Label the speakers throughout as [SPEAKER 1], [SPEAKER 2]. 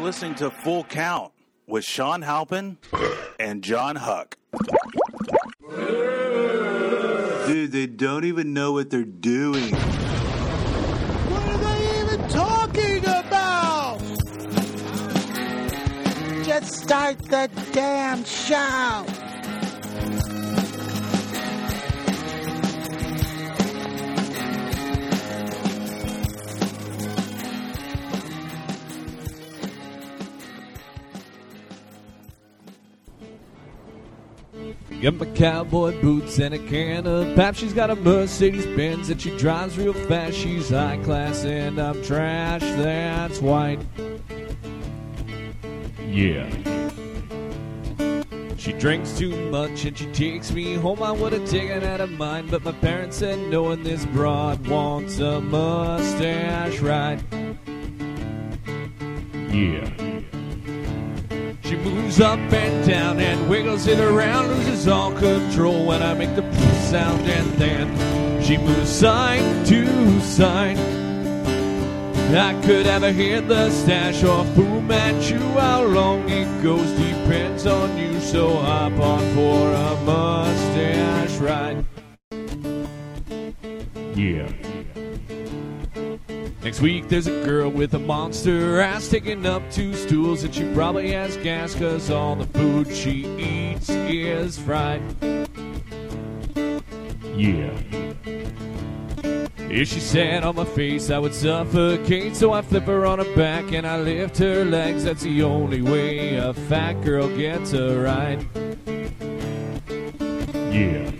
[SPEAKER 1] listening to Full Count with Sean Halpin and John Huck. Dude, they don't even know what they're doing. What are they even talking about? Just start the damn show.
[SPEAKER 2] Got my cowboy boots and a can of pap. She's got a Mercedes Benz that she drives real fast. She's high class and I'm trash. That's white. Yeah. She drinks too much and she takes me home. I would have taken out of mine, but my parents said no, and this broad wants a mustache, right? Yeah. She moves up and down and wiggles it around, loses all control when I make the pfft sound, and then she moves side to side. I could ever hear the stash or boom at you. How long it goes depends on you, so hop on for a mustache ride. Yeah. Next week there's a girl with a monster ass taking up two stools and she probably has gas cause all the food she eats is fried. Yeah. If she sat on my face, I would suffocate, so I flip her on her back and I lift her legs. That's the only way a fat girl gets a ride. Yeah.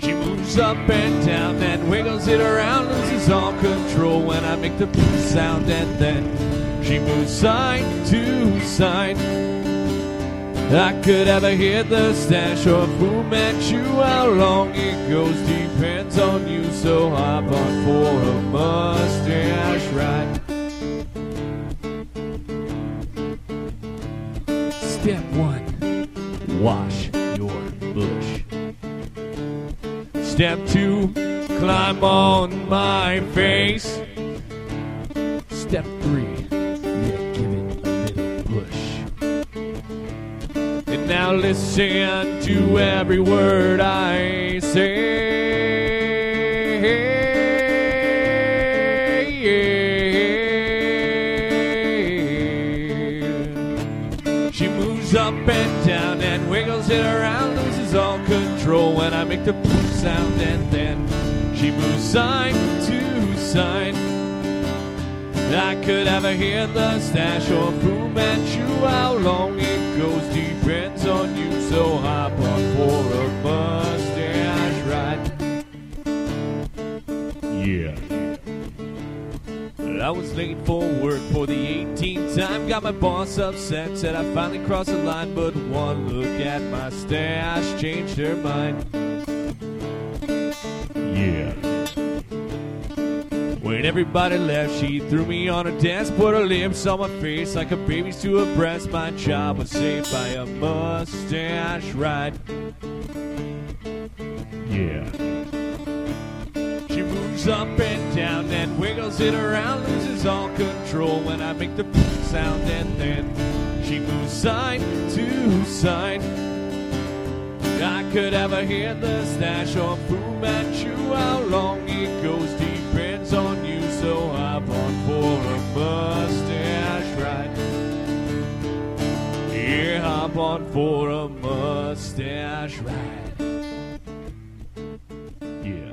[SPEAKER 2] She moves up and down and wiggles it around, loses all control when I make the pfft sound, and then she moves side to side. I could ever hear the stash or boom at you. How long it goes depends on you, so hop on for a mustache ride. Step one wash your bush. Step two, climb on my face. Step three, yeah, give it a little push. And now listen to every word I say. She moves up and down and wiggles it around, loses all control when I make the poof sound, and then she moves side to side. I could ever hear the stash or boom at you. How long it goes depends on you, so hop on for a mustache ride. Yeah. I was late for work for the 18th time. Got my boss upset, said I finally crossed the line. But one look at my stash changed her mind. Yeah. When everybody left, she threw me on her desk, put her lips on my face like a baby's to her breast. My job was saved by a mustache ride. Yeah. She moves up and down and wiggles it around, loses all control when I make the pfft sound, and then she moves side to side. I could ever hear the stash or boom at you. How long it goes depends on you, so hop on for a mustache ride. Yeah, hop on for a mustache ride. Yeah.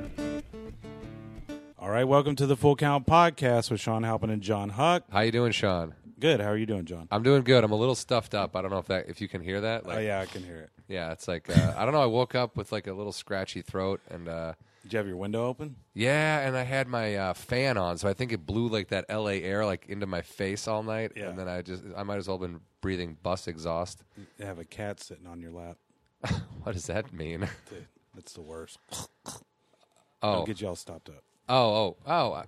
[SPEAKER 1] All right, welcome to the Full Count podcast with Sean Halpin and John Huck.
[SPEAKER 3] How you doing, Sean?
[SPEAKER 1] Good. How are you doing, John?
[SPEAKER 3] I'm doing good. I'm a little stuffed up. I don't know if that if you can hear that. Like,
[SPEAKER 1] Oh yeah, I can hear it.
[SPEAKER 3] yeah, it's like uh, I don't know. I woke up with like a little scratchy throat, and uh,
[SPEAKER 1] Did you have your window open?
[SPEAKER 3] yeah, and I had my uh, fan on, so I think it blew like that L.A. air like into my face all night,
[SPEAKER 1] Yeah.
[SPEAKER 3] and then I just I might as well have been breathing bus exhaust.
[SPEAKER 1] You have a cat sitting on your lap.
[SPEAKER 3] What does that mean?
[SPEAKER 1] Dude, that's the worst. I'll
[SPEAKER 3] oh,
[SPEAKER 1] get y'all stopped up.
[SPEAKER 3] oh, oh, oh! I-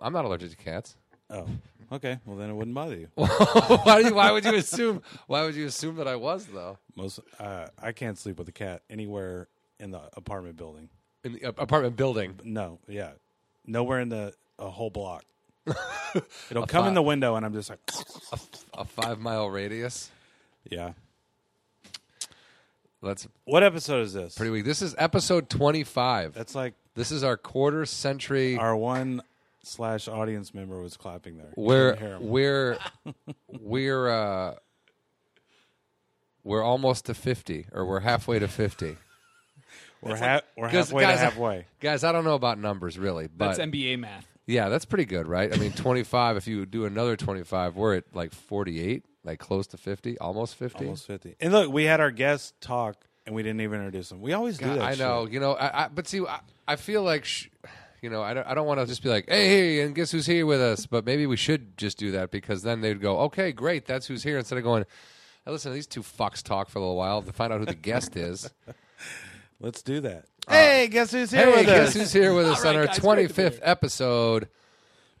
[SPEAKER 3] I'm not allergic to cats.
[SPEAKER 1] Oh, okay. Well, then it wouldn't bother you.
[SPEAKER 3] why, do you, why would you assume? Why would you assume that I was though?
[SPEAKER 1] Most uh, I can't sleep with a cat anywhere in the apartment building.
[SPEAKER 3] In the apartment uh, building.
[SPEAKER 1] No, yeah, nowhere in the a whole block. It'll come
[SPEAKER 3] fi-
[SPEAKER 1] in the window, and I'm just like,
[SPEAKER 3] a five mile radius.
[SPEAKER 1] yeah.
[SPEAKER 3] That's
[SPEAKER 1] What episode is this?
[SPEAKER 3] pretty weak. This is episode 25.
[SPEAKER 1] That's like
[SPEAKER 3] this is our quarter century
[SPEAKER 1] our one slash audience member was clapping there. You couldn't hear
[SPEAKER 3] we're
[SPEAKER 1] 'em.
[SPEAKER 3] we're we're uh we're almost to 50 or we're halfway to 50
[SPEAKER 1] we're, ha- we're
[SPEAKER 3] 'Cause,
[SPEAKER 1] halfway
[SPEAKER 3] guys,
[SPEAKER 1] to halfway.
[SPEAKER 3] guys i don't know about numbers really but
[SPEAKER 2] That's NBA math.
[SPEAKER 3] yeah that's pretty good right i mean 25 if you do another 25 we're at like 48 like close to 50 almost 50
[SPEAKER 1] Almost fifty. And look, we had our guest talk, and we didn't even introduce him. We always do that.
[SPEAKER 3] i know
[SPEAKER 1] shit.
[SPEAKER 3] you know I, I but see i, I feel like sh- you know i don't, I don't want to just be like hey and guess who's here with us but maybe we should just do that because then they'd go okay great that's who's here instead of going I listen to these two fucks talk for a little while to find out who the guest is.
[SPEAKER 1] Let's do that. Oh. hey, guess who's here
[SPEAKER 3] Hey,
[SPEAKER 1] with
[SPEAKER 3] guess
[SPEAKER 1] us?
[SPEAKER 3] who's here with us
[SPEAKER 2] All
[SPEAKER 3] on
[SPEAKER 2] right,
[SPEAKER 3] our
[SPEAKER 2] guys, great to be
[SPEAKER 3] 25th episode?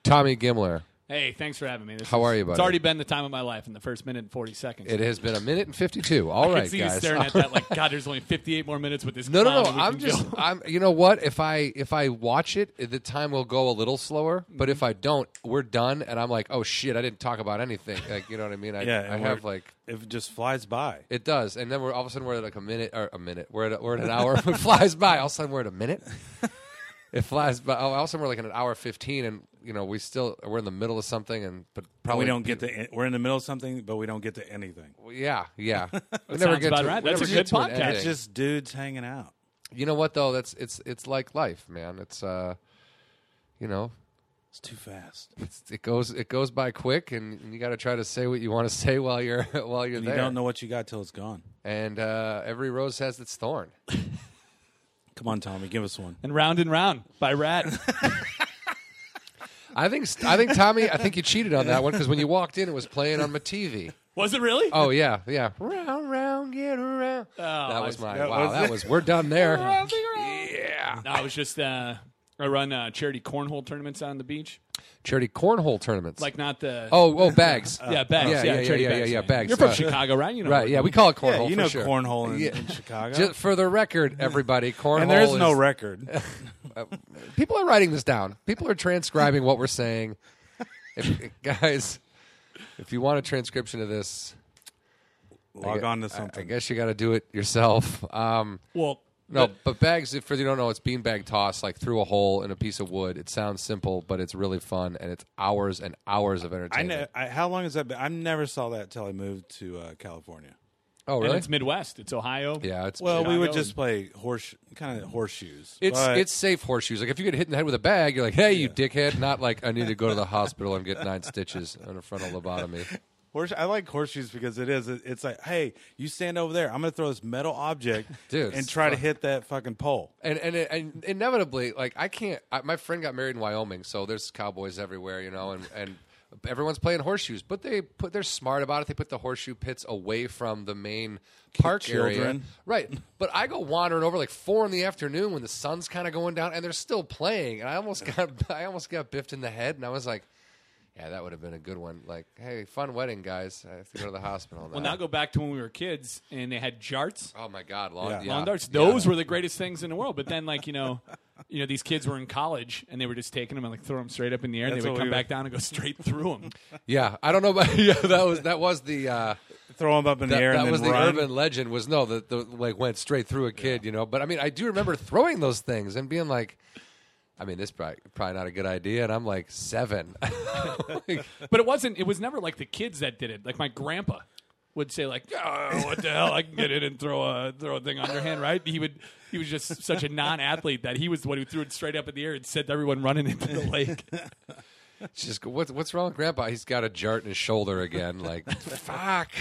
[SPEAKER 3] Tommy Gimler.
[SPEAKER 2] Hey, thanks for having me. This
[SPEAKER 3] How
[SPEAKER 2] is-
[SPEAKER 3] are you, buddy?
[SPEAKER 2] It's already been the time of my life in the first minute and 40 seconds.
[SPEAKER 3] It has been a minute and 52. All
[SPEAKER 2] I
[SPEAKER 3] right,
[SPEAKER 2] can see
[SPEAKER 3] guys.
[SPEAKER 2] you staring at that like, God, there's only 58 more minutes with this.
[SPEAKER 3] no, no, no.
[SPEAKER 2] clown and we
[SPEAKER 3] I'm
[SPEAKER 2] can
[SPEAKER 3] just.
[SPEAKER 2] go."
[SPEAKER 3] I'm. You know what? If I if I watch it, the time will go a little slower. But if I don't, we're done, and I'm like, oh shit, I didn't talk about anything. Like, you know what I mean? I,
[SPEAKER 1] Yeah,
[SPEAKER 3] I
[SPEAKER 1] and
[SPEAKER 3] have
[SPEAKER 1] we're-
[SPEAKER 3] like.
[SPEAKER 1] It just flies by.
[SPEAKER 3] It does, and then we're all of a sudden we're at like a minute or a minute. We're at, we're at an hour. it flies by. All of a sudden we're at a minute. It flies by. All of a sudden we're like at an hour fifteen, and you know we still we're in the middle of something, and but probably
[SPEAKER 1] we don't get to. We're in the middle of something, but we don't get to anything.
[SPEAKER 3] Yeah, yeah. We
[SPEAKER 2] sounds about right.
[SPEAKER 3] we
[SPEAKER 2] That's
[SPEAKER 3] never
[SPEAKER 2] a
[SPEAKER 3] get
[SPEAKER 2] good
[SPEAKER 3] to an
[SPEAKER 2] podcast.
[SPEAKER 3] ending.
[SPEAKER 1] It's just dudes hanging out.
[SPEAKER 3] you know what though? That's it's it's like life, man. It's uh, you know,
[SPEAKER 1] It's too fast.
[SPEAKER 3] it's, it goes it goes by quick, and, and you got to try to say what you want to say while you're while you're
[SPEAKER 1] You
[SPEAKER 3] there.
[SPEAKER 1] don't know what you got till it's gone.
[SPEAKER 3] And uh, every rose has its thorn.
[SPEAKER 1] Come on, Tommy, give us one.
[SPEAKER 2] and round and round by Rat.
[SPEAKER 3] I think I think Tommy. I think you cheated on that one because when you walked in, it was playing on my TV.
[SPEAKER 2] Was it really?
[SPEAKER 3] Oh yeah, yeah. Round round, get around. that
[SPEAKER 2] I
[SPEAKER 3] was
[SPEAKER 2] see.
[SPEAKER 3] my
[SPEAKER 1] That
[SPEAKER 3] wow.
[SPEAKER 1] was
[SPEAKER 3] that
[SPEAKER 1] it.
[SPEAKER 3] was we're done there.
[SPEAKER 2] No, I was just uh, I run uh, charity cornhole tournaments on the beach.
[SPEAKER 3] Charity cornhole tournaments.
[SPEAKER 2] Like not the
[SPEAKER 3] oh oh bags.
[SPEAKER 2] yeah bags
[SPEAKER 3] yeah,
[SPEAKER 2] yeah
[SPEAKER 3] yeah,
[SPEAKER 2] charity
[SPEAKER 3] yeah,
[SPEAKER 2] bags,
[SPEAKER 3] yeah, yeah,
[SPEAKER 2] man.
[SPEAKER 3] bags,
[SPEAKER 2] You're from
[SPEAKER 3] uh,
[SPEAKER 2] Chicago, right? You know,
[SPEAKER 3] Right, yeah, we call it cornhole.
[SPEAKER 1] Yeah, you
[SPEAKER 3] for
[SPEAKER 1] know
[SPEAKER 3] sure.
[SPEAKER 1] cornhole in,
[SPEAKER 3] Yeah.
[SPEAKER 1] in Chicago,
[SPEAKER 3] Just for the record, everybody, cornhole.
[SPEAKER 1] and there's
[SPEAKER 3] is,
[SPEAKER 1] no record.
[SPEAKER 3] people are writing this down. People are transcribing what we're saying. If, guys, if you want a transcription of this, I
[SPEAKER 1] Log
[SPEAKER 3] gu-
[SPEAKER 1] on to
[SPEAKER 3] I- I
[SPEAKER 1] something.
[SPEAKER 3] guess you got to do it yourself. Um,
[SPEAKER 2] Well,
[SPEAKER 3] no,
[SPEAKER 2] the-
[SPEAKER 3] but bags. If you don't know, it's beanbag toss, like through a hole in a piece of wood. It sounds simple, but it's really fun, and it's hours and hours of
[SPEAKER 1] I
[SPEAKER 3] entertainment.
[SPEAKER 1] know. I, how long has that been? I never saw that till I moved to uh, California.
[SPEAKER 3] Oh,
[SPEAKER 2] and
[SPEAKER 3] really?
[SPEAKER 2] it's Midwest. It's Ohio.
[SPEAKER 3] yeah, it's
[SPEAKER 1] Well, we would
[SPEAKER 2] Chicago.
[SPEAKER 1] just play horse, kind of horseshoes.
[SPEAKER 3] It's
[SPEAKER 1] but-
[SPEAKER 3] it's safe horseshoes. Like if you get hit in the head with a bag, you're like, "Hey, you dickhead!" Not like I need to go to the hospital and get nine stitches and a frontal lobotomy.
[SPEAKER 1] Horse, I like horseshoes because it is. it- It's like, hey, you stand over there. I'm going to throw this metal object
[SPEAKER 3] Dude,
[SPEAKER 1] and
[SPEAKER 3] it's
[SPEAKER 1] try to
[SPEAKER 3] fun.
[SPEAKER 1] hit that fucking pole.
[SPEAKER 3] And and, and inevitably, like I can't. I, my friend got married in Wyoming, so there's cowboys everywhere, you know, and and everyone's playing horseshoes. But they put they're smart about it. They put the horseshoe pits away from the main park area,
[SPEAKER 1] Children.
[SPEAKER 3] right? But I go wandering over like four in the afternoon when the sun's kind of going down, and they're still playing. And I almost got I almost got biffed in the head, and I was like. Yeah, that would have been a good one. Like, hey, fun wedding, guys. I have to go to the hospital.
[SPEAKER 2] Well, now go back to when we were kids and they had jarts,
[SPEAKER 3] Oh my God, lawn,
[SPEAKER 1] Yeah.
[SPEAKER 3] yeah.
[SPEAKER 2] lawn darts.
[SPEAKER 3] Yeah.
[SPEAKER 2] Those were the greatest things in the world. But then, like you know, you know, these kids were in college and they were just taking them and like throw them straight up in the air,
[SPEAKER 1] That's
[SPEAKER 2] and they
[SPEAKER 1] what
[SPEAKER 2] would come
[SPEAKER 1] we
[SPEAKER 2] back
[SPEAKER 1] would-
[SPEAKER 2] down and go straight through them.
[SPEAKER 3] Yeah, I don't know, about yeah, that was that was the uh,
[SPEAKER 1] Throw them up in
[SPEAKER 3] that,
[SPEAKER 1] the air
[SPEAKER 3] that
[SPEAKER 1] and
[SPEAKER 3] was
[SPEAKER 1] then
[SPEAKER 3] the
[SPEAKER 1] run.
[SPEAKER 3] urban legend was no that the like went straight through a kid you know but i mean i do remember throwing those things and being like i mean this probably, probably not a good idea and i'm like seven Like,
[SPEAKER 2] But it wasn't. It was never like the kids that did it. Like my grandpa would say, like, oh, "What the hell? I can get in and throw a throw a thing underhand, right?" He would. He was just such a non-athlete that he was the one who threw it straight up in the air and sent everyone running into the lake.
[SPEAKER 3] it's just what's what's wrong with grandpa he's got a jart in his shoulder again like fuck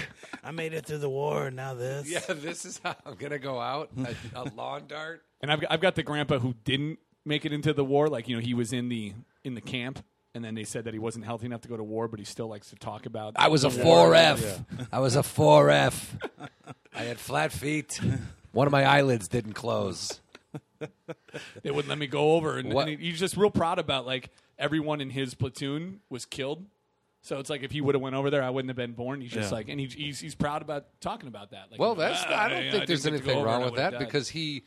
[SPEAKER 1] I made it through the war. and Now this.
[SPEAKER 3] yeah this is how i'm gonna go out a, a lawn dart
[SPEAKER 2] And I've got, I've got the grandpa who didn't make it into the war. Like you know, he was in the in the camp, and then they said that he wasn't healthy enough to go to war, but he still likes to talk about.
[SPEAKER 3] i was a 4f I was a 4f i had flat feet one of my eyelids didn't close
[SPEAKER 2] they wouldn't let me go over, and,
[SPEAKER 3] What-
[SPEAKER 2] and he- he's just real proud about like everyone in his platoon was killed. So it's like if he would have went over there, I wouldn't have been born. He's just
[SPEAKER 1] Yeah.
[SPEAKER 2] like, and he, he's he's proud about talking about that. Like,
[SPEAKER 3] Well, that's
[SPEAKER 2] "Ah,
[SPEAKER 3] I don't
[SPEAKER 2] yeah,
[SPEAKER 3] think
[SPEAKER 2] didn't
[SPEAKER 3] there's
[SPEAKER 2] get to go
[SPEAKER 3] anything
[SPEAKER 2] over and
[SPEAKER 3] wrong
[SPEAKER 2] I
[SPEAKER 3] with
[SPEAKER 2] would've
[SPEAKER 3] that
[SPEAKER 2] died."
[SPEAKER 3] because he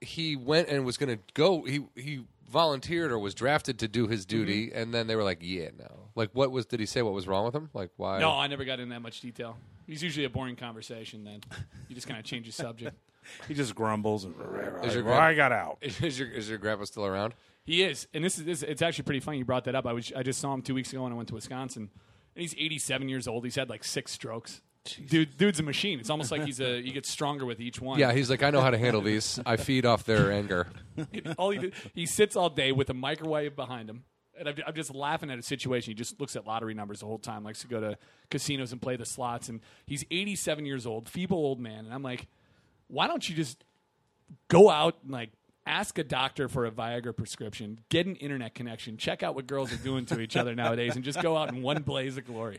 [SPEAKER 3] he went and was going to go. He he volunteered or was drafted to do his duty, and then they were like, "Yeah, no." Like, what was? Did he say what was wrong with him? Like, why?
[SPEAKER 2] No, I never got in that much detail. It's usually a boring conversation. Then you just kind of change the subject.
[SPEAKER 1] He just grumbles and
[SPEAKER 3] Is your
[SPEAKER 1] well,
[SPEAKER 3] gra-
[SPEAKER 1] I got out.
[SPEAKER 3] Is your is your grandpa still around?
[SPEAKER 2] He is, and this is this, it's actually pretty funny. You brought that up. I was I just saw him two weeks ago when I went to Wisconsin, and he's 87 years old. He's had like six strokes. Dude, dude's a machine. It's almost like he's a he gets stronger with each one.
[SPEAKER 3] Yeah, he's like, I know how to handle these. I feed off their anger.
[SPEAKER 2] all he did, he sits all day with a microwave behind him. And I'm, I'm just laughing at his situation. He just looks at lottery numbers the whole time. Likes to go to casinos and play the slots. And he's 87 years old, feeble old man. And I'm like, why don't you just go out and like ask a doctor for a Viagra prescription, get an internet connection, check out what girls are doing to each other nowadays, and just go out in one blaze of glory.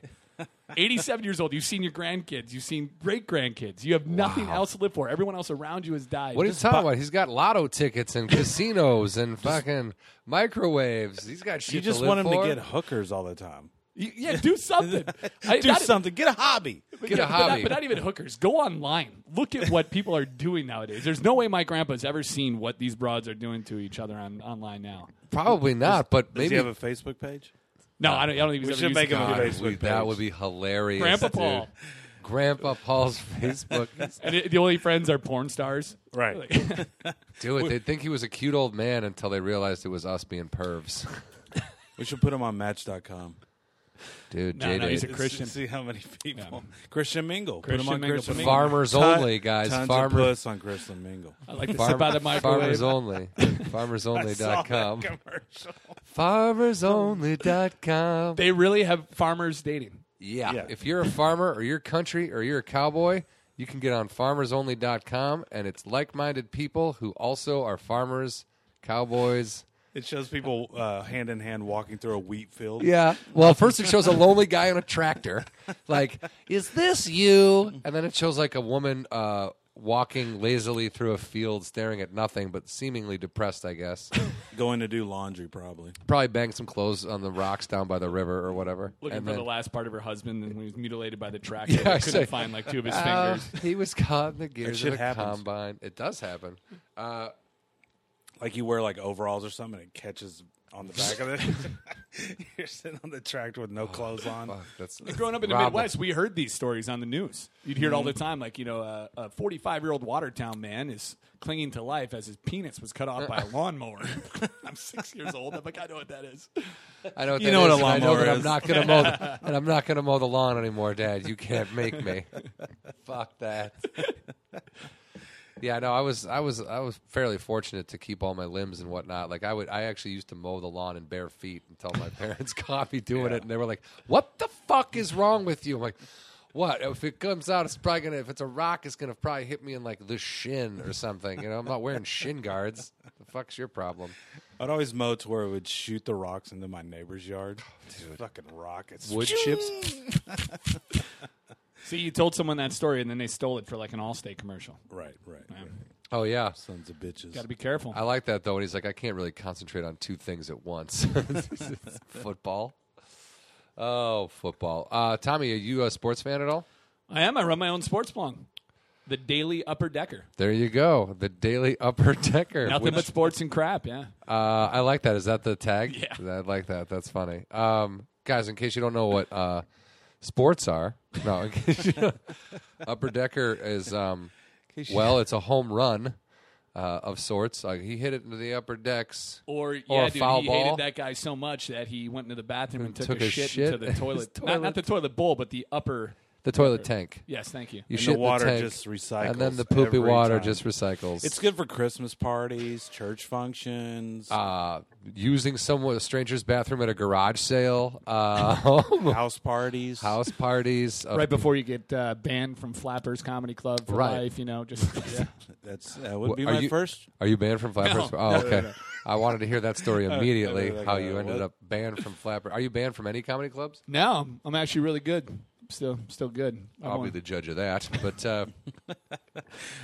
[SPEAKER 2] 87 years old. You've seen your grandkids. You've seen great grandkids. You have nothing else to live for. Everyone else around you has died.
[SPEAKER 3] What are you
[SPEAKER 2] Just
[SPEAKER 3] talking about? He's got lotto tickets and casinos and fucking microwaves. He's got shit
[SPEAKER 1] You just
[SPEAKER 3] to live
[SPEAKER 1] want him
[SPEAKER 3] for.
[SPEAKER 1] to get hookers all the time.
[SPEAKER 2] Y- Yeah, do something. I-
[SPEAKER 1] Do
[SPEAKER 2] not-
[SPEAKER 1] something. Get a hobby.
[SPEAKER 2] but
[SPEAKER 3] Get
[SPEAKER 2] yeah,
[SPEAKER 3] a
[SPEAKER 2] but not-
[SPEAKER 3] hobby.
[SPEAKER 2] But not, even hookers. Go online. Look at what people are doing nowadays. There's no way my grandpa's ever seen what these broads are doing to each other on online now.
[SPEAKER 3] Probably not, but
[SPEAKER 1] Does
[SPEAKER 3] maybe
[SPEAKER 1] he have a Facebook page?
[SPEAKER 2] No, I don't, I don't think he's ever
[SPEAKER 1] should
[SPEAKER 2] used
[SPEAKER 1] make
[SPEAKER 2] it.
[SPEAKER 1] him a
[SPEAKER 3] God,
[SPEAKER 1] Facebook
[SPEAKER 3] we- that
[SPEAKER 1] page.
[SPEAKER 3] would be hilarious.
[SPEAKER 2] Grandpa
[SPEAKER 3] dude.
[SPEAKER 2] Paul.
[SPEAKER 3] Grandpa Paul's Facebook. He's-
[SPEAKER 2] And it- the only friends are porn stars.
[SPEAKER 1] Right.
[SPEAKER 3] Do it. They'd think he was a cute old man until they realized it was us being pervs.
[SPEAKER 1] We should put him on Match.com.
[SPEAKER 3] Dude,
[SPEAKER 2] No, no, he's a
[SPEAKER 3] J-Day.
[SPEAKER 2] Christian.
[SPEAKER 1] See how many people. Christian Mingle. put
[SPEAKER 2] Christian
[SPEAKER 1] him on
[SPEAKER 2] Mingle,
[SPEAKER 1] Christian
[SPEAKER 2] put him
[SPEAKER 1] Mingle.
[SPEAKER 2] on.
[SPEAKER 3] Farmers
[SPEAKER 1] Ton-
[SPEAKER 3] only, guys.
[SPEAKER 1] Tons
[SPEAKER 3] Farmer-
[SPEAKER 1] of puss on Christian Mingle.
[SPEAKER 2] I like to
[SPEAKER 3] Farm-
[SPEAKER 2] sip out of microwave.
[SPEAKER 3] farmers only. Farmersonly.com.
[SPEAKER 1] commercial.
[SPEAKER 3] Farmersonly.com.
[SPEAKER 2] They really have farmers dating.
[SPEAKER 3] Yeah.
[SPEAKER 1] Yeah.
[SPEAKER 3] If you're a farmer or your country or you're a cowboy, you can get on farmersonly.com and it's like-minded people who also are farmers, cowboys.
[SPEAKER 1] It shows people uh, hand in hand walking through a wheat field.
[SPEAKER 3] Yeah. Well, first it shows a lonely guy on a tractor. Like, is this you? And then it shows like a woman uh, walking lazily through a field, staring at nothing, but seemingly depressed, I guess.
[SPEAKER 1] Going to do laundry, probably.
[SPEAKER 3] Probably banged some clothes on the rocks down by the river or whatever.
[SPEAKER 2] Looking
[SPEAKER 3] And
[SPEAKER 2] for
[SPEAKER 3] then-
[SPEAKER 2] the last part of her husband, and he was mutilated by the tractor. They
[SPEAKER 3] I
[SPEAKER 2] couldn't
[SPEAKER 3] say-
[SPEAKER 2] find like two of his
[SPEAKER 3] Oh,
[SPEAKER 2] fingers.
[SPEAKER 3] he was caught in the gears
[SPEAKER 1] shit
[SPEAKER 3] of a
[SPEAKER 1] happens.
[SPEAKER 3] combine. It does happen.
[SPEAKER 1] Like you wear like overalls or something, and it catches on the back of it. You're sitting on the tractor with no clothes on.
[SPEAKER 3] Oh, Fuck, that's
[SPEAKER 2] Growing up in the
[SPEAKER 3] Rob-
[SPEAKER 2] Midwest, we heard these stories on the news. You'd hear it all the time, like you know, uh, a 45 year old Watertown man is clinging to life as his penis was cut off by a lawnmower. I'm six years old. I'm like, I know what that is.
[SPEAKER 3] I know what
[SPEAKER 1] You
[SPEAKER 3] that
[SPEAKER 1] know what
[SPEAKER 3] is,
[SPEAKER 1] a
[SPEAKER 3] and I know
[SPEAKER 1] lawnmower
[SPEAKER 3] that I'm
[SPEAKER 1] is.
[SPEAKER 3] not gonna mow, the, and I'm not gonna mow the lawn anymore, Dad. You can't make me. Fuck that. Yeah, no, I was, I was, I was fairly fortunate to keep all my limbs and whatnot. Like I would, I actually used to mow the lawn in bare feet until my parents caught me doing it, and they were like, "What the fuck is wrong with you?" I'm like. What if it comes out? It's probably gonna. If it's a rock, it's gonna probably hit me in like the shin or something. You know, I'm not wearing shin guards. The fuck's your problem?
[SPEAKER 1] I'd always mow to where it would shoot the rocks into my neighbor's yard. Fucking rockets.
[SPEAKER 3] Wood chips.
[SPEAKER 2] See, you told someone that story, and then they stole it for like an Allstate commercial.
[SPEAKER 1] Right, right. right.
[SPEAKER 3] Oh yeah,
[SPEAKER 1] Sons of bitches.
[SPEAKER 2] Got to be careful.
[SPEAKER 3] I like that though. And he's like, I can't really concentrate on two things at once. football. Oh, football. Uh, Tommy, are you a sports fan at all?
[SPEAKER 2] I am. I run my own sports blog, the Daily Upper Decker.
[SPEAKER 3] There you go. The Daily Upper Decker.
[SPEAKER 2] Nothing
[SPEAKER 3] which,
[SPEAKER 2] but sports and crap. Yeah.
[SPEAKER 3] uh, I like that. Is that the tag?
[SPEAKER 2] Yeah.
[SPEAKER 3] I like that. That's funny. Um, guys, in case you don't know what uh, sports are, no, in case you don't- Upper Decker is, um, well, it's a home run uh, of sorts. Like he hit it into the upper decks.
[SPEAKER 2] Or yeah,
[SPEAKER 3] Or a
[SPEAKER 2] dude,
[SPEAKER 3] foul
[SPEAKER 2] he
[SPEAKER 3] ball.
[SPEAKER 2] hated that guy so much that he went into the bathroom and took,
[SPEAKER 3] took
[SPEAKER 2] a,
[SPEAKER 3] a
[SPEAKER 2] shit,
[SPEAKER 3] shit
[SPEAKER 2] into the
[SPEAKER 3] in his
[SPEAKER 2] toilet.
[SPEAKER 3] toilet.
[SPEAKER 2] Not, not the toilet bowl, but the upper.
[SPEAKER 3] The toilet tank.
[SPEAKER 2] Yes, thank you.
[SPEAKER 3] You
[SPEAKER 1] the
[SPEAKER 3] shit in
[SPEAKER 1] water
[SPEAKER 3] tank,
[SPEAKER 1] just recycles
[SPEAKER 3] and then the poopy
[SPEAKER 1] every
[SPEAKER 3] water
[SPEAKER 1] time.
[SPEAKER 3] just recycles.
[SPEAKER 1] It's good for Christmas parties, church functions,
[SPEAKER 3] uh, using someone a stranger's bathroom at a garage sale, uh,
[SPEAKER 1] house parties.
[SPEAKER 3] house parties. Uh,
[SPEAKER 2] Right before you get uh, banned from Flappers Comedy Club for
[SPEAKER 3] Right.
[SPEAKER 2] life, you know, just
[SPEAKER 1] That's that would be
[SPEAKER 3] Are
[SPEAKER 1] my
[SPEAKER 3] you-
[SPEAKER 1] first.
[SPEAKER 3] Are you banned from Flappers?
[SPEAKER 2] No.
[SPEAKER 3] Oh, okay. I wanted to hear that story immediately.
[SPEAKER 1] like,
[SPEAKER 3] how
[SPEAKER 1] uh,
[SPEAKER 3] you ended
[SPEAKER 1] what?
[SPEAKER 3] up banned from Flapper? Are you banned from any comedy clubs?
[SPEAKER 2] no, I'm- I'm actually really good. Still, still good. I'm
[SPEAKER 3] I'll be
[SPEAKER 2] on-
[SPEAKER 3] the judge of that. But uh,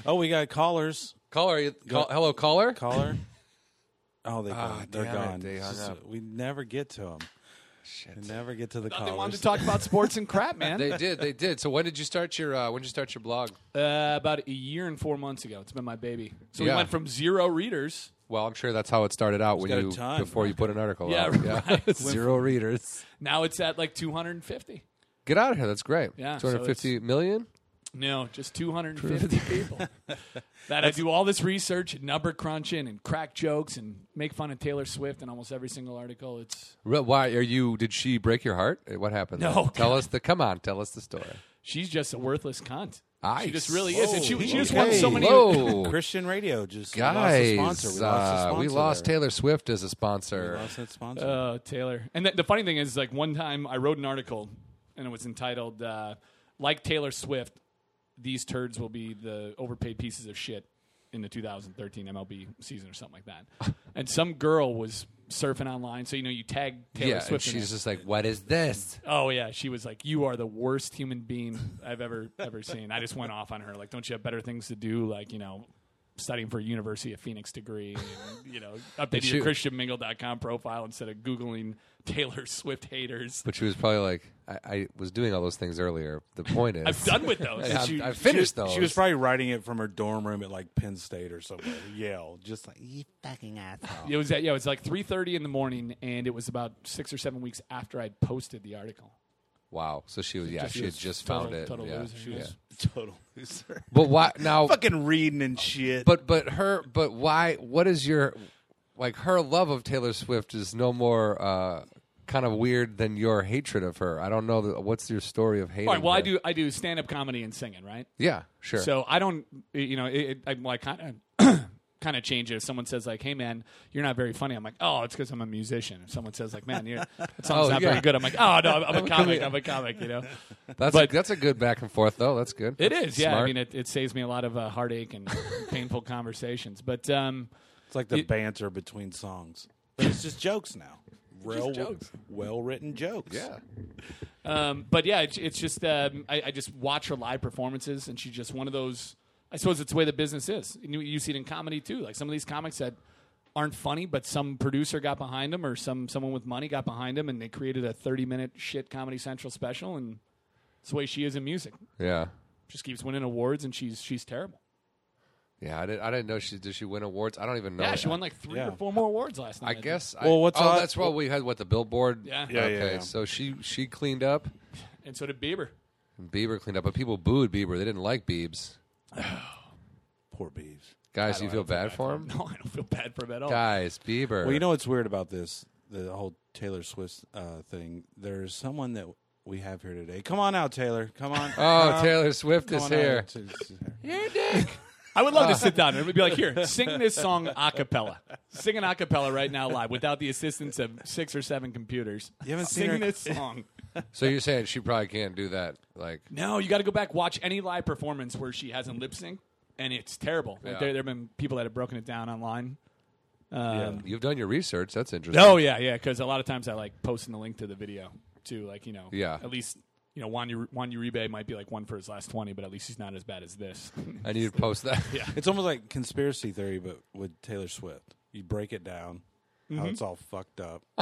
[SPEAKER 1] Oh, we got callers.
[SPEAKER 3] caller, are you, call, hello caller.
[SPEAKER 1] Caller. Oh, they
[SPEAKER 3] Ah,
[SPEAKER 1] gone. they're
[SPEAKER 3] damn it,
[SPEAKER 1] gone.
[SPEAKER 3] they
[SPEAKER 1] It's
[SPEAKER 3] hung
[SPEAKER 1] just-
[SPEAKER 3] up.
[SPEAKER 1] We never get to them. We never get to the
[SPEAKER 2] They wanted
[SPEAKER 1] callers.
[SPEAKER 2] to talk about sports and crap, man.
[SPEAKER 3] They did. They did. So when did you start your uh, when did you start your blog?
[SPEAKER 2] uh, about a year and four months ago, it's been my baby. So
[SPEAKER 3] Yeah.
[SPEAKER 2] we went from zero readers
[SPEAKER 3] Well, I'm sure that's how it started out when
[SPEAKER 1] got a
[SPEAKER 3] you
[SPEAKER 1] ton.
[SPEAKER 3] before you put an article
[SPEAKER 2] Yeah,
[SPEAKER 3] out.
[SPEAKER 2] right.
[SPEAKER 3] Zero readers.
[SPEAKER 2] Now it's at like 250.
[SPEAKER 3] Get out of here. That's great.
[SPEAKER 2] Yeah, so
[SPEAKER 3] Two hundred fifty million.
[SPEAKER 2] No, just 250 people. that I do all this research, and number crunching, and crack jokes, and make fun of Taylor Swift in almost every single article. It's
[SPEAKER 3] Re- Why are you? Did she break your heart? Uh, What happened?
[SPEAKER 2] No,
[SPEAKER 3] there?
[SPEAKER 2] God.
[SPEAKER 3] Tell us the. Come on. Tell us the story.
[SPEAKER 2] she's just a worthless cunt.
[SPEAKER 3] Ice.
[SPEAKER 2] She just really is, and she, she just
[SPEAKER 1] Whoa.
[SPEAKER 2] won so many.
[SPEAKER 3] Whoa,
[SPEAKER 1] Oh, Christian radio just
[SPEAKER 3] Oh, guys.
[SPEAKER 1] we lost a sponsor. We lost, a
[SPEAKER 3] uh, we
[SPEAKER 1] sponsor
[SPEAKER 3] lost
[SPEAKER 1] there.
[SPEAKER 3] Taylor Swift as a sponsor.
[SPEAKER 1] We lost that sponsor.
[SPEAKER 2] Oh, Taylor. And th- the funny thing is, like one time I wrote an article, and it was entitled uh, "Like Taylor Swift, These Turds Will Be the Overpaid Pieces of Shit in the 2013 MLB Season" or something like that. and some girl was surfing online, so you know you tag Taylor
[SPEAKER 3] yeah, and
[SPEAKER 2] Swift. in
[SPEAKER 3] she's
[SPEAKER 2] it.
[SPEAKER 3] just like, "What is this?"
[SPEAKER 2] Oh yeah, she was like, "You are the worst human being I've ever ever seen." I just went off on her like, "Don't you have better things to do?" Like you know. Studying for a University of Phoenix degree, and, you know, updating
[SPEAKER 3] she-
[SPEAKER 2] your ChristianMingle.com profile instead of Googling Taylor Swift haters.
[SPEAKER 3] But she was probably like, "I, I was doing all those things earlier." The point is,
[SPEAKER 2] I've done with those.
[SPEAKER 3] I've,
[SPEAKER 2] She-
[SPEAKER 3] I've finished
[SPEAKER 1] she,
[SPEAKER 3] those.
[SPEAKER 1] she was probably writing it from her dorm room at like Penn State or somewhere. Yale, just like you fucking asshole.
[SPEAKER 2] It was at, yeah, it was like three thirty in the morning, and it was about six or seven weeks after I'd posted the article.
[SPEAKER 3] wow. So she was. Yeah,
[SPEAKER 2] Just-
[SPEAKER 3] she
[SPEAKER 2] she
[SPEAKER 3] had
[SPEAKER 2] was
[SPEAKER 3] just
[SPEAKER 2] total-
[SPEAKER 3] found it.
[SPEAKER 2] total
[SPEAKER 3] yeah,
[SPEAKER 2] loser,
[SPEAKER 3] yeah.
[SPEAKER 2] yeah.
[SPEAKER 1] Total loser.
[SPEAKER 3] But why now?
[SPEAKER 1] fucking reading and shit.
[SPEAKER 3] But but her but why? What is your like? Her love of Taylor Swift is no more uh, kind of weird than your hatred of her. I don't know. The, what's your story of hating?
[SPEAKER 2] All right, well,
[SPEAKER 3] her?
[SPEAKER 2] I do I do stand up comedy and singing, right?
[SPEAKER 3] Yeah, sure.
[SPEAKER 2] So I don't, you know, it, it, I like kind of kind of change it. If someone says like, "Hey man, you're not very funny," I'm like, "Oh, it's because I'm a musician." If someone says like, "Man, you're, that song's
[SPEAKER 3] Oh,
[SPEAKER 2] not
[SPEAKER 3] yeah.
[SPEAKER 2] very good," I'm like, "Oh no, I'm, I'm a comic. I'm a comic," you know.
[SPEAKER 3] that's
[SPEAKER 2] but-
[SPEAKER 3] a, that's a good back and forth though. That's good.
[SPEAKER 2] It is, yeah. I
[SPEAKER 3] Smart.
[SPEAKER 2] mean, it, it saves me a lot of uh, heartache and painful conversations. But um,
[SPEAKER 1] It's like the banter between songs. But it's just jokes now. Real,
[SPEAKER 2] jokes.
[SPEAKER 1] well-written jokes.
[SPEAKER 3] yeah.
[SPEAKER 2] Um, but yeah, it's, it's just um, I, I just watch her live performances, and she's just one of those. I suppose it's the way the business is. And You, you see it in comedy too. Like some of these comics that aren't funny, but some producer got behind them, or some someone with money got behind them, and they created a thirty-minute shit Comedy Central special. And it's the way she is in music.
[SPEAKER 3] Yeah.
[SPEAKER 2] Just keeps winning awards, and she's she's terrible.
[SPEAKER 3] Yeah, I didn't. I didn't know she did. She win awards. I don't even know.
[SPEAKER 2] Yeah, she won like three
[SPEAKER 1] Yeah.
[SPEAKER 2] or four more awards last night.
[SPEAKER 3] Oh, I
[SPEAKER 2] think.
[SPEAKER 3] guess. I,
[SPEAKER 1] Well, what's
[SPEAKER 3] oh,
[SPEAKER 1] odd-
[SPEAKER 3] that's what we had. What the Billboard?
[SPEAKER 2] Yeah.
[SPEAKER 1] Yeah,
[SPEAKER 3] okay,
[SPEAKER 1] yeah, yeah.
[SPEAKER 3] so she she cleaned up.
[SPEAKER 2] And so did Bieber.
[SPEAKER 3] And Bieber cleaned up, but people booed Bieber. They didn't like Biebs.
[SPEAKER 1] Poor Beeves.
[SPEAKER 3] Guys, you feel bad for him?
[SPEAKER 2] No, I don't feel bad for him at all.
[SPEAKER 3] Guys, Bieber.
[SPEAKER 1] Well, you know what's weird about this, the whole Taylor Swift uh, thing. There's someone that we have here today. Come on out, Taylor. Come on.
[SPEAKER 3] Oh, Taylor Swift
[SPEAKER 1] Come
[SPEAKER 3] is
[SPEAKER 1] on
[SPEAKER 3] here.
[SPEAKER 1] out. She's- she's here.
[SPEAKER 2] I would love to sit down and be like, here, sing this song a cappella. Sing an a cappella right now live without the assistance of six or seven computers.
[SPEAKER 1] You haven't
[SPEAKER 2] sing
[SPEAKER 1] seen her-
[SPEAKER 2] this song.
[SPEAKER 3] So you're saying she probably can't do that? Like,
[SPEAKER 2] No, you got to go back, watch any live performance where she hasn't lip sync, and it's terrible. Like,
[SPEAKER 3] Yeah.
[SPEAKER 2] there, there have been people that have broken it down online. Um,
[SPEAKER 3] you've done your research. That's interesting.
[SPEAKER 2] Oh, yeah, yeah, because a lot of times I like posting the link to the video, too. Like, you know,
[SPEAKER 3] Yeah.
[SPEAKER 2] at least. You know, Juan, Ur- Juan Uribe might be like one for his last 20, but at least he's not as bad as this.
[SPEAKER 3] I need to post that. Yeah.
[SPEAKER 1] It's almost like conspiracy theory, but with Taylor Swift. You break it down, how it's all fucked up,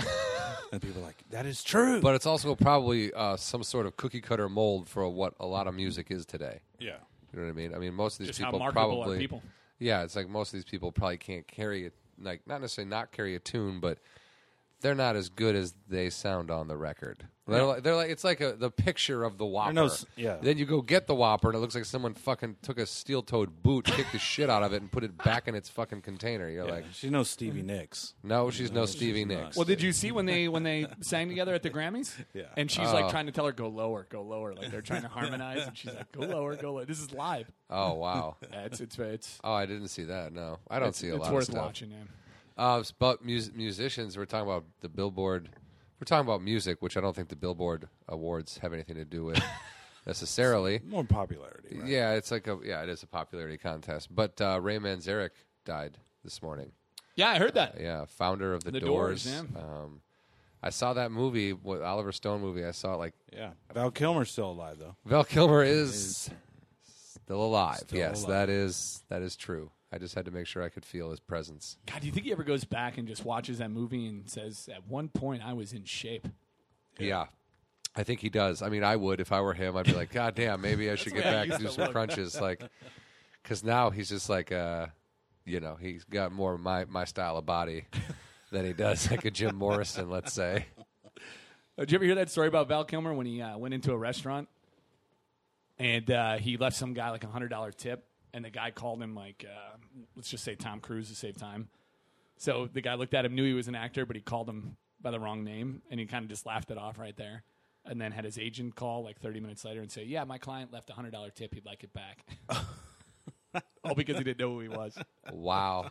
[SPEAKER 1] and people are like, "That is true."
[SPEAKER 3] But it's also probably uh, some sort of cookie cutter mold for what a lot of music is today.
[SPEAKER 1] yeah,
[SPEAKER 3] You know what I mean? I mean, most of these
[SPEAKER 2] Just how
[SPEAKER 3] people
[SPEAKER 2] marketable are
[SPEAKER 3] probably.
[SPEAKER 2] people.
[SPEAKER 3] Yeah, it's like most of these people probably can't carry it. Like, not necessarily not carry a tune, but they're not as good as they sound on the record. They're, like, they're like it's like a, the picture of the Whopper.
[SPEAKER 1] no s- yeah.
[SPEAKER 3] Then you go get the Whopper, and it looks like someone fucking took a steel-toed boot, kicked the shit out of it, and put it back in its fucking container. You're like, mm-hmm.
[SPEAKER 1] she knows Stevie Nicks.
[SPEAKER 3] no, she's no Stevie
[SPEAKER 1] not.
[SPEAKER 3] Nicks.
[SPEAKER 2] Well, did you see when they when they sang together at the Grammys?
[SPEAKER 1] Yeah.
[SPEAKER 2] And she's
[SPEAKER 3] Oh.
[SPEAKER 2] like trying to tell her go lower, go lower. Like they're trying to harmonize, and she's like go lower, go lower. This is live.
[SPEAKER 3] Oh wow.
[SPEAKER 2] Yeah, it's it's it's.
[SPEAKER 3] Oh, I didn't see that. No, I don't see a
[SPEAKER 2] it's
[SPEAKER 3] lot
[SPEAKER 2] worth
[SPEAKER 3] of stuff.
[SPEAKER 2] watching. Yeah.
[SPEAKER 3] Uh, s- but mus- musicians, we're talking about the Billboard. We're talking about music, which I don't think the Billboard Awards have anything to do with necessarily.
[SPEAKER 1] More popularity. Right?
[SPEAKER 3] Yeah, it's like a yeah, it is a popularity contest. But uh, Ray Manzarek died this morning.
[SPEAKER 2] Yeah, I heard that.
[SPEAKER 3] Yeah, founder of the,
[SPEAKER 2] The Doors, yeah.
[SPEAKER 3] Um, I saw that movie, with Oliver Stone movie. I saw it like
[SPEAKER 1] yeah. Val Kilmer's still alive though.
[SPEAKER 3] Val Kilmer is still alive.
[SPEAKER 1] Still
[SPEAKER 3] yes,
[SPEAKER 1] alive.
[SPEAKER 3] that is that is true. I just had to make sure I could feel his presence.
[SPEAKER 2] God, do you think he ever goes back and just watches that movie and says, "At one point, I was in shape."
[SPEAKER 3] Yeah. I think he does. I mean, I would if I were him. I'd be like, God damn, maybe I should get
[SPEAKER 2] the way I
[SPEAKER 3] back
[SPEAKER 2] used
[SPEAKER 3] and do
[SPEAKER 2] to
[SPEAKER 3] some
[SPEAKER 2] look.
[SPEAKER 3] crunches. Like, because now he's just like, uh, you know he's got more of my my style of body than he does like a Jim Morrison, let's say.
[SPEAKER 2] Uh, Did you ever hear that story about Val Kilmer when he uh, went into a restaurant and uh, he left some guy like a hundred dollar tip, and the guy called him like, uh, let's just say Tom Cruise to save time. So the guy looked at him, knew he was an actor, but he called him by the wrong name, and he kind of just laughed it off right there, and then had his agent call like thirty minutes later and say, yeah, my client left a hundred dollar tip, he'd like it back. All because he didn't know who he was.
[SPEAKER 3] Wow.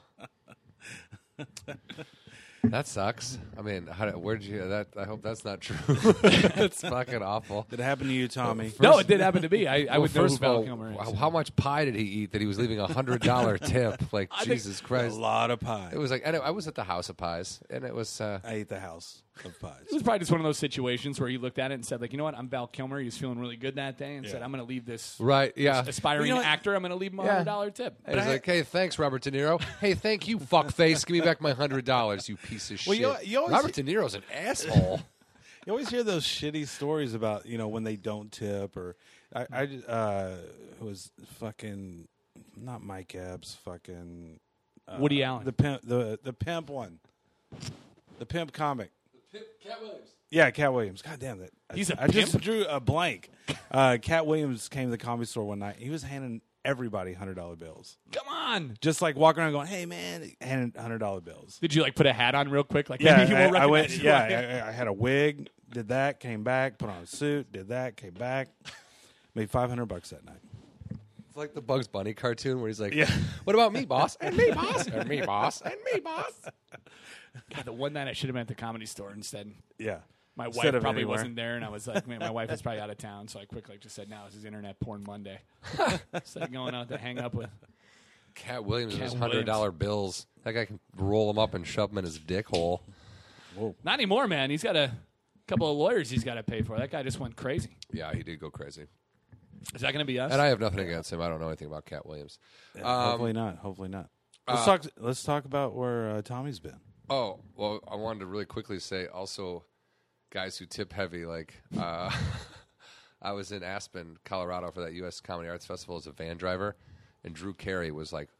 [SPEAKER 3] That sucks. I mean, how, where would you that? I hope that's not true. That's fucking awful.
[SPEAKER 1] Did it happen to
[SPEAKER 3] Oh,
[SPEAKER 1] you, Tommy?
[SPEAKER 2] no, it did happen to me. I, I
[SPEAKER 3] Well,
[SPEAKER 2] would know who
[SPEAKER 3] first
[SPEAKER 2] Val
[SPEAKER 3] of
[SPEAKER 2] Kilmer
[SPEAKER 3] all,
[SPEAKER 2] is.
[SPEAKER 3] wow, how much pie did he eat that he was leaving a hundred dollar tip? Like
[SPEAKER 2] think-
[SPEAKER 3] Jesus
[SPEAKER 1] A
[SPEAKER 3] Christ!
[SPEAKER 1] lot of pie.
[SPEAKER 3] It was like and it- I was at the House of Pies, and it was uh,
[SPEAKER 1] I ate the house of pies.
[SPEAKER 2] It was probably just one of those situations where he looked at it and said, like, you know what? I'm Val Kilmer. He was feeling really good that day and said,
[SPEAKER 1] Yeah.
[SPEAKER 2] I'm going to leave this
[SPEAKER 3] right, yeah. It
[SPEAKER 2] aspiring
[SPEAKER 1] You know what?
[SPEAKER 2] actor. I'm going to leave him a
[SPEAKER 3] Yeah.
[SPEAKER 2] hundred dollar tip.
[SPEAKER 3] was like, hey, thanks, Robert De Niro. Hey, thank you, fuckface. Give me back my hundred dollars, you piece of
[SPEAKER 1] Well,
[SPEAKER 3] shit.
[SPEAKER 1] you know- you always-
[SPEAKER 3] Robert De Niro's an asshole.
[SPEAKER 1] You always hear those shitty stories about you know when they don't tip or I, I uh, it was fucking not Mike Epps, fucking
[SPEAKER 2] Woody Allen.
[SPEAKER 1] uh, the pimp, the the pimp one, the pimp comic. Yeah, Cat Williams. God damn it!
[SPEAKER 2] He's
[SPEAKER 1] a
[SPEAKER 2] a
[SPEAKER 1] just
[SPEAKER 2] pimp?
[SPEAKER 1] drew a blank. Uh, Cat Williams came to the comedy store one night. He was handing everybody hundred dollar bills,
[SPEAKER 2] Come on.
[SPEAKER 1] just like walking around going, "Hey man," handing hundred dollar bills.
[SPEAKER 2] Did you like put a hat on real quick? Like,
[SPEAKER 1] Yeah,
[SPEAKER 2] maybe he
[SPEAKER 1] I,
[SPEAKER 2] won't
[SPEAKER 1] I went.
[SPEAKER 2] recognize you.
[SPEAKER 1] Yeah, I, I had a wig. Did that. Came back. Put on a suit. Did that. Came back. Made five hundred bucks that night.
[SPEAKER 3] It's like the Bugs Bunny cartoon where he's like,
[SPEAKER 1] Yeah.
[SPEAKER 3] "What about me, boss? And me, boss? And me, boss? And me, boss?"
[SPEAKER 2] God, the one night I should have been at the comedy store instead.
[SPEAKER 1] Yeah,
[SPEAKER 2] My
[SPEAKER 1] Instead
[SPEAKER 2] wife
[SPEAKER 1] of
[SPEAKER 2] probably
[SPEAKER 1] anywhere.
[SPEAKER 2] wasn't there, and I was like, man, my wife is probably out of town. So I quickly just said, now this is Internet Porn Monday. Instead of going out to hang up with.
[SPEAKER 3] Cat Williams
[SPEAKER 2] Cat
[SPEAKER 3] was hundred dollar bills. That guy can roll them up and shove them in his dick hole.
[SPEAKER 2] Not anymore, man. He's got a couple of lawyers he's got to pay for. That guy just went crazy.
[SPEAKER 3] Yeah, he did go crazy.
[SPEAKER 2] Is that going to be us?
[SPEAKER 3] And I have nothing against him. I don't know anything about Cat Williams. Um, uh,
[SPEAKER 1] hopefully not. Hopefully not. Let's talk. Let's talk about where uh, Tommy's been.
[SPEAKER 3] oh, well, I wanted to really quickly say also, guys who tip heavy. Like, uh, I was in Aspen, Colorado for that U.S. Comedy Arts Festival as a van driver, and Drew Carey was like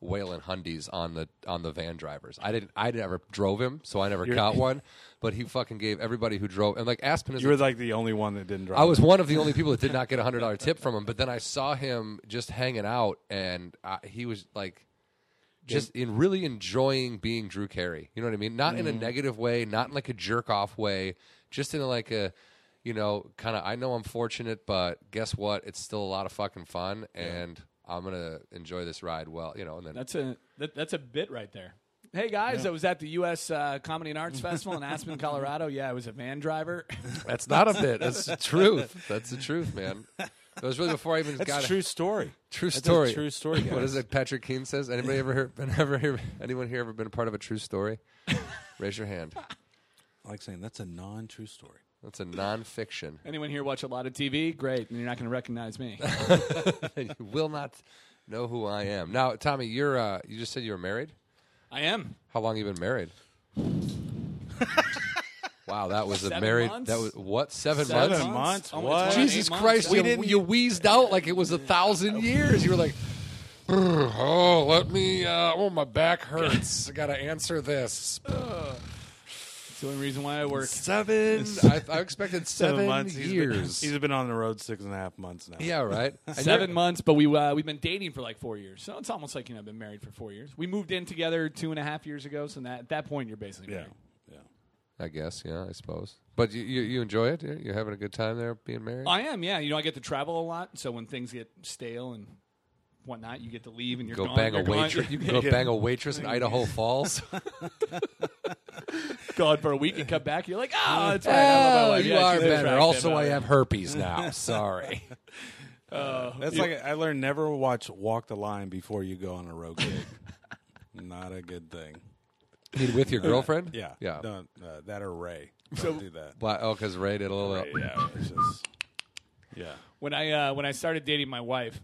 [SPEAKER 3] wailing hundies on the on the van drivers. I didn't. I never drove him, so I never got one. But he fucking gave everybody who drove. And like Aspen is
[SPEAKER 1] You
[SPEAKER 3] a
[SPEAKER 1] were like the only one that didn't drive.
[SPEAKER 3] I was one of the only people that did not get a hundred dollar tip from him. But then I saw him just hanging out, and I, he was like, just in really enjoying being Drew Carey. You know what I mean? Not in a
[SPEAKER 1] Mm-hmm.
[SPEAKER 3] negative way, not in like a jerk off way, just in like a, you know, kind of. I know I'm fortunate, but guess what? It's still a lot of fucking fun, and I'm gonna enjoy this ride. Well, you know, and then
[SPEAKER 2] That's a that, that's a bit right there. Hey guys, I was at the U.S. Uh, Comedy and Arts Festival in Aspen, Colorado. Yeah, I was a van driver.
[SPEAKER 3] that's not a bit. That's the truth. That's the truth, man. That was really before I even
[SPEAKER 1] That's
[SPEAKER 3] got
[SPEAKER 1] a true story.
[SPEAKER 3] True
[SPEAKER 1] That's a
[SPEAKER 3] story.
[SPEAKER 1] true story,
[SPEAKER 3] What
[SPEAKER 1] guys.
[SPEAKER 3] is it? Patrick Keane says. Anybody ever heard? been Ever hear? Anyone here ever been a part of a true story? Raise your hand.
[SPEAKER 1] I like saying that's a non-true story.
[SPEAKER 3] That's a nonfiction.
[SPEAKER 2] Anyone here watch a lot of TV? Great, and you're not going to recognize me.
[SPEAKER 3] you will not know who I am. Now, Tommy, you're. Uh, you just said you were married.
[SPEAKER 2] I am.
[SPEAKER 3] How long you been married? wow, that was a
[SPEAKER 2] Seven
[SPEAKER 3] married.
[SPEAKER 2] months?
[SPEAKER 3] That was what? Seven,
[SPEAKER 1] Seven
[SPEAKER 3] months.
[SPEAKER 1] months?
[SPEAKER 2] Almost
[SPEAKER 1] What?
[SPEAKER 2] twenty-eight
[SPEAKER 3] Jesus
[SPEAKER 2] months.
[SPEAKER 3] Christ!
[SPEAKER 2] Yeah.
[SPEAKER 3] you, you wheezed out like it was a thousand years. You were like, "Brr, "Oh, let me. Uh, oh, my back hurts. I gotta answer this."
[SPEAKER 2] It's the only reason why I work.
[SPEAKER 3] Seven. I, I expected seven,
[SPEAKER 1] He's been-
[SPEAKER 3] years.
[SPEAKER 1] he's been on the road six and a half months now.
[SPEAKER 3] yeah, right. And
[SPEAKER 2] Seven
[SPEAKER 3] you're-
[SPEAKER 2] months, but we uh, we've been dating for like four years, so it's almost like you know I've been married for four years. We moved in together two and a half years ago, so that, at that point you're basically
[SPEAKER 1] Yeah.
[SPEAKER 2] married.
[SPEAKER 1] Yeah.
[SPEAKER 3] I guess. Yeah, I suppose. But you you, you enjoy it. You're, you're having a good time there, being married.
[SPEAKER 2] I am, yeah. You know, I get to travel a lot, so when things get stale and whatnot, you get to leave and you're
[SPEAKER 3] go
[SPEAKER 2] gone.
[SPEAKER 3] bang a
[SPEAKER 2] You're gone.
[SPEAKER 3] waitress. You can go bang a waitress in Idaho Falls.
[SPEAKER 2] gone for a week and come back. You're like, oh, it's right. I love my
[SPEAKER 3] oh,
[SPEAKER 2] wife.
[SPEAKER 3] you
[SPEAKER 2] Yeah,
[SPEAKER 3] are
[SPEAKER 2] she's
[SPEAKER 3] better.
[SPEAKER 2] attractive.
[SPEAKER 3] Also,
[SPEAKER 2] Uh,
[SPEAKER 3] I have herpes now. Sorry.
[SPEAKER 1] That's like I learned never watch Walk the Line before you go on a road gig. Not a good thing.
[SPEAKER 3] You mean with your girlfriend?
[SPEAKER 1] Yeah.
[SPEAKER 3] Yeah.
[SPEAKER 1] Don't, uh, that or Ray. Don't do that.
[SPEAKER 3] Why- oh, because Ray did a little.
[SPEAKER 1] Yeah. It's just, yeah.
[SPEAKER 2] When I uh, when I started dating my wife,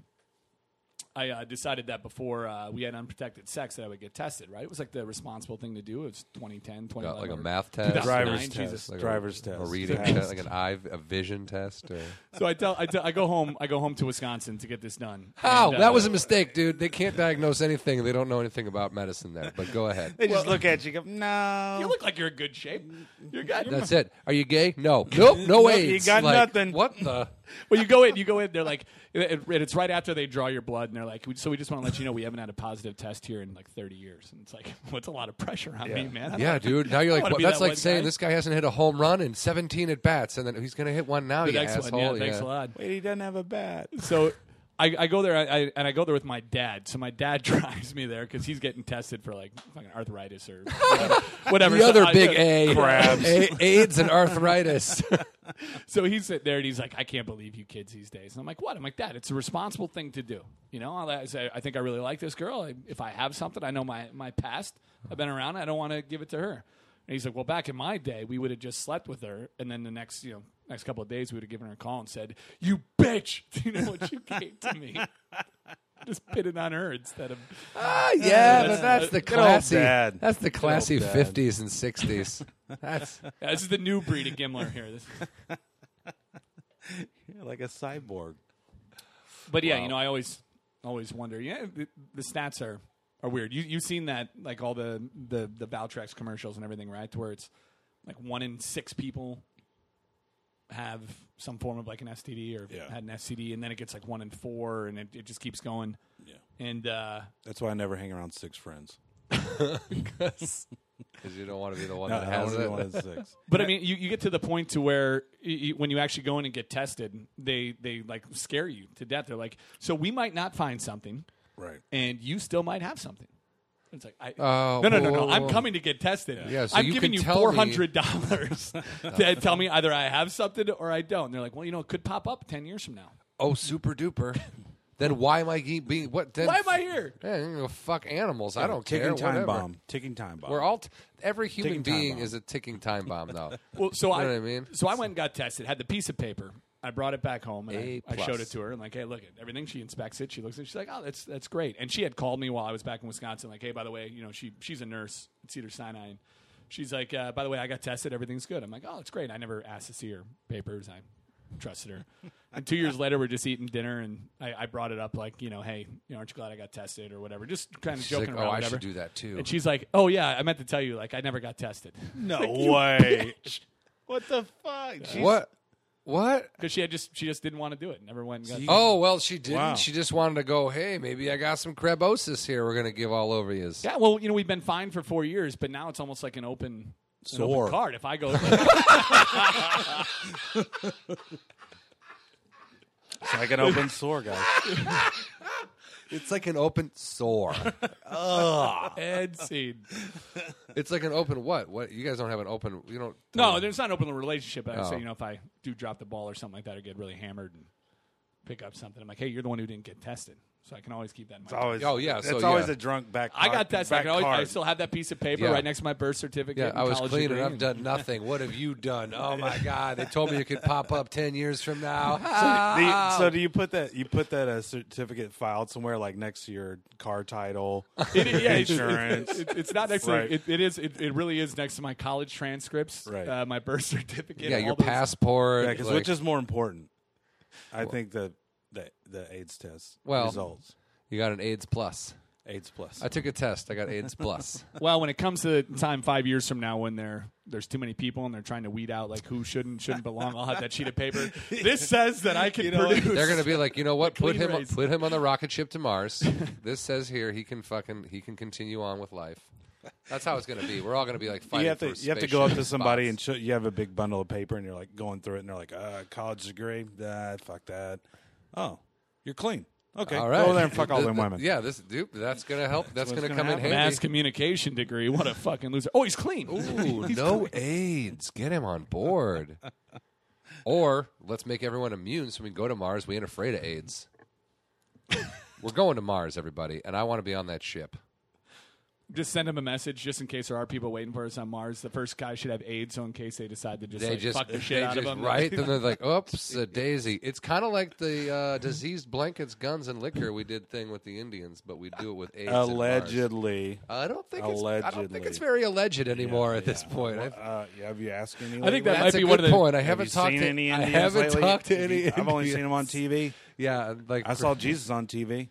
[SPEAKER 2] I uh, decided that before uh, we had unprotected sex that I would get tested. Right? It was like the responsible thing to do. It was 2010, 2011.
[SPEAKER 3] Got like a
[SPEAKER 2] or
[SPEAKER 3] math test?
[SPEAKER 2] 2009,
[SPEAKER 1] Driver's test.
[SPEAKER 2] Jesus.
[SPEAKER 3] Like
[SPEAKER 1] Driver's
[SPEAKER 3] a,
[SPEAKER 1] test.
[SPEAKER 3] a reading
[SPEAKER 1] Test.
[SPEAKER 3] test, like an eye, a vision test. Or...
[SPEAKER 2] So I tell, I tell, I go home, I go home to Wisconsin to get this done.
[SPEAKER 3] How?
[SPEAKER 2] And, uh,
[SPEAKER 3] Oh, that was a mistake, dude. They can't diagnose anything. They don't know anything about medicine there. But go ahead.
[SPEAKER 1] They just look at you. Go, no.
[SPEAKER 2] You look like you're in good shape. You're good.
[SPEAKER 3] That's it. Are you gay? No. Nope. No
[SPEAKER 1] you
[SPEAKER 3] AIDS.
[SPEAKER 1] got
[SPEAKER 3] Like,
[SPEAKER 1] nothing.
[SPEAKER 3] What the?
[SPEAKER 2] well, you go in, you go in. They're like, and and it's right after they draw your blood, and they're like, so we just want to let you know we haven't had a positive test here in like 30 years, and it's like, what's a lot of pressure on me, man? I don't-
[SPEAKER 3] Yeah, dude. Now you're
[SPEAKER 2] I
[SPEAKER 3] like,
[SPEAKER 2] wanna
[SPEAKER 3] what-
[SPEAKER 2] be
[SPEAKER 3] that's
[SPEAKER 2] that
[SPEAKER 3] like
[SPEAKER 2] one
[SPEAKER 3] saying
[SPEAKER 2] guy.
[SPEAKER 3] this guy hasn't hit a home run in 17 at bats, and then he's gonna hit one now.
[SPEAKER 2] The
[SPEAKER 3] you
[SPEAKER 2] next
[SPEAKER 3] asshole.
[SPEAKER 2] one, yeah. Thanks a lot.
[SPEAKER 1] Wait, he doesn't have a bat.
[SPEAKER 2] So. I, I go there I, I, and I go there with my dad. So my dad drives me there because he's getting tested for like fucking arthritis or whatever. whatever.
[SPEAKER 3] The
[SPEAKER 2] So
[SPEAKER 3] other
[SPEAKER 2] I-
[SPEAKER 3] big A,
[SPEAKER 1] Crabs.
[SPEAKER 3] A- AIDS and arthritis.
[SPEAKER 2] So he's sitting there and he's like, I can't believe you kids these days. And I'm like, what? I'm like, Dad, it's a responsible thing to do. You know, I say, I think I really like this girl. I- If I have something, I know my, my past. I've been around. I don't want to give it to her. And he's like, well, back in my day, we would have just slept with her. And then the next, you know, next couple of days, we would have given her a call and said, you bitch. Do you know what you gave to me? Just pitted on her instead of.
[SPEAKER 3] Ah, yeah,
[SPEAKER 2] That's-
[SPEAKER 3] but that's the
[SPEAKER 1] good old
[SPEAKER 3] classy.
[SPEAKER 1] dad.
[SPEAKER 3] That's the classy
[SPEAKER 1] dad.
[SPEAKER 3] 50s and 60s. That's
[SPEAKER 2] Yeah, this is the new breed of Gimler here. This is-
[SPEAKER 1] Yeah, like a cyborg.
[SPEAKER 2] But yeah, you know, I always always wonder. Yeah, the, the stats are are weird. You you've seen that like all the the the Valtrex commercials and everything, right? To where it's like one in six people have some form of like an STD or
[SPEAKER 1] Yeah.
[SPEAKER 2] had an STD, and then it gets like one in four, and it, it just keeps going.
[SPEAKER 1] Yeah.
[SPEAKER 2] And uh,
[SPEAKER 1] That's why I never hang around six friends.
[SPEAKER 3] because you don't want to be the one
[SPEAKER 1] No,
[SPEAKER 3] Oh, that
[SPEAKER 1] I don't
[SPEAKER 3] has
[SPEAKER 1] wanna be
[SPEAKER 3] it.
[SPEAKER 1] one of the six.
[SPEAKER 2] But I mean, you, you get to the point to where you, you, when you actually go in and get tested, they they like scare you to death. They're like, so we might not find something,
[SPEAKER 1] Right.
[SPEAKER 2] and you still might have something. It's like, I,
[SPEAKER 3] Oh,
[SPEAKER 2] no, no, no,
[SPEAKER 3] whoa,
[SPEAKER 2] no.
[SPEAKER 3] whoa,
[SPEAKER 2] I'm
[SPEAKER 3] whoa.
[SPEAKER 2] coming to get tested.
[SPEAKER 3] Yeah, so
[SPEAKER 2] I'm
[SPEAKER 3] you
[SPEAKER 2] giving
[SPEAKER 3] can
[SPEAKER 2] you
[SPEAKER 3] tell me-
[SPEAKER 2] four hundred dollars to tell me either I have something or I don't. And they're like, well, you know, it could pop up ten years from now.
[SPEAKER 3] Oh, super duper. Then why am I ge- being what? Then,
[SPEAKER 2] Why am I here?
[SPEAKER 3] Yeah, you know, fuck animals. I don't
[SPEAKER 1] Ticking
[SPEAKER 3] care.
[SPEAKER 1] time
[SPEAKER 3] whatever.
[SPEAKER 1] bomb. Ticking time bomb.
[SPEAKER 3] We're all t- every
[SPEAKER 1] Ticking
[SPEAKER 3] human
[SPEAKER 1] time
[SPEAKER 3] being
[SPEAKER 1] bomb.
[SPEAKER 3] is a ticking time bomb, though.
[SPEAKER 2] Well, so
[SPEAKER 3] You know
[SPEAKER 2] I,
[SPEAKER 3] what I mean?
[SPEAKER 2] so I went and got tested. Had the piece of paper. I brought it back home and I,
[SPEAKER 3] A
[SPEAKER 2] I showed
[SPEAKER 3] plus.
[SPEAKER 2] it to her. And like, hey, look at everything. She inspects it. She looks at. it. She's like, oh, that's that's great. And she had called me while I was back in Wisconsin. Like, hey, by the way, you know, she she's a nurse at Cedar Sinai. And she's like, uh, by the way, I got tested. Everything's good. I'm like, oh, it's great. I never asked to see her papers. I trusted her. and two years later, we're just eating dinner, and I, I brought it up, like, you know, hey, you know, aren't you glad I got tested or whatever? Just kind of
[SPEAKER 3] She's
[SPEAKER 2] joking
[SPEAKER 3] like,
[SPEAKER 2] around.
[SPEAKER 3] oh, I
[SPEAKER 2] whatever.
[SPEAKER 3] should do that too.
[SPEAKER 2] And she's like, oh yeah, I meant to tell you, like, I never got tested.
[SPEAKER 1] no way. What the fuck? She's-
[SPEAKER 3] what? What?
[SPEAKER 2] because she had just she just didn't want to do it. Never went. And got
[SPEAKER 3] Oh well, she didn't.
[SPEAKER 1] Wow.
[SPEAKER 3] She just wanted to go. Hey, maybe I got some crebosis here. We're gonna give all over you.
[SPEAKER 2] yeah. Well, you know, we've been fine for four years, but now it's almost like an open, an open
[SPEAKER 1] Sore.
[SPEAKER 2] card. If I go,
[SPEAKER 1] It's like an open sore, guys.
[SPEAKER 3] It's like an open sore.
[SPEAKER 2] and scene.
[SPEAKER 3] it's like an open what? What? You guys don't have an open. You don't.
[SPEAKER 2] No, there's not open the relationship. I
[SPEAKER 3] Oh.
[SPEAKER 2] say, you know, if I do drop the ball or something like that, or get really hammered and pick up something, I'm like, hey, you're the one who didn't get tested, so I can always keep that in mind.
[SPEAKER 1] It's always,
[SPEAKER 3] Oh, yeah,
[SPEAKER 1] It's
[SPEAKER 3] so,
[SPEAKER 1] always
[SPEAKER 3] yeah.
[SPEAKER 1] a drunk back.
[SPEAKER 2] I got
[SPEAKER 1] card-
[SPEAKER 2] tested. I,
[SPEAKER 1] back
[SPEAKER 2] can always, I
[SPEAKER 1] card.
[SPEAKER 2] still have that piece of paper
[SPEAKER 3] Yeah.
[SPEAKER 2] right next to my birth certificate.
[SPEAKER 3] Yeah,
[SPEAKER 2] and
[SPEAKER 3] I was
[SPEAKER 2] college
[SPEAKER 3] clean and
[SPEAKER 2] degree
[SPEAKER 3] I've
[SPEAKER 2] and-
[SPEAKER 3] done nothing. What have you done? Oh my God! They told me it could pop up ten years from now. Ah.
[SPEAKER 1] Do you- so do you put that? You put that uh, certificate filed somewhere, like next to your car title,
[SPEAKER 2] It- it- yeah, it's-
[SPEAKER 1] insurance.
[SPEAKER 2] It's, it's, it's not next
[SPEAKER 1] Right.
[SPEAKER 2] to it, it is it, it really is next to my college transcripts,
[SPEAKER 1] Right.
[SPEAKER 2] uh, my birth certificate,
[SPEAKER 3] yeah,
[SPEAKER 2] all
[SPEAKER 3] your
[SPEAKER 2] those-
[SPEAKER 3] passport.
[SPEAKER 1] Yeah, 'cause
[SPEAKER 3] like-
[SPEAKER 1] which is more important? I think the the the AIDS test
[SPEAKER 3] Well-
[SPEAKER 1] results.
[SPEAKER 3] you got an AIDS plus.
[SPEAKER 1] AIDS plus.
[SPEAKER 3] I took a test. I got AIDS plus.
[SPEAKER 2] Well, when it comes to the time five years from now, when there there's too many people and they're trying to weed out like who shouldn't shouldn't belong, I'll have that sheet of paper. This says that I can produce.
[SPEAKER 3] They're gonna be like, you know what? Put
[SPEAKER 2] clean
[SPEAKER 3] him
[SPEAKER 2] race.
[SPEAKER 3] put him on the rocket ship to Mars. this says here he can fucking he can continue on with life. That's how it's gonna be. We're all gonna be like fighting.
[SPEAKER 1] you have to
[SPEAKER 3] for
[SPEAKER 1] you have to
[SPEAKER 3] spaceship
[SPEAKER 1] go up to
[SPEAKER 3] spots.
[SPEAKER 1] somebody and show, you have a big bundle of paper and you're like going through it and they're like uh, college degree uh, fuck that oh you're clean okay
[SPEAKER 3] all right
[SPEAKER 1] go over there and fuck all
[SPEAKER 3] The-
[SPEAKER 1] them
[SPEAKER 3] the-
[SPEAKER 1] women
[SPEAKER 3] Yeah, this dude. That's gonna help. That's,
[SPEAKER 1] what's
[SPEAKER 3] gonna,
[SPEAKER 1] gonna
[SPEAKER 3] come in handy.
[SPEAKER 2] mass communication degree. What a fucking loser! Oh, he's clean.
[SPEAKER 3] Ooh, no AIDS. Get him on board. or let's make everyone immune so we can go to Mars. We ain't afraid of AIDS. We're going to Mars, everybody, and I want to be on that ship.
[SPEAKER 2] Just send him a message, just in case there are people waiting for us on Mars. The first guy should have AIDS, so in case they decide to just,
[SPEAKER 3] They
[SPEAKER 2] like,
[SPEAKER 3] just,
[SPEAKER 2] fuck the shit
[SPEAKER 3] they
[SPEAKER 2] out
[SPEAKER 3] just
[SPEAKER 2] of him,
[SPEAKER 3] right, then they're like, "Oops, a daisy." It's kind of like the uh, diseased blankets, guns, and liquor we did thing with the Indians, but we do it with AIDS. and Mars.
[SPEAKER 1] Allegedly.
[SPEAKER 3] I don't think it's. I don't think
[SPEAKER 1] Allegedly.
[SPEAKER 3] it's very alleged anymore at this point. I-
[SPEAKER 1] Uh, yeah, have you asked anyone?
[SPEAKER 2] I think that might
[SPEAKER 3] that's a
[SPEAKER 2] be
[SPEAKER 3] good
[SPEAKER 2] one of the-
[SPEAKER 3] point. I
[SPEAKER 1] Have
[SPEAKER 3] haven't
[SPEAKER 1] you
[SPEAKER 3] talked
[SPEAKER 1] seen
[SPEAKER 3] to
[SPEAKER 1] any
[SPEAKER 3] I
[SPEAKER 1] Indians
[SPEAKER 3] haven't
[SPEAKER 1] lately?
[SPEAKER 3] talked to
[SPEAKER 1] Have
[SPEAKER 3] any.
[SPEAKER 1] you- I've only seen him on
[SPEAKER 3] Indians.
[SPEAKER 1] TV.
[SPEAKER 3] Yeah, like
[SPEAKER 1] I saw Jesus on TV.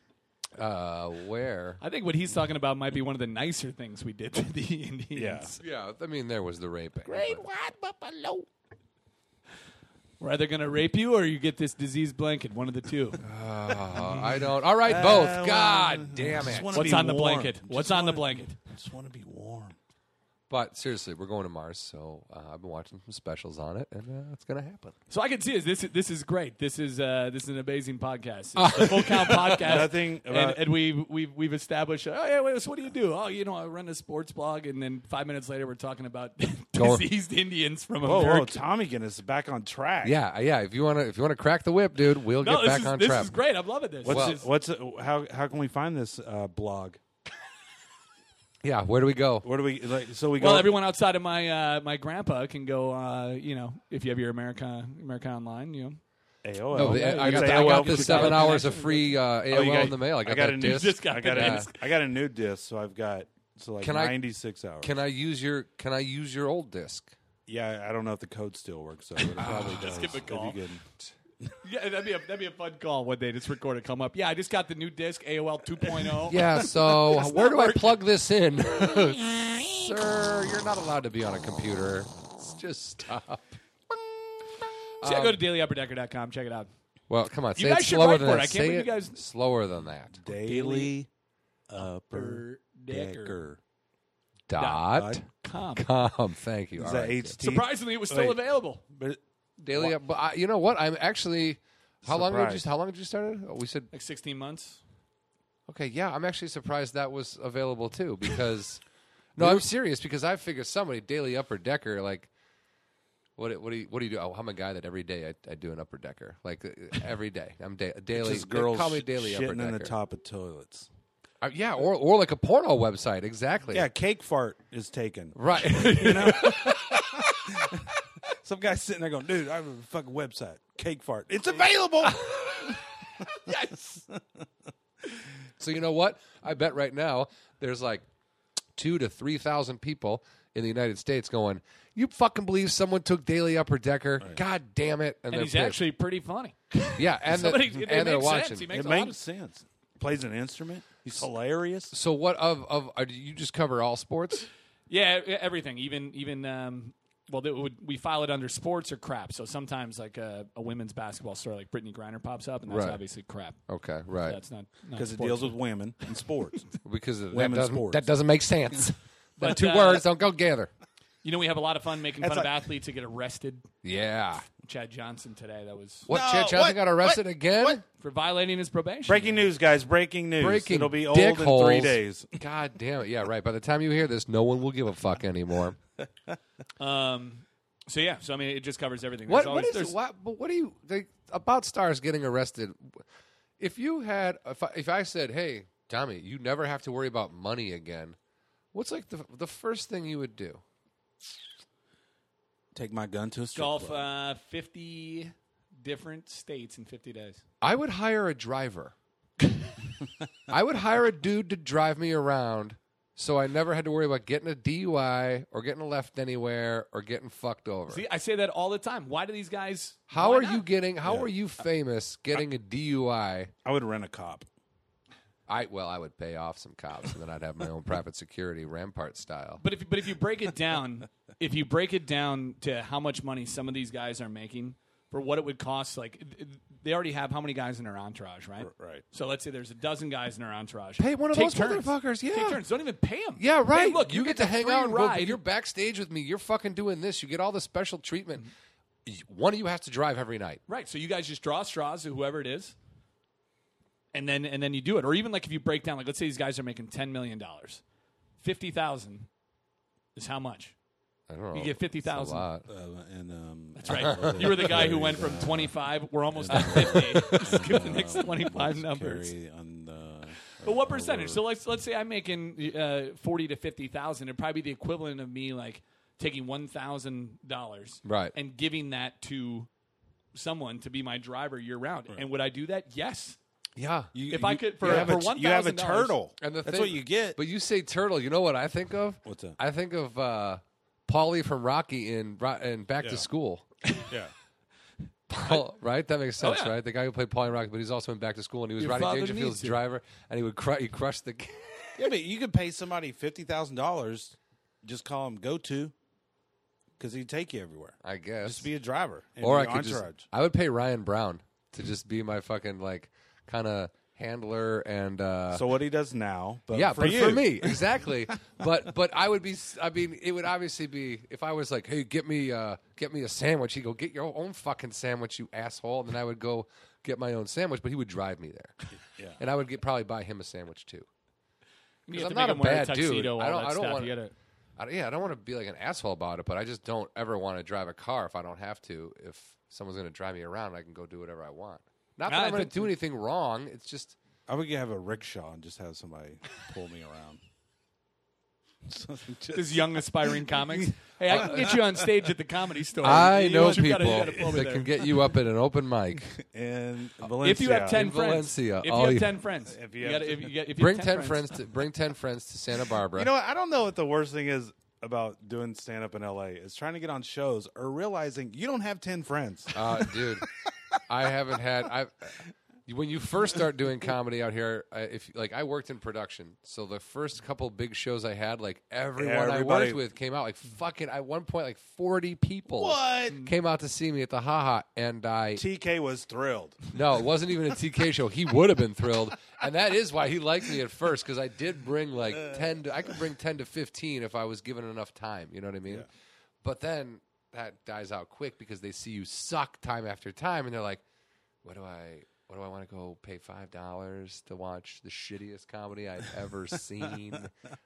[SPEAKER 3] uh, where.
[SPEAKER 2] I think what he's talking about might be one of the nicer things we did to the Indians.
[SPEAKER 1] Yeah.
[SPEAKER 3] Yeah, I mean there was the raping. but-
[SPEAKER 2] We're either gonna rape you or you get this disease blanket. One of the two.
[SPEAKER 3] Uh, I don't. All right, both.
[SPEAKER 1] Uh, well,
[SPEAKER 3] Oh, God damn
[SPEAKER 1] just
[SPEAKER 3] it.
[SPEAKER 1] wanna
[SPEAKER 2] What's
[SPEAKER 1] be
[SPEAKER 2] on the
[SPEAKER 1] warm.
[SPEAKER 2] blanket?
[SPEAKER 1] Just
[SPEAKER 2] What's on the
[SPEAKER 1] wanna-
[SPEAKER 2] blanket?
[SPEAKER 1] I just want to be warm.
[SPEAKER 3] But seriously, we're going to Mars, so uh, I've been watching some specials on it, and uh, it's gonna happen.
[SPEAKER 2] So I can see is this. This is great. This is uh, this is an amazing podcast. It's the Full Count Podcast.
[SPEAKER 1] Nothing
[SPEAKER 2] and,
[SPEAKER 1] about-
[SPEAKER 2] and we we've we've established. Oh yeah, wait, so what do you do? Oh, you know, I run a sports blog, and then five minutes later, we're talking about
[SPEAKER 3] Go-
[SPEAKER 2] diseased Indians from
[SPEAKER 1] Whoa, whoa,
[SPEAKER 2] America.
[SPEAKER 1] Tommy Guinness is back on track.
[SPEAKER 3] Yeah, uh, yeah. If you wanna, if you wanna crack the whip, dude, we'll
[SPEAKER 2] no,
[SPEAKER 3] get
[SPEAKER 2] this
[SPEAKER 3] back
[SPEAKER 2] is
[SPEAKER 3] on
[SPEAKER 2] this
[SPEAKER 3] track.
[SPEAKER 2] is great. I'm loving this.
[SPEAKER 1] What's
[SPEAKER 3] Well-
[SPEAKER 1] it, what's it, how how can we find this uh, blog?
[SPEAKER 3] Yeah, where do we go?
[SPEAKER 1] Where do we like? So we
[SPEAKER 2] well,
[SPEAKER 1] go.
[SPEAKER 2] everyone outside of my uh, my grandpa can go. Uh, you know, if you have your America America Online, you know,
[SPEAKER 1] AOL.
[SPEAKER 3] No, the- I got,
[SPEAKER 1] It's
[SPEAKER 3] the, I got
[SPEAKER 1] AOL.
[SPEAKER 3] the seven hours of free uh, AOL
[SPEAKER 1] Oh, you got-
[SPEAKER 3] in the mail. I got,
[SPEAKER 1] a
[SPEAKER 3] that
[SPEAKER 1] new
[SPEAKER 3] disc.
[SPEAKER 1] disc. I got
[SPEAKER 3] Yeah.
[SPEAKER 1] a, I got a new disc, so I've got so like
[SPEAKER 3] Can I-
[SPEAKER 1] 96 hours.
[SPEAKER 3] Can I use your Can I use your old disc?
[SPEAKER 1] yeah, I don't know if the code still works though, but it probably does.
[SPEAKER 2] give a
[SPEAKER 1] if you
[SPEAKER 2] call.
[SPEAKER 1] can-
[SPEAKER 2] yeah, that'd be a, that'd be a fun call one day. Just record it, come up. Yeah, I just got the new disc AOL 2.0.
[SPEAKER 3] Yeah. So where
[SPEAKER 2] not
[SPEAKER 3] do I
[SPEAKER 2] working.
[SPEAKER 3] plug this in, sir? You're not allowed to be on a computer. Just stop.
[SPEAKER 2] So yeah, go to dailyupperdecker.com. Check it out.
[SPEAKER 3] Well, come on. Say
[SPEAKER 2] You
[SPEAKER 3] it
[SPEAKER 2] guys should
[SPEAKER 3] slower
[SPEAKER 2] write
[SPEAKER 3] than
[SPEAKER 2] for it.
[SPEAKER 3] that.
[SPEAKER 2] I can't
[SPEAKER 3] Say
[SPEAKER 2] believe you
[SPEAKER 3] it
[SPEAKER 2] guys-
[SPEAKER 3] slower than that.
[SPEAKER 1] Daily Upper Decker.
[SPEAKER 3] Dot
[SPEAKER 2] Com.
[SPEAKER 3] com. Thank you.
[SPEAKER 1] Is
[SPEAKER 3] All
[SPEAKER 1] that
[SPEAKER 3] right.
[SPEAKER 1] HT?
[SPEAKER 2] Surprisingly, it was still
[SPEAKER 1] Wait.
[SPEAKER 2] available.
[SPEAKER 1] But
[SPEAKER 3] Daily. Up, but I, you know what? I'm actually. How long did you
[SPEAKER 1] Surprised.
[SPEAKER 3] How long did you start it? Oh, we said
[SPEAKER 2] Like 16 months.
[SPEAKER 3] Okay, yeah, I'm actually surprised that was available too because no, I'm serious because I figure somebody daily upper decker like what what do you what do you do? Oh, I'm a guy that every day I, I do an upper decker like uh, every day. I'm da- daily.
[SPEAKER 1] just girls
[SPEAKER 3] call me daily upper
[SPEAKER 1] shitting
[SPEAKER 3] decker.
[SPEAKER 1] in the top of toilets.
[SPEAKER 3] Uh, yeah, or or like a porno website exactly.
[SPEAKER 1] Yeah, cake fart is taken.
[SPEAKER 3] right.
[SPEAKER 1] Some guy sitting there going, "Dude, I have a fucking website. Cake fart. It's available."
[SPEAKER 3] so you know what? I bet right now there's like two to three thousand people in the United States going. You fucking believe someone took daily upper decker? God damn it!
[SPEAKER 2] And
[SPEAKER 3] they're
[SPEAKER 2] he's
[SPEAKER 3] pissed.
[SPEAKER 2] actually pretty funny.
[SPEAKER 3] yeah, and, the-
[SPEAKER 2] Somebody- it
[SPEAKER 3] and
[SPEAKER 2] makes
[SPEAKER 3] they're
[SPEAKER 2] sense.
[SPEAKER 3] watching.
[SPEAKER 2] He makes
[SPEAKER 1] it
[SPEAKER 2] a lot
[SPEAKER 1] makes sense. Plays an instrument. He's hilarious.
[SPEAKER 3] So what of of uh, do you just cover all sports?
[SPEAKER 2] Yeah, e- everything. Even even um, well, they would, we file it under sports or crap. So sometimes like a, a women's basketball story, like Brittany Griner pops up, and that's
[SPEAKER 3] Right.
[SPEAKER 2] obviously crap.
[SPEAKER 3] Okay, right.
[SPEAKER 2] That's not
[SPEAKER 1] Because it deals with women and sports.
[SPEAKER 3] because of- that
[SPEAKER 1] Women's
[SPEAKER 3] doesn't
[SPEAKER 1] sports.
[SPEAKER 3] that doesn't make sense. the
[SPEAKER 2] But,
[SPEAKER 3] two
[SPEAKER 2] uh,
[SPEAKER 3] words don't go together.
[SPEAKER 2] You know, we have a lot of fun making fun
[SPEAKER 1] That's
[SPEAKER 2] of
[SPEAKER 1] like-
[SPEAKER 2] athletes that get arrested.
[SPEAKER 3] Yeah.
[SPEAKER 2] Chad Johnson today. That was
[SPEAKER 3] What? Chad Johnson
[SPEAKER 1] what?
[SPEAKER 3] got arrested
[SPEAKER 1] What?
[SPEAKER 3] again.
[SPEAKER 1] What?
[SPEAKER 2] for violating his probation.
[SPEAKER 1] Breaking news, guys. Breaking news.
[SPEAKER 3] Breaking
[SPEAKER 1] It'll be old
[SPEAKER 3] dick
[SPEAKER 1] in three
[SPEAKER 3] holes.
[SPEAKER 1] days.
[SPEAKER 3] God damn it! Yeah, right. By the time you hear this, no one will give a fuck anymore.
[SPEAKER 2] Um. So yeah. So I mean, it just covers everything.
[SPEAKER 3] what?
[SPEAKER 2] There's always-
[SPEAKER 3] what
[SPEAKER 2] there's-
[SPEAKER 3] is? What, but what do you like, about stars getting arrested? If you had, if I, if I said, "Hey, Tommy, you never have to worry about money again," what's like the the first thing you would do?
[SPEAKER 1] Take my gun to a strip
[SPEAKER 2] golf?
[SPEAKER 1] club.
[SPEAKER 2] Uh, Fifty different states in fifty days.
[SPEAKER 3] I would hire a driver. I would hire a dude to drive me around so I never had to worry about getting a DUI or getting left anywhere or getting fucked over.
[SPEAKER 2] See, I say that all the time. Why do these guys?
[SPEAKER 3] how
[SPEAKER 2] why
[SPEAKER 3] are
[SPEAKER 2] not?
[SPEAKER 3] you getting how are you famous getting a DUI?
[SPEAKER 1] I would rent a cop.
[SPEAKER 3] I well, I would pay off some cops and then I'd have my own private security rampart style.
[SPEAKER 2] But if but if you break it down, if you break it down to how much money some of these guys are making for what it would cost, like th- they already have how many guys in their entourage, right?
[SPEAKER 1] right.
[SPEAKER 2] So let's say there's a dozen guys in their entourage.
[SPEAKER 3] Pay one of
[SPEAKER 2] Take
[SPEAKER 3] those
[SPEAKER 2] turns.
[SPEAKER 3] motherfuckers, yeah.
[SPEAKER 2] Take turns. Don't even pay them.
[SPEAKER 3] yeah, right.
[SPEAKER 2] look, you,
[SPEAKER 3] get, to hang
[SPEAKER 2] free
[SPEAKER 3] out and go,
[SPEAKER 2] ride.
[SPEAKER 3] you're backstage with me. You're fucking doing this. You get all the special treatment. You- One of you has to drive every night.
[SPEAKER 2] Right. So you guys just draw straws to whoever it is, and then and then you do it. Or even like if you break down, like let's say these guys are making ten million dollars, fifty thousand is how much.
[SPEAKER 3] I don't know.
[SPEAKER 2] get 50,000.
[SPEAKER 3] It's a lot.
[SPEAKER 1] Uh, and um,
[SPEAKER 2] That's right. you were the guy who went from twenty five. We're almost at fifty. Skip the next twenty five numbers.
[SPEAKER 1] on the
[SPEAKER 2] But what percentage? So let's let's say I'm making uh, forty to fifty thousand. It'd probably be the equivalent of me like taking one thousand dollars,
[SPEAKER 3] Right.
[SPEAKER 2] and giving that to someone to be my driver year round. And would I do that? Yes.
[SPEAKER 3] Yeah.
[SPEAKER 1] You-
[SPEAKER 2] If I
[SPEAKER 1] you-
[SPEAKER 2] could- for-
[SPEAKER 1] you have,
[SPEAKER 2] for
[SPEAKER 1] a, you have a
[SPEAKER 2] $1,000.
[SPEAKER 1] turtle.
[SPEAKER 3] And the
[SPEAKER 1] That's
[SPEAKER 3] thing-
[SPEAKER 1] what you get.
[SPEAKER 3] But you say turtle. You know what I think of?
[SPEAKER 1] What's that?
[SPEAKER 3] I think of uh, Paulie from Rocky in Ro- in Back
[SPEAKER 1] Yeah.
[SPEAKER 3] to School.
[SPEAKER 1] yeah.
[SPEAKER 3] Paul, right? That makes sense,
[SPEAKER 2] yeah.
[SPEAKER 3] right? The guy who played Paulie in Rocky, but he's also in Back to School, and he was
[SPEAKER 2] Your
[SPEAKER 3] Roddy
[SPEAKER 2] father
[SPEAKER 3] Dangerfield's
[SPEAKER 2] needs it.
[SPEAKER 3] driver, and he would cru- he crushed the.
[SPEAKER 1] Yeah, but you could pay somebody fifty thousand dollars. Just call him go to, because he'd take you everywhere.
[SPEAKER 3] I guess.
[SPEAKER 1] Just be a driver. and
[SPEAKER 3] or I
[SPEAKER 1] be
[SPEAKER 3] could just,
[SPEAKER 1] entourage.
[SPEAKER 3] I would pay Ryan Brown to just be my fucking like kind of handler and uh
[SPEAKER 1] So what he does now, but
[SPEAKER 3] yeah,
[SPEAKER 1] for
[SPEAKER 3] but
[SPEAKER 1] you,
[SPEAKER 3] for me exactly. but but I would be. s- I mean, it would obviously be if I was like, hey, get me uh get me a sandwich. He'd go get your own fucking sandwich, you asshole, and then I would go get my own sandwich. But he would drive me there,
[SPEAKER 1] Yeah.
[SPEAKER 3] and I would get probably buy him a sandwich too.
[SPEAKER 2] You
[SPEAKER 3] 'Cause
[SPEAKER 2] have to
[SPEAKER 3] I'm
[SPEAKER 2] make
[SPEAKER 3] not
[SPEAKER 2] him
[SPEAKER 3] a
[SPEAKER 2] wear
[SPEAKER 3] bad dude.
[SPEAKER 2] tuxedo, all
[SPEAKER 3] I don't-
[SPEAKER 2] that
[SPEAKER 3] I don't
[SPEAKER 2] stuff.
[SPEAKER 3] wanna-
[SPEAKER 2] You gotta-
[SPEAKER 3] I, yeah, I don't want to be like an asshole about it, but I just don't ever want to drive a car if I don't have to. If someone's going to drive me around, I can go do whatever I want. Not that
[SPEAKER 2] I
[SPEAKER 3] I'm going
[SPEAKER 2] think-
[SPEAKER 3] to do anything wrong. It's just
[SPEAKER 1] I would have a rickshaw and just have somebody pull me around. So just-
[SPEAKER 2] this young aspiring comics. Hey, I can get you on stage at the comedy store.
[SPEAKER 3] I
[SPEAKER 2] You
[SPEAKER 3] know
[SPEAKER 2] what? You
[SPEAKER 3] people
[SPEAKER 2] gotta- you gotta pull me
[SPEAKER 3] that
[SPEAKER 2] there.
[SPEAKER 3] can get you up at an open mic.
[SPEAKER 1] and
[SPEAKER 3] Uh,
[SPEAKER 2] If you
[SPEAKER 1] Valencia.
[SPEAKER 2] have ten
[SPEAKER 3] In
[SPEAKER 2] friends,
[SPEAKER 3] Valencia,
[SPEAKER 2] if you
[SPEAKER 3] all
[SPEAKER 2] have
[SPEAKER 3] you-
[SPEAKER 2] ten friends,
[SPEAKER 1] If you
[SPEAKER 2] you
[SPEAKER 1] have
[SPEAKER 2] gotta-
[SPEAKER 1] ten-
[SPEAKER 2] if you get- if you
[SPEAKER 3] Bring
[SPEAKER 2] have
[SPEAKER 3] ten, friends. to bring ten friends to Santa Barbara.
[SPEAKER 1] You know what? I don't know what the worst thing is about doing stand up in LA is trying to get on shows or realizing you don't have 10 friends.
[SPEAKER 3] Uh, dude, I haven't had. I when you first start doing comedy out here, I, if like I worked in production, so the first couple big shows I had, like everyone I
[SPEAKER 1] Everybody-
[SPEAKER 3] worked with came out. Like fucking, at one point, like forty people
[SPEAKER 1] What?
[SPEAKER 3] came out to see me at the haha, and I
[SPEAKER 1] TK was thrilled.
[SPEAKER 3] no, it wasn't even a TK show. He would have been thrilled, and that is why he liked me at first because I did bring like
[SPEAKER 1] Uh.
[SPEAKER 3] ten. To, I could bring ten to fifteen if I was given enough time. You know what I mean? But then that dies out quick because they see you suck time after time, and they're like, "What do I? What do I want to go pay five dollars to watch the shittiest comedy I've ever seen?"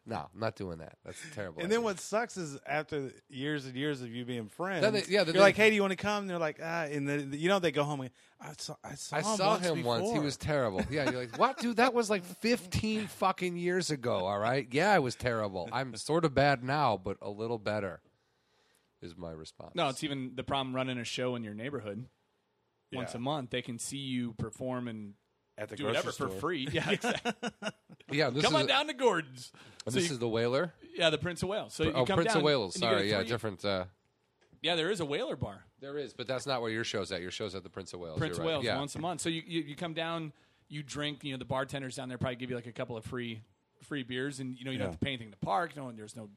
[SPEAKER 3] no, I'm not doing that. That's a terrible.
[SPEAKER 1] And then
[SPEAKER 3] idea.
[SPEAKER 1] what sucks is after years and years of you being friends,
[SPEAKER 3] Then they- yeah, then
[SPEAKER 1] you're
[SPEAKER 3] they-
[SPEAKER 1] like, hey, do you want to come? And they're like, ah, and then, you know, they go home and I saw, I saw
[SPEAKER 3] I
[SPEAKER 1] him,
[SPEAKER 3] saw
[SPEAKER 1] once,
[SPEAKER 3] him once. He
[SPEAKER 1] before."
[SPEAKER 3] was terrible. Yeah, you're like, what, dude? That was like 15 fucking years ago. All right. Yeah, I was terrible. I'm sort of bad now, but a little better. Is my response.
[SPEAKER 2] No, it's even the problem running a show in your neighborhood. Once
[SPEAKER 1] Yeah.
[SPEAKER 2] a month, they can see you perform and
[SPEAKER 1] at the
[SPEAKER 2] do
[SPEAKER 1] grocery
[SPEAKER 2] whatever for
[SPEAKER 1] store.
[SPEAKER 2] free. Yeah, exactly.
[SPEAKER 3] yeah. This
[SPEAKER 2] come
[SPEAKER 3] is
[SPEAKER 2] on down to Gordon's.
[SPEAKER 3] and
[SPEAKER 2] So
[SPEAKER 3] this
[SPEAKER 2] you-
[SPEAKER 3] is the Whaler.
[SPEAKER 2] yeah, the Prince of Wales. So you
[SPEAKER 3] oh,
[SPEAKER 2] come
[SPEAKER 3] Prince
[SPEAKER 2] down
[SPEAKER 3] of Wales.
[SPEAKER 2] and you get a
[SPEAKER 3] Sorry. Yeah,
[SPEAKER 2] three-
[SPEAKER 3] different. Uh,
[SPEAKER 2] Yeah, there is a whaler bar.
[SPEAKER 3] there is, but that's not where your show's at. Your show's at the Prince of Wales.
[SPEAKER 2] Prince
[SPEAKER 3] you're
[SPEAKER 2] of
[SPEAKER 3] right.
[SPEAKER 2] Wales
[SPEAKER 3] Yeah.
[SPEAKER 2] once a month. So you, you you come down, you drink. You know the bartenders down there probably give you like a couple of free free beers, and you know you don't
[SPEAKER 1] Yeah.
[SPEAKER 2] have to pay anything to park. No, there's no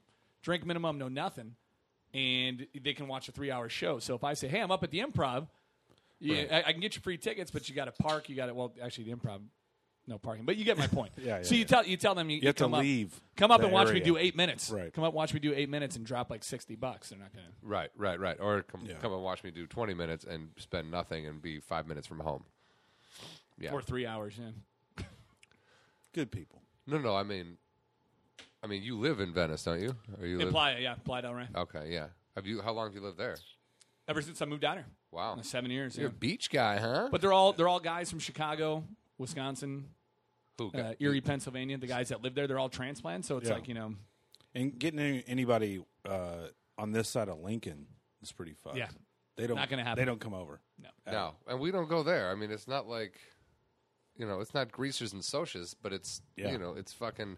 [SPEAKER 2] drink minimum, no nothing, and they can watch a three hour show. So if I say, hey, I'm up at the Improv, yeah, I, I can get you free tickets, but you got to park. You got to well, actually the Improv. No parking, but you get my point.
[SPEAKER 1] Yeah, yeah,
[SPEAKER 2] so you
[SPEAKER 1] yeah.
[SPEAKER 2] tell you tell them you, you
[SPEAKER 1] have to
[SPEAKER 2] come up-
[SPEAKER 1] leave
[SPEAKER 2] Come up
[SPEAKER 1] the
[SPEAKER 2] and watch me
[SPEAKER 1] area.
[SPEAKER 2] do eight minutes.
[SPEAKER 1] Right.
[SPEAKER 2] Come up, watch me do eight minutes and drop like sixty bucks. They're not gonna.
[SPEAKER 3] Right. Right. Right. Or come
[SPEAKER 1] Yeah.
[SPEAKER 3] come and watch me do 20 minutes and spend nothing and be five minutes from home. Yeah.
[SPEAKER 2] Or three hours in.
[SPEAKER 1] Good people.
[SPEAKER 3] No. No. I mean, I mean, you live in Venice, don't you? Or you live?
[SPEAKER 2] Playa, yeah, Playa Del Rey.
[SPEAKER 1] Uh,
[SPEAKER 3] Okay. Yeah. Have you? How long have you lived there?
[SPEAKER 2] Ever since I moved down here.
[SPEAKER 3] Wow.
[SPEAKER 2] Uh, Seven years.
[SPEAKER 3] You're
[SPEAKER 2] Yeah.
[SPEAKER 3] a beach guy, huh?
[SPEAKER 2] But they're all they're all guys from Chicago, Wisconsin,
[SPEAKER 3] Who
[SPEAKER 2] uh, Erie, Pennsylvania. The guys that live there, they're all transplants. So it's
[SPEAKER 1] Yeah.
[SPEAKER 2] like you know,
[SPEAKER 1] And getting any, anybody uh, on this side of Lincoln is pretty fun.
[SPEAKER 2] Yeah.
[SPEAKER 1] They don't,
[SPEAKER 2] Not gonna
[SPEAKER 1] They
[SPEAKER 2] happen.
[SPEAKER 1] don't come over.
[SPEAKER 3] No, and we don't go there. I mean, it's not like, you know, it's not greasers and socias, but it's
[SPEAKER 1] Yeah.
[SPEAKER 3] you know, it's fucking.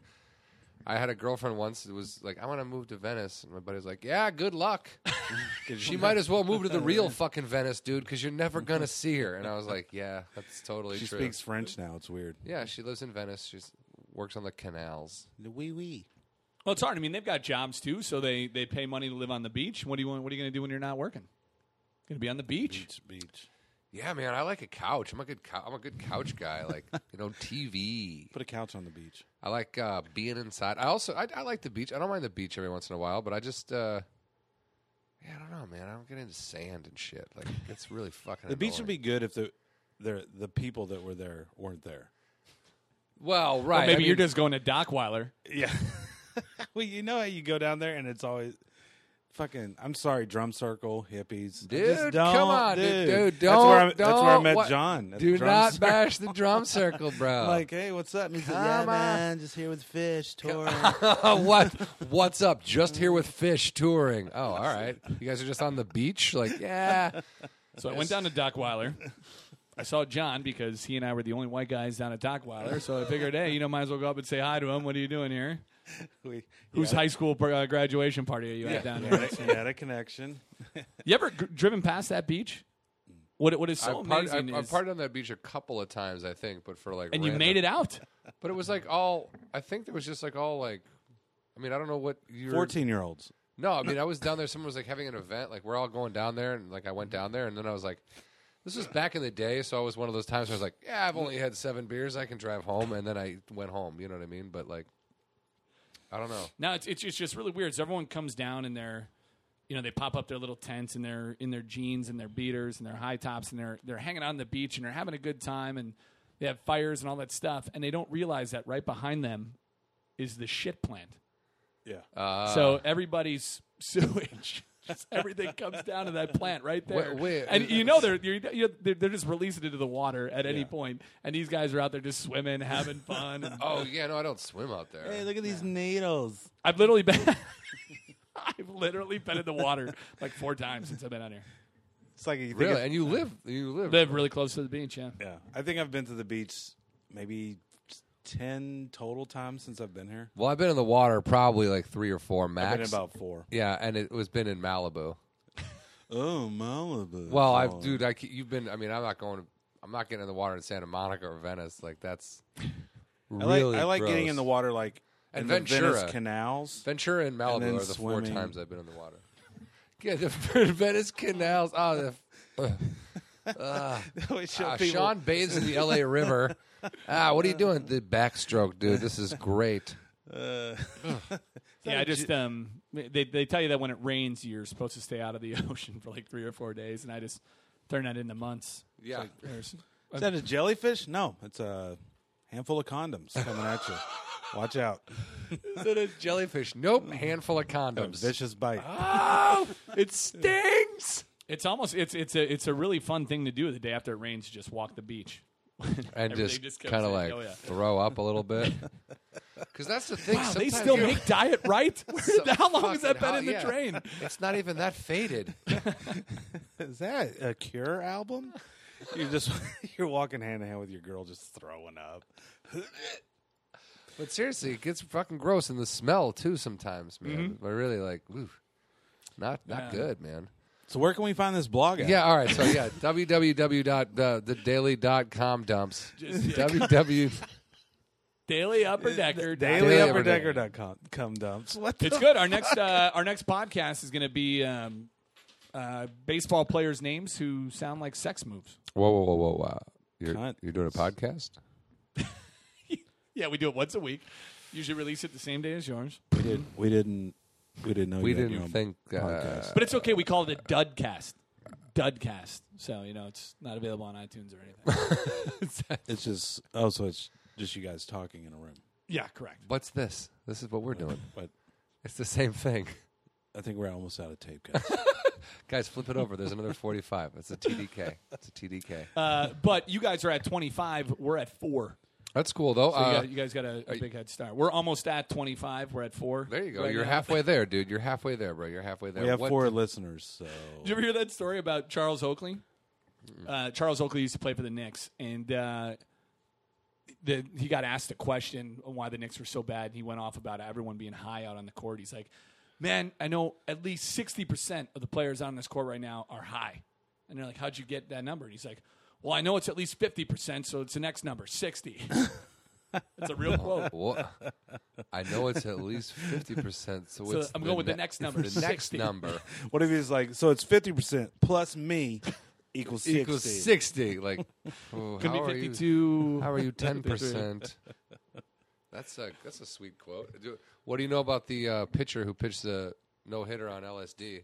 [SPEAKER 3] I had a girlfriend once. It was like, I want to move to Venice, and my buddy's like, Yeah, good luck. she might as well move to the real fucking Venice, dude, because you're never gonna see her. And I was like, Yeah, that's totally
[SPEAKER 1] She
[SPEAKER 3] true.
[SPEAKER 1] speaks French now. It's weird.
[SPEAKER 3] yeah, she lives in Venice. She's works on the canals.
[SPEAKER 1] Wee wee.
[SPEAKER 2] well, it's hard. I mean, they've got jobs too, so they they pay money to live on the beach. What do you want? What are you going to do when you're not working? Going to be on the beach.
[SPEAKER 3] Mm-hmm.
[SPEAKER 1] Beach, beach.
[SPEAKER 3] Yeah, man, I like a couch. I'm a good, cou- I'm a good couch guy. Like, you know, TV.
[SPEAKER 1] Put a couch on the beach.
[SPEAKER 3] I like uh, being inside. I also I, I like the beach. I don't mind the beach every once in a while, but I just uh, yeah, I don't know, man. I don't get into sand and shit. Like it's really fucking.
[SPEAKER 1] The beach would be good if the the the people that were there weren't there.
[SPEAKER 3] well, right.
[SPEAKER 2] Or maybe
[SPEAKER 3] I mean,
[SPEAKER 2] you're just going to Dockweiler.
[SPEAKER 1] Yeah. well, you know how you go down there and it's always Fucking, I'm sorry, drum circle hippies. I
[SPEAKER 3] Dude,
[SPEAKER 1] just don't,
[SPEAKER 3] come on, dude. dude,
[SPEAKER 1] That's where I,
[SPEAKER 3] don't,
[SPEAKER 1] that's where I
[SPEAKER 3] don't.
[SPEAKER 1] met
[SPEAKER 3] What-
[SPEAKER 1] John. at the
[SPEAKER 3] Do
[SPEAKER 1] drum
[SPEAKER 3] not
[SPEAKER 1] circle.
[SPEAKER 3] bash the drum circle, bro.
[SPEAKER 1] Like, hey, what's up? And he's like,
[SPEAKER 3] Come
[SPEAKER 1] yeah,
[SPEAKER 3] on.
[SPEAKER 1] man, just here with fish touring.
[SPEAKER 3] what? What's up? Just here with Fish touring. Oh, all right. You guys are just on the beach. Like, yeah.
[SPEAKER 2] So I went down to Dockweiler. I saw John because he and I were the only white guys down at Dockweiler. So I figured, hey, you know, might as well go up and say hi to him. What are you doing here?
[SPEAKER 1] we,
[SPEAKER 2] Whose high school par- uh, graduation party are you at down here?
[SPEAKER 1] we had a connection.
[SPEAKER 2] You ever g- driven past that beach? What what is
[SPEAKER 3] I,
[SPEAKER 2] so
[SPEAKER 3] part, I,
[SPEAKER 2] amazing
[SPEAKER 3] I
[SPEAKER 2] is,
[SPEAKER 3] parted on that beach a couple of times, I think, but for like.
[SPEAKER 2] and you
[SPEAKER 3] random-
[SPEAKER 2] made it out.
[SPEAKER 3] But it was like all. I think there was just like all like. I mean, I don't know what you're.
[SPEAKER 1] 14 year olds.
[SPEAKER 3] No, I mean, I was down there. Someone was like having an event. Like we're all going down there, and like I went down there, and then I was like, this was back in the day, so I was one of those times where I was like, yeah, I've only had seven beers, I can drive home, and then I went home. You know what I mean? But like, I don't know.
[SPEAKER 2] No, it's, it's it's just really weird. So everyone comes down and they're, you know, they pop up their little tents and their in their jeans and their beaters and their high tops and they're they're hanging out on the beach and they're having a good time and they have fires and all that stuff and they don't realize that right behind them is the shit plant.
[SPEAKER 1] Yeah.
[SPEAKER 3] Uh,
[SPEAKER 2] so everybody's sewage. Just everything comes down to that plant right there,
[SPEAKER 3] Wait, wait.
[SPEAKER 2] and you know they're you're, you're, they're they're just releasing it to the water at any point, and these guys are out there just swimming, having fun. and-
[SPEAKER 3] oh yeah, no, I don't swim out there.
[SPEAKER 1] Hey, look at these needles.
[SPEAKER 2] I've literally been. I've literally been in the water like four times since I've been out here.
[SPEAKER 1] It's like you think
[SPEAKER 3] Really?
[SPEAKER 1] it's-
[SPEAKER 3] And you live? You live?
[SPEAKER 2] Live really close to the beach, yeah.
[SPEAKER 1] Yeah, I think I've been to the beach maybe ten total times since I've been here.
[SPEAKER 3] Well, I've been in the water probably like three or four max.
[SPEAKER 1] I've been about four.
[SPEAKER 3] yeah, and it was been in Malibu.
[SPEAKER 1] Oh, Malibu.
[SPEAKER 3] Well,
[SPEAKER 1] Oh.
[SPEAKER 3] I've dude, I c- you've been. I mean, I'm not going. I'm not getting in the water in Santa Monica or Venice. Like that's
[SPEAKER 1] I like,
[SPEAKER 3] really.
[SPEAKER 1] I like
[SPEAKER 3] gross.
[SPEAKER 1] getting in the water like in
[SPEAKER 3] And
[SPEAKER 1] the Venice
[SPEAKER 3] Ventura.
[SPEAKER 1] canals.
[SPEAKER 3] Ventura and Malibu
[SPEAKER 1] then
[SPEAKER 3] are the
[SPEAKER 1] swimming.
[SPEAKER 3] four times I've been in the water. Yeah, the Venice canals. Oh, the, ugh.
[SPEAKER 1] Always show
[SPEAKER 3] Ah,
[SPEAKER 1] people-
[SPEAKER 3] Sean bathes in the L.A. River. Ah, what are you doing? The backstroke, dude. This is great.
[SPEAKER 1] Uh,
[SPEAKER 2] Yeah, I just um, they they tell you that when it rains, you're supposed to stay out of the ocean for like three or four days, and I just turn that into months.
[SPEAKER 3] Yeah.
[SPEAKER 2] There's-
[SPEAKER 1] is that a jellyfish? No, it's a handful of condoms coming at you. Watch out!
[SPEAKER 3] jellyfish? Nope. Handful of condoms. Ah.
[SPEAKER 1] Vicious bite.
[SPEAKER 2] Oh, it stings. It's almost it's it's a it's a really fun thing to do the day after it rains. to Just walk the beach.
[SPEAKER 3] and
[SPEAKER 2] Everything
[SPEAKER 3] just,
[SPEAKER 2] just comes
[SPEAKER 3] kind of
[SPEAKER 2] in.
[SPEAKER 3] like
[SPEAKER 2] Oh, yeah.
[SPEAKER 3] throw up a little bit. Because that's the thing.
[SPEAKER 2] Wow, they
[SPEAKER 3] sometimes
[SPEAKER 2] still
[SPEAKER 3] you-
[SPEAKER 2] make diet right. Where-
[SPEAKER 3] So-
[SPEAKER 2] how long has that
[SPEAKER 3] fucking
[SPEAKER 2] been in
[SPEAKER 3] hell,
[SPEAKER 2] the
[SPEAKER 3] yeah.
[SPEAKER 2] drain?
[SPEAKER 3] It's not even that faded.
[SPEAKER 1] Is that a Cure album? You're just you're walking hand in hand with your girl, just throwing up.
[SPEAKER 3] But seriously, it gets fucking gross, and the smell too sometimes, man. I really like, oof, not not good, man.
[SPEAKER 1] So where can we find this blog? At?
[SPEAKER 3] Yeah, all right. So yeah, www.thedaily.com dumps. www.
[SPEAKER 2] Daily upper decker.
[SPEAKER 1] Daily
[SPEAKER 3] Daily
[SPEAKER 1] Upper
[SPEAKER 3] Upper Decker.
[SPEAKER 1] Decker.com cum dumps. What the
[SPEAKER 2] It's good. Our next uh, our next podcast is going to be um, uh, baseball players' names who sound like sex moves.
[SPEAKER 3] Whoa, whoa, whoa, whoa! Wow. You're,
[SPEAKER 1] Cunt.
[SPEAKER 3] you're doing a podcast?
[SPEAKER 2] Yeah, we do it once a week. Usually release it the same day as yours.
[SPEAKER 1] We didn't. We didn't. We didn't know.
[SPEAKER 3] We
[SPEAKER 1] you had your
[SPEAKER 3] didn't
[SPEAKER 1] own
[SPEAKER 3] think. Uh,
[SPEAKER 1] podcast.
[SPEAKER 2] But it's okay. We call it a dudcast. Dudcast. So you know it's not available on iTunes or anything.
[SPEAKER 1] it's just. Oh, so it's just you guys talking in a room.
[SPEAKER 2] yeah, correct.
[SPEAKER 3] what's this? This is what we're doing.
[SPEAKER 1] But
[SPEAKER 3] It's the same thing.
[SPEAKER 1] I think we're almost out of tape, guys.
[SPEAKER 3] Guys, flip it over. There's another 45. It's a TDK. It's a TDK.
[SPEAKER 2] Uh, but you guys are at twenty five. We're at four.
[SPEAKER 3] That's cool though.
[SPEAKER 2] So you,
[SPEAKER 3] Uh,
[SPEAKER 2] got, you guys got a, a big head start. We're almost at twenty five. We're at four.
[SPEAKER 3] there you go.
[SPEAKER 2] right
[SPEAKER 3] You're
[SPEAKER 2] now.
[SPEAKER 3] halfway there, dude. You're halfway there, bro. You're halfway there.
[SPEAKER 1] we have
[SPEAKER 3] Uh, What-
[SPEAKER 1] four listeners, so
[SPEAKER 2] Did you ever hear that story about Charles Oakley? Uh, Charles Oakley used to play for the Knicks, and uh, the, he got asked a question on why the Knicks were so bad. And he went off about everyone being high out on the court. He's like, "Man, I know at least sixty percent of the players on this court right now are high." And they're like, "How'd you get that number?" And he's like, "Well, I know it's at least fifty percent, so it's the next number, 60. That's a real quote.
[SPEAKER 3] Wha- I know it's at least 50%. So,
[SPEAKER 2] So
[SPEAKER 3] it's
[SPEAKER 2] I'm going with the
[SPEAKER 3] ne-
[SPEAKER 2] next number,
[SPEAKER 3] The next
[SPEAKER 2] 60.
[SPEAKER 3] number
[SPEAKER 1] what if he's like? So it's fifty percent plus me equals sixty.
[SPEAKER 3] equals 60. Like, oh,
[SPEAKER 2] Could
[SPEAKER 3] how
[SPEAKER 2] be
[SPEAKER 3] are you-
[SPEAKER 2] fifty-two.
[SPEAKER 3] How are you 10%? That's a that's a sweet quote. Do- What do you know about the uh, pitcher who pitched the no hitter on LSD?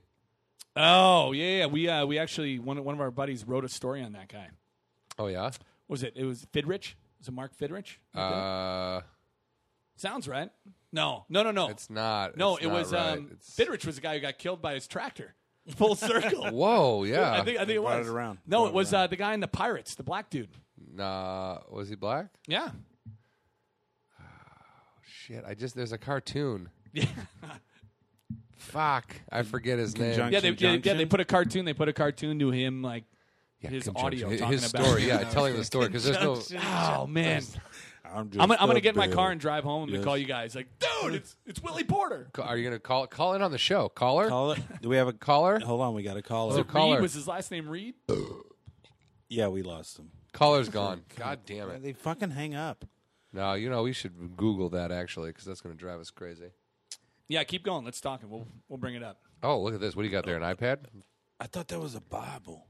[SPEAKER 2] Oh yeah, yeah. We uh, we actually one one of our buddies wrote a story on that guy.
[SPEAKER 3] Oh yeah,
[SPEAKER 2] was it? It was Fidrich. Was it Mark Fidrich?
[SPEAKER 3] uh,
[SPEAKER 2] Sounds right. No, no, no, no.
[SPEAKER 3] It's not.
[SPEAKER 2] no,
[SPEAKER 3] it's
[SPEAKER 2] it
[SPEAKER 3] not
[SPEAKER 2] was
[SPEAKER 3] right.
[SPEAKER 2] um,
[SPEAKER 3] It's-
[SPEAKER 2] Bitterich was the guy who got killed by his tractor. Full circle.
[SPEAKER 3] Whoa, yeah.
[SPEAKER 2] I think I think it
[SPEAKER 1] Brought
[SPEAKER 2] was.
[SPEAKER 1] it around.
[SPEAKER 2] No,
[SPEAKER 1] Brought
[SPEAKER 2] it
[SPEAKER 1] it
[SPEAKER 2] was
[SPEAKER 1] around.
[SPEAKER 2] uh, the guy in the Pirates, the black dude.
[SPEAKER 3] Nah, was he black?
[SPEAKER 2] Yeah.
[SPEAKER 3] Shit, I just there's a cartoon.
[SPEAKER 2] Yeah,
[SPEAKER 3] Fuck, I forget his name.
[SPEAKER 1] Conjunct-
[SPEAKER 2] yeah, they, yeah, yeah, they
[SPEAKER 1] Conjunction?
[SPEAKER 2] put a cartoon. They put a cartoon to him, like
[SPEAKER 3] Yeah,
[SPEAKER 2] his
[SPEAKER 3] conjunction.
[SPEAKER 2] audio
[SPEAKER 3] his,
[SPEAKER 2] talking
[SPEAKER 3] his
[SPEAKER 2] about-
[SPEAKER 3] story. Yeah, telling the story because there's no.
[SPEAKER 2] oh man,
[SPEAKER 1] I'm just.
[SPEAKER 2] I'm, gonna- I'm gonna
[SPEAKER 1] a
[SPEAKER 2] get in my car
[SPEAKER 1] dude.
[SPEAKER 2] and drive home and
[SPEAKER 1] Yes.
[SPEAKER 2] call you guys. Like, dude, it's it's Willie Porter.
[SPEAKER 3] Are you gonna call call in on the show? Caller,
[SPEAKER 1] Call it. Do we have a
[SPEAKER 3] caller,
[SPEAKER 1] Hold on, we got a
[SPEAKER 3] Oh,
[SPEAKER 1] caller.
[SPEAKER 3] caller.
[SPEAKER 2] Reed was his last name. Reed.
[SPEAKER 1] Yeah, we lost him.
[SPEAKER 3] caller's gone. God damn it!
[SPEAKER 1] They fucking hang up.
[SPEAKER 3] No, you know we should Google that actually because that's gonna drive us crazy.
[SPEAKER 2] Yeah, keep going. Let's talk and we'll we'll bring it up.
[SPEAKER 3] Oh, look at this. What do you got there? An iPad?
[SPEAKER 1] I thought that was a Bible.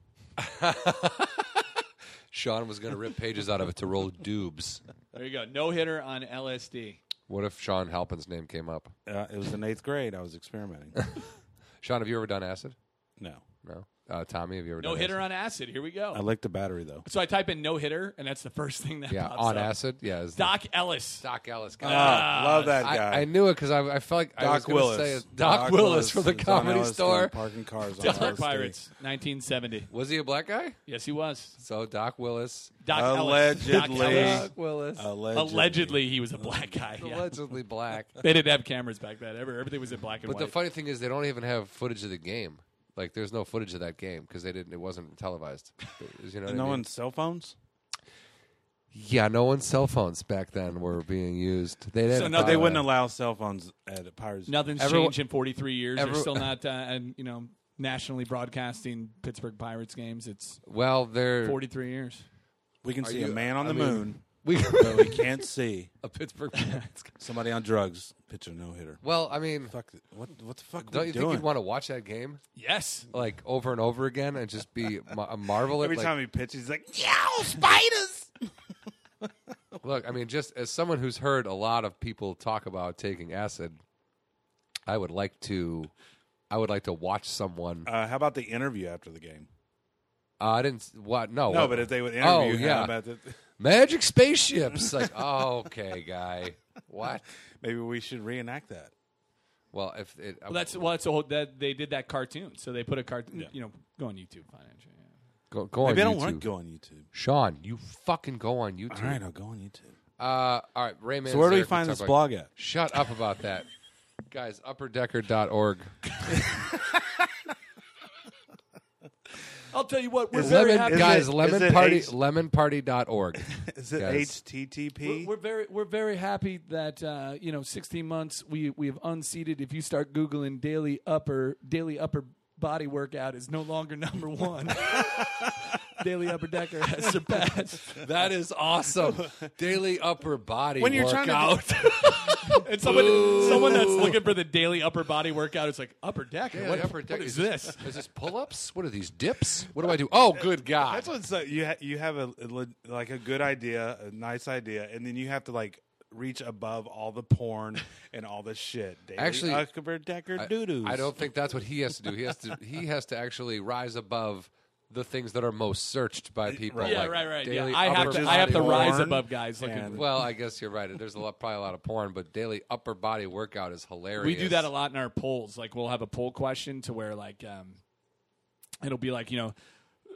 [SPEAKER 3] Sean was gonna rip pages out of it to roll dubes.
[SPEAKER 2] There you go. No hitter on LSD.
[SPEAKER 3] What if Sean Halpin's name came up?
[SPEAKER 1] Uh, it was in eighth grade. I was experimenting.
[SPEAKER 3] Sean, have you ever done acid?
[SPEAKER 1] no,
[SPEAKER 3] No. Uh, Tommy, have you ever
[SPEAKER 2] No
[SPEAKER 3] done
[SPEAKER 2] hitter
[SPEAKER 3] acid?
[SPEAKER 2] on acid. Here we
[SPEAKER 1] I
[SPEAKER 2] go.
[SPEAKER 1] licked the battery though.
[SPEAKER 2] So I type in no hitter, and that's the first thing that
[SPEAKER 3] Yeah,
[SPEAKER 2] pops
[SPEAKER 3] on
[SPEAKER 2] up.
[SPEAKER 3] acid. Yeah, it's-
[SPEAKER 2] Doc Ah, Ellis.
[SPEAKER 3] Doc Ellis.
[SPEAKER 1] Oh, love that guy.
[SPEAKER 3] Ah, I, I knew it because I, I felt like I was
[SPEAKER 1] Doc
[SPEAKER 3] going
[SPEAKER 1] Willis.
[SPEAKER 3] to say it. Doc, Willis from the
[SPEAKER 1] Don
[SPEAKER 3] Comedy
[SPEAKER 1] Ellis
[SPEAKER 3] Store.
[SPEAKER 1] from Parking cars. on
[SPEAKER 2] Dallas
[SPEAKER 1] LSD.
[SPEAKER 2] Pirates, 1970.
[SPEAKER 3] Was he a black guy?
[SPEAKER 2] Yes, he was.
[SPEAKER 3] So Doc Willis,
[SPEAKER 2] Doc Ellis. Doc
[SPEAKER 1] Allegedly.
[SPEAKER 2] Ellis.
[SPEAKER 3] Willis,
[SPEAKER 1] Allegedly.
[SPEAKER 2] Allegedly, he was a black guy. yeah.
[SPEAKER 3] allegedly black.
[SPEAKER 2] They didn't have cameras back then. Ever, everything was in black and
[SPEAKER 3] But the
[SPEAKER 2] white.
[SPEAKER 3] funny thing is, they don't even have footage of the game. Like, there's no footage of that game because they didn't. It wasn't televised. You know what I
[SPEAKER 1] No
[SPEAKER 3] mean?
[SPEAKER 1] one's cell phones.
[SPEAKER 3] Yeah, no one's cell phones back then were being used. They didn't.
[SPEAKER 2] So no-
[SPEAKER 3] uh,
[SPEAKER 1] They wouldn't allow cell phones at Pirates.
[SPEAKER 2] Nothing's
[SPEAKER 3] Everyone-
[SPEAKER 2] changed in 43 years. They're
[SPEAKER 3] Every-
[SPEAKER 2] still not, uh, and, you know, nationally broadcasting Pittsburgh Pirates games. It's
[SPEAKER 3] Well, they're
[SPEAKER 2] 43 years.
[SPEAKER 1] We can see
[SPEAKER 3] you-
[SPEAKER 1] a man on
[SPEAKER 3] I
[SPEAKER 1] the
[SPEAKER 3] mean-
[SPEAKER 1] moon,
[SPEAKER 3] we
[SPEAKER 1] but we can't see
[SPEAKER 3] a Pittsburgh.
[SPEAKER 1] somebody on drugs pitch a no hitter.
[SPEAKER 3] well, I mean,
[SPEAKER 1] Fuck! th- What? What the fuck?
[SPEAKER 3] don't
[SPEAKER 1] we
[SPEAKER 3] you think
[SPEAKER 1] doing?
[SPEAKER 3] you'd want to watch that game
[SPEAKER 2] Yes.
[SPEAKER 3] like over and over again and just be ma- marvel at
[SPEAKER 1] Every
[SPEAKER 3] like,
[SPEAKER 1] time he pitches, he's like, "Yow, spiders!"
[SPEAKER 3] Look, I mean, just as someone who's heard a lot of people talk about taking acid, I would like to, I would like to watch someone. Uh,
[SPEAKER 1] uh, how about the interview after the game?
[SPEAKER 3] I didn't. s- What? No.
[SPEAKER 1] No,
[SPEAKER 3] what-
[SPEAKER 1] but if they would interview
[SPEAKER 3] Oh,
[SPEAKER 1] him
[SPEAKER 3] yeah.
[SPEAKER 1] about the,
[SPEAKER 3] magic spaceships, like, oh, okay, guy, what?
[SPEAKER 1] maybe we should reenact that.
[SPEAKER 3] Well, if it,
[SPEAKER 2] Well, that's well, that's a whole, that they did that cartoon. So they put a cartoon. You know, go on YouTube. Financial. Yeah.
[SPEAKER 3] go, go on
[SPEAKER 1] Maybe I
[SPEAKER 3] Oh, YouTube.
[SPEAKER 1] don't want to go on YouTube.
[SPEAKER 3] Sean, you fucking go on YouTube.
[SPEAKER 1] All right, I'll go on YouTube.
[SPEAKER 3] Uh, all right, Raymond.
[SPEAKER 1] So where
[SPEAKER 3] is
[SPEAKER 1] do we
[SPEAKER 3] there.
[SPEAKER 1] find
[SPEAKER 3] talk
[SPEAKER 1] this
[SPEAKER 3] about-
[SPEAKER 1] blog at?
[SPEAKER 3] Shut up about that, guys. Upperdecker.org.
[SPEAKER 2] I'll tell you what. We're
[SPEAKER 1] Is
[SPEAKER 2] very
[SPEAKER 1] it-
[SPEAKER 2] happy.
[SPEAKER 1] is
[SPEAKER 3] guys,
[SPEAKER 1] it-
[SPEAKER 3] lemon
[SPEAKER 1] is it
[SPEAKER 3] party,
[SPEAKER 1] H-
[SPEAKER 3] lemonparty.org.
[SPEAKER 1] Is it
[SPEAKER 3] Guys.
[SPEAKER 2] We're,
[SPEAKER 1] HTTP?
[SPEAKER 2] we're very we're very happy that uh, you know 16 months we we've unseated. If you start googling daily upper daily upper body workout is no longer number one. daily upper decker has surpassed.
[SPEAKER 3] That is awesome. Daily upper body
[SPEAKER 1] When you're trying to
[SPEAKER 3] workout.
[SPEAKER 2] And someone someone that's looking for the daily upper body workout is like upper decker.
[SPEAKER 3] Daily
[SPEAKER 2] what,
[SPEAKER 3] upper deck-
[SPEAKER 2] what is this?
[SPEAKER 3] Is this pull-ups? What are these dips? What do I do? Oh, good God!
[SPEAKER 1] That's what's like, you ha- you have a a le- like a good idea, a nice idea, and then you have to like reach above all the porn and all the shit. Daily
[SPEAKER 3] Actually,
[SPEAKER 1] Upper Decker doo
[SPEAKER 3] I don't think that's what he has to do. He has to he has to actually rise above the things that are most searched by people.
[SPEAKER 1] Right.
[SPEAKER 2] Yeah,
[SPEAKER 3] like
[SPEAKER 2] right, right. Yeah.
[SPEAKER 3] daily
[SPEAKER 2] I have
[SPEAKER 3] upper
[SPEAKER 2] to I have to
[SPEAKER 3] body
[SPEAKER 2] rise
[SPEAKER 3] work-
[SPEAKER 2] above guys looking.
[SPEAKER 1] And-
[SPEAKER 3] Well, I guess you're right. There's a lot, probably a lot of porn, but daily upper body workout is hilarious.
[SPEAKER 2] we do that a lot in our polls. Like we'll have a poll question to where like um, it'll be like you know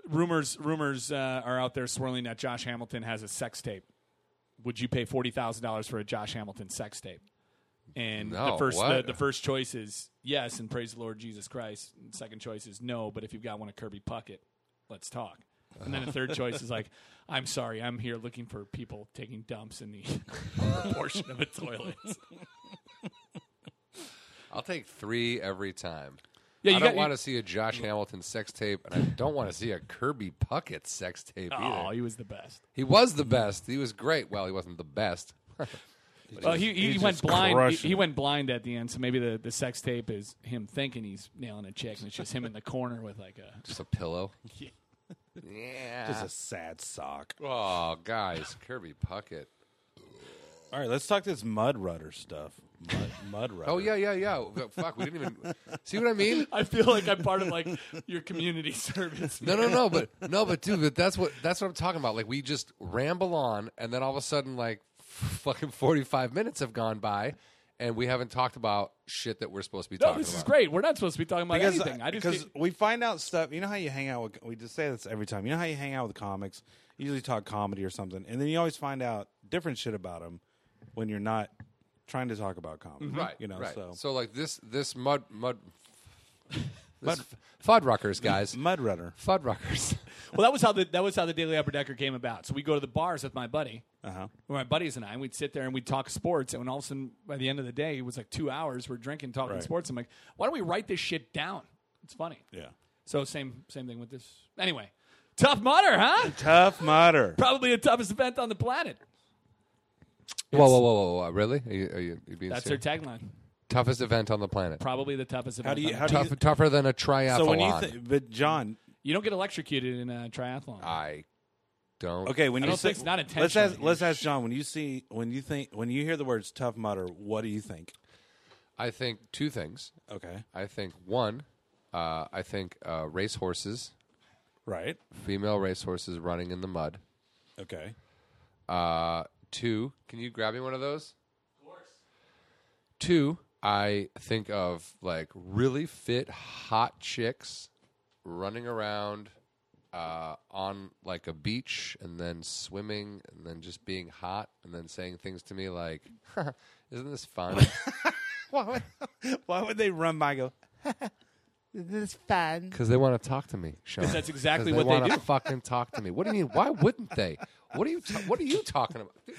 [SPEAKER 2] rumors rumors uh, are out there swirling that Josh Hamilton has a sex tape. Would you pay forty thousand dollars for a Josh Hamilton sex tape? And the
[SPEAKER 3] No,
[SPEAKER 2] first the,
[SPEAKER 3] what?
[SPEAKER 2] the first choice is yes, and praise the Lord Jesus Christ. And second choice is no, but if you've got one of Kirby Puckett, let's talk. And then the third choice is like, I'm sorry, I'm here looking for people taking dumps in the portion of a toilet.
[SPEAKER 3] I'll take three every time.
[SPEAKER 2] Yeah,
[SPEAKER 3] I
[SPEAKER 2] you
[SPEAKER 3] don't
[SPEAKER 2] got-
[SPEAKER 3] want to see a Josh Hamilton sex tape, and I don't want to see a Kirby Puckett sex tape either.
[SPEAKER 2] Oh, he was the best.
[SPEAKER 3] He was the best. He was great. Well, he wasn't the best.
[SPEAKER 2] Well, he, he, went blind.
[SPEAKER 1] crushing
[SPEAKER 2] He, he went blind at the end, so maybe the, the sex tape is him thinking he's nailing a chick, and it's just him in the corner with like a.
[SPEAKER 3] Just a pillow.
[SPEAKER 2] Yeah.
[SPEAKER 3] Yeah.
[SPEAKER 1] It's a sad sock.
[SPEAKER 3] oh, guys, Kirby Puckett.
[SPEAKER 1] All right, let's talk this mud rudder stuff. Mud, mud rudder.
[SPEAKER 3] Oh yeah, yeah, yeah. But Fuck, we didn't even see what I mean.
[SPEAKER 2] I feel like I'm part of like your community service.
[SPEAKER 3] No, no, no, but no, but dude, but that's what that's what I'm talking about. Like we just ramble on, and then all of a sudden, like fucking 45 minutes have gone by, and we haven't talked about shit that we're supposed to be
[SPEAKER 2] No,
[SPEAKER 3] talking
[SPEAKER 2] this is
[SPEAKER 3] about.
[SPEAKER 2] great. We're not supposed to be talking about
[SPEAKER 1] because uh,
[SPEAKER 2] anything. I just
[SPEAKER 1] because
[SPEAKER 2] think-
[SPEAKER 1] we find out stuff. You know how you hang out with we just say this every time. You know how you hang out with comics. You usually talk comedy or something, and then you always find out different shit about them when you're not trying to talk about comedy.
[SPEAKER 3] right?
[SPEAKER 1] You know.
[SPEAKER 3] right.
[SPEAKER 1] So,
[SPEAKER 3] like this this mud mud this Fuddruckers guys,
[SPEAKER 1] Mud Runner.
[SPEAKER 3] Fuddruckers.
[SPEAKER 2] well, that was how the that was how the Daily Upper Decker came about. So we go to the bars with my buddy,
[SPEAKER 1] Uh-huh.
[SPEAKER 2] or my buddies and I, and we'd sit there and we'd talk sports. And when all of a sudden, by the end of the day, it was like two hours. We're drinking, talking
[SPEAKER 1] Right.
[SPEAKER 2] sports. I'm like, why don't we write this shit down? It's funny.
[SPEAKER 1] Yeah.
[SPEAKER 2] So same same thing with this. Anyway, tough mutter, huh?
[SPEAKER 1] Tough Mudder.
[SPEAKER 2] Probably the toughest event on the planet.
[SPEAKER 3] whoa, whoa, whoa, whoa, whoa! Really? Are you, are you, you being
[SPEAKER 2] That's their
[SPEAKER 3] serious?
[SPEAKER 2] tagline.
[SPEAKER 3] toughest event on the planet.
[SPEAKER 2] Probably the toughest event.
[SPEAKER 1] How do you?
[SPEAKER 2] on
[SPEAKER 1] How do
[SPEAKER 3] Tough,
[SPEAKER 1] you?
[SPEAKER 3] tougher than a triathlon.
[SPEAKER 1] So when you think, but John,
[SPEAKER 2] the- you don't get electrocuted in a triathlon.
[SPEAKER 3] I don't.
[SPEAKER 1] okay, when
[SPEAKER 2] I
[SPEAKER 1] you
[SPEAKER 2] don't
[SPEAKER 1] say
[SPEAKER 2] think it's not
[SPEAKER 1] let's
[SPEAKER 2] intentional.
[SPEAKER 1] ask, let's ask John when you see when you think when you hear the words Tough Mudder, what do you think?
[SPEAKER 3] I think two things.
[SPEAKER 1] Okay.
[SPEAKER 3] I think one. Uh, I think uh, race horses,
[SPEAKER 1] Right.
[SPEAKER 3] female race horses running in the mud.
[SPEAKER 1] Okay.
[SPEAKER 3] Uh, two, can you grab me one of those? Of course. Two, I think of like really fit, hot chicks running around uh, on like a beach and then swimming and then just being hot and then saying things to me like, "Isn't this fun?"
[SPEAKER 1] Why would, why would they run by? and Go.
[SPEAKER 3] Because they want to talk to me, Sean.
[SPEAKER 2] that's exactly
[SPEAKER 3] 'Cause
[SPEAKER 2] what they
[SPEAKER 3] wanna
[SPEAKER 2] do.
[SPEAKER 3] Fucking talk to me. What do you mean? Why wouldn't they? What are you? ta- what are you talking about?
[SPEAKER 1] That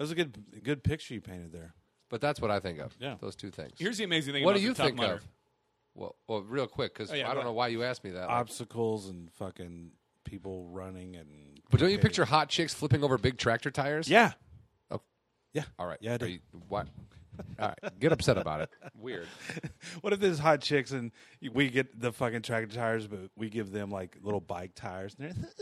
[SPEAKER 1] was a good good picture you painted there.
[SPEAKER 3] But that's what I think of.
[SPEAKER 1] Yeah.
[SPEAKER 3] Those two things.
[SPEAKER 2] Here's the amazing thing.
[SPEAKER 3] what
[SPEAKER 2] about
[SPEAKER 3] do you
[SPEAKER 2] the tough
[SPEAKER 3] think
[SPEAKER 2] mutter.
[SPEAKER 3] of? Well, well, real quick, because
[SPEAKER 2] yeah,
[SPEAKER 3] I
[SPEAKER 2] go
[SPEAKER 3] don't know
[SPEAKER 2] ahead.
[SPEAKER 3] why you asked me that. like-
[SPEAKER 1] obstacles and fucking people running and.
[SPEAKER 3] but don't you picture hot chicks flipping over big tractor tires?
[SPEAKER 1] Yeah.
[SPEAKER 3] Oh.
[SPEAKER 1] Yeah.
[SPEAKER 3] All right.
[SPEAKER 1] Yeah. I
[SPEAKER 3] Are
[SPEAKER 1] do.
[SPEAKER 3] you, what? All right. Get upset about it. Weird.
[SPEAKER 1] What if there's hot chicks and we get the fucking tractor tires, but we give them like little bike tires? And they're-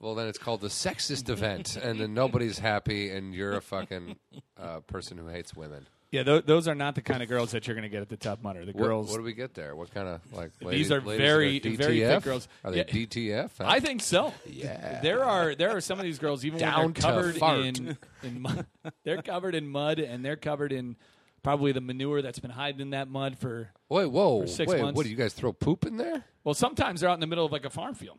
[SPEAKER 3] Well, then it's called the sexist event, and then nobody's happy, and you're a fucking uh, person who hates women.
[SPEAKER 2] Yeah, th- those are not the kind of girls that you're going to get at the tough mutter. The
[SPEAKER 3] What,
[SPEAKER 2] girls.
[SPEAKER 3] what do we get there? What kind of like?
[SPEAKER 2] These
[SPEAKER 3] lady-
[SPEAKER 2] are
[SPEAKER 3] ladies
[SPEAKER 2] very-
[SPEAKER 3] that are
[SPEAKER 2] very thick
[SPEAKER 3] DTF?
[SPEAKER 2] girls.
[SPEAKER 3] Are they
[SPEAKER 2] Yeah.
[SPEAKER 3] DTF? huh?
[SPEAKER 2] I think so.
[SPEAKER 3] Yeah.
[SPEAKER 2] There are there are some of these girls even
[SPEAKER 3] Down
[SPEAKER 2] when
[SPEAKER 3] to
[SPEAKER 2] they're covered
[SPEAKER 3] fart.
[SPEAKER 2] in in mud, they're covered in mud and they're covered in probably the manure that's been hiding in that mud for
[SPEAKER 3] Wait, whoa,
[SPEAKER 2] six
[SPEAKER 3] wait,
[SPEAKER 2] months.
[SPEAKER 3] what do you guys throw poop in there?
[SPEAKER 2] well sometimes they're out in the middle of like a farm field.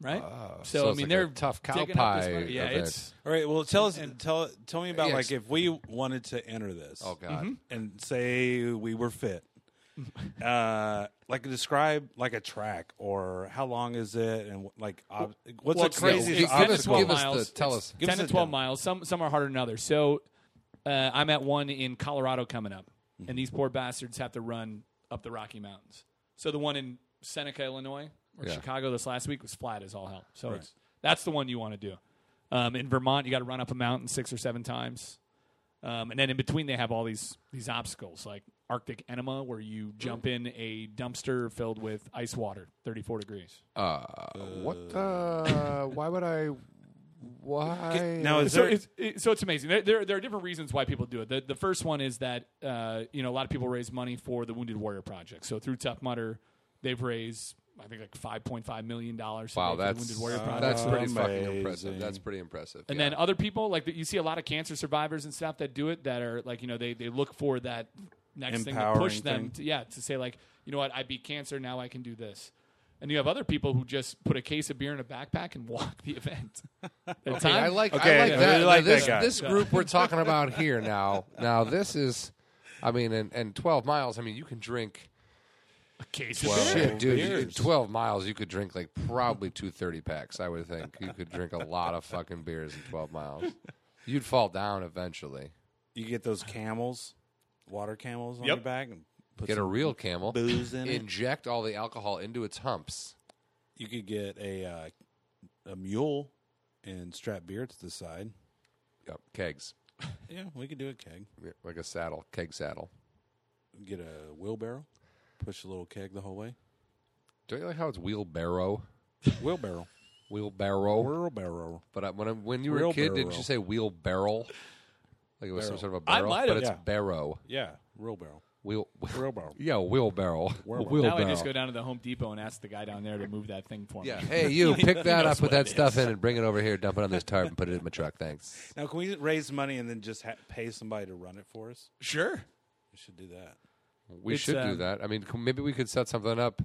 [SPEAKER 2] Right?
[SPEAKER 3] Ah, so
[SPEAKER 2] so I
[SPEAKER 3] it's
[SPEAKER 2] mean
[SPEAKER 3] like a
[SPEAKER 2] they're
[SPEAKER 3] tough cow
[SPEAKER 2] digging up this
[SPEAKER 3] pie
[SPEAKER 2] mud. Yeah,
[SPEAKER 3] event.
[SPEAKER 2] it's
[SPEAKER 1] All right. Well, tell us. Tell tell me about
[SPEAKER 3] Yes.
[SPEAKER 1] like if we wanted to enter this.
[SPEAKER 3] Oh God,
[SPEAKER 1] And say we were fit. uh, like describe like a track or how long is it and like ob- what's
[SPEAKER 2] well,
[SPEAKER 1] the
[SPEAKER 2] it's-
[SPEAKER 1] craziest
[SPEAKER 2] it's
[SPEAKER 3] give us,
[SPEAKER 1] obstacle?
[SPEAKER 3] give us
[SPEAKER 2] miles.
[SPEAKER 3] the, tell
[SPEAKER 2] It's
[SPEAKER 3] us.
[SPEAKER 1] Give
[SPEAKER 2] ten
[SPEAKER 1] us
[SPEAKER 2] to
[SPEAKER 1] a
[SPEAKER 2] twelve
[SPEAKER 1] demo.
[SPEAKER 2] miles. Some some are harder than others. So uh, I'm at one in Colorado coming up,
[SPEAKER 3] Mm-hmm.
[SPEAKER 2] and these poor bastards have to run up the Rocky Mountains. So the one in Seneca, Illinois, or
[SPEAKER 3] Yeah.
[SPEAKER 2] Chicago this last week was flat as all hell. So it's, that's the one you want to do. Um, in Vermont, you got to run up a mountain six or seven times, um, and then in between they have all these these obstacles like Arctic enema, where you jump in a dumpster filled with ice water, 34 degrees.
[SPEAKER 3] Uh, what the? Why would I? Why?
[SPEAKER 1] Now is
[SPEAKER 2] so
[SPEAKER 1] there
[SPEAKER 2] it's, it, so it's amazing. There, there, there are different reasons why people do it. The, the first one is that uh, you know a lot of people raise money for the Wounded Warrior Project. So through Tough Mudder, they've raised I think like five point five million dollars.
[SPEAKER 3] wow,
[SPEAKER 2] for the
[SPEAKER 3] that's Uh,
[SPEAKER 2] Wounded Warrior Project.
[SPEAKER 3] that's pretty fucking
[SPEAKER 1] Amazing.
[SPEAKER 3] impressive. That's pretty impressive.
[SPEAKER 2] and
[SPEAKER 3] yeah.
[SPEAKER 2] then other people like that you see a lot of cancer survivors and stuff that do it that are like you know they they look for that next thing to
[SPEAKER 1] Empowering
[SPEAKER 2] push them
[SPEAKER 1] thing.
[SPEAKER 2] to, yeah to say like you know what I beat cancer now I can do this. And you have other people who just put a case of beer in a backpack and walk the event. okay,
[SPEAKER 3] Okay, I like
[SPEAKER 1] Okay,
[SPEAKER 3] I like
[SPEAKER 1] I
[SPEAKER 3] that.
[SPEAKER 1] really like
[SPEAKER 3] this,
[SPEAKER 1] that guy.
[SPEAKER 3] this group we're talking about here now. Now this is, I mean, and, and twelve miles. I mean, you can drink.
[SPEAKER 2] a case
[SPEAKER 1] Well,
[SPEAKER 2] of beer.
[SPEAKER 3] Shit, dude, you-
[SPEAKER 1] beers.
[SPEAKER 3] twelve miles. You could drink like probably two thirty packs. I would think you could drink a lot of fucking beers in twelve miles. You'd fall down eventually.
[SPEAKER 1] you get those camels, water camels on
[SPEAKER 2] Yep.
[SPEAKER 1] your back and put
[SPEAKER 3] Get a
[SPEAKER 1] some
[SPEAKER 3] real camel,
[SPEAKER 1] booze in it.
[SPEAKER 3] inject all the alcohol into its humps.
[SPEAKER 1] You could get a uh, a mule and strap beer to the side.
[SPEAKER 3] Yep, kegs,
[SPEAKER 1] Yeah, we could do a keg.
[SPEAKER 3] Yeah, like a saddle, keg saddle.
[SPEAKER 1] Get a wheelbarrow, push a little keg the whole way.
[SPEAKER 3] Don't you like how it's wheelbarrow,
[SPEAKER 1] Wheelbarrow,
[SPEAKER 3] wheelbarrow?
[SPEAKER 1] wheelbarrow.
[SPEAKER 3] But I, when I, when you were a kid, didn't
[SPEAKER 1] Wheelbarrow.
[SPEAKER 3] you say wheelbarrow? Like it was some
[SPEAKER 1] Barrel.
[SPEAKER 3] sort of a
[SPEAKER 2] I
[SPEAKER 3] barrel,
[SPEAKER 2] might have-
[SPEAKER 3] but it's
[SPEAKER 1] Yeah.
[SPEAKER 3] barrow.
[SPEAKER 1] Yeah, wheelbarrow.
[SPEAKER 3] Wheel,
[SPEAKER 1] Wheelbarrow.
[SPEAKER 3] Yeah, wheelbarrow.
[SPEAKER 1] Wheelbarrow.
[SPEAKER 2] Now I
[SPEAKER 3] Wheelbarrow.
[SPEAKER 2] just go down to the Home Depot and ask the guy down there to move that thing for me.
[SPEAKER 3] Yeah. Hey, you pick that up,
[SPEAKER 2] knows
[SPEAKER 3] put
[SPEAKER 2] what
[SPEAKER 3] that
[SPEAKER 2] it
[SPEAKER 3] stuff in, and bring it over here. Dump it on this tarp and put it in my truck. Thanks.
[SPEAKER 1] Now, can we raise money and then just ha- pay somebody to run it for us?
[SPEAKER 2] Sure.
[SPEAKER 1] We should do that.
[SPEAKER 3] We
[SPEAKER 2] It's,
[SPEAKER 3] should do
[SPEAKER 2] um,
[SPEAKER 3] that. I mean, c- maybe we could set something up.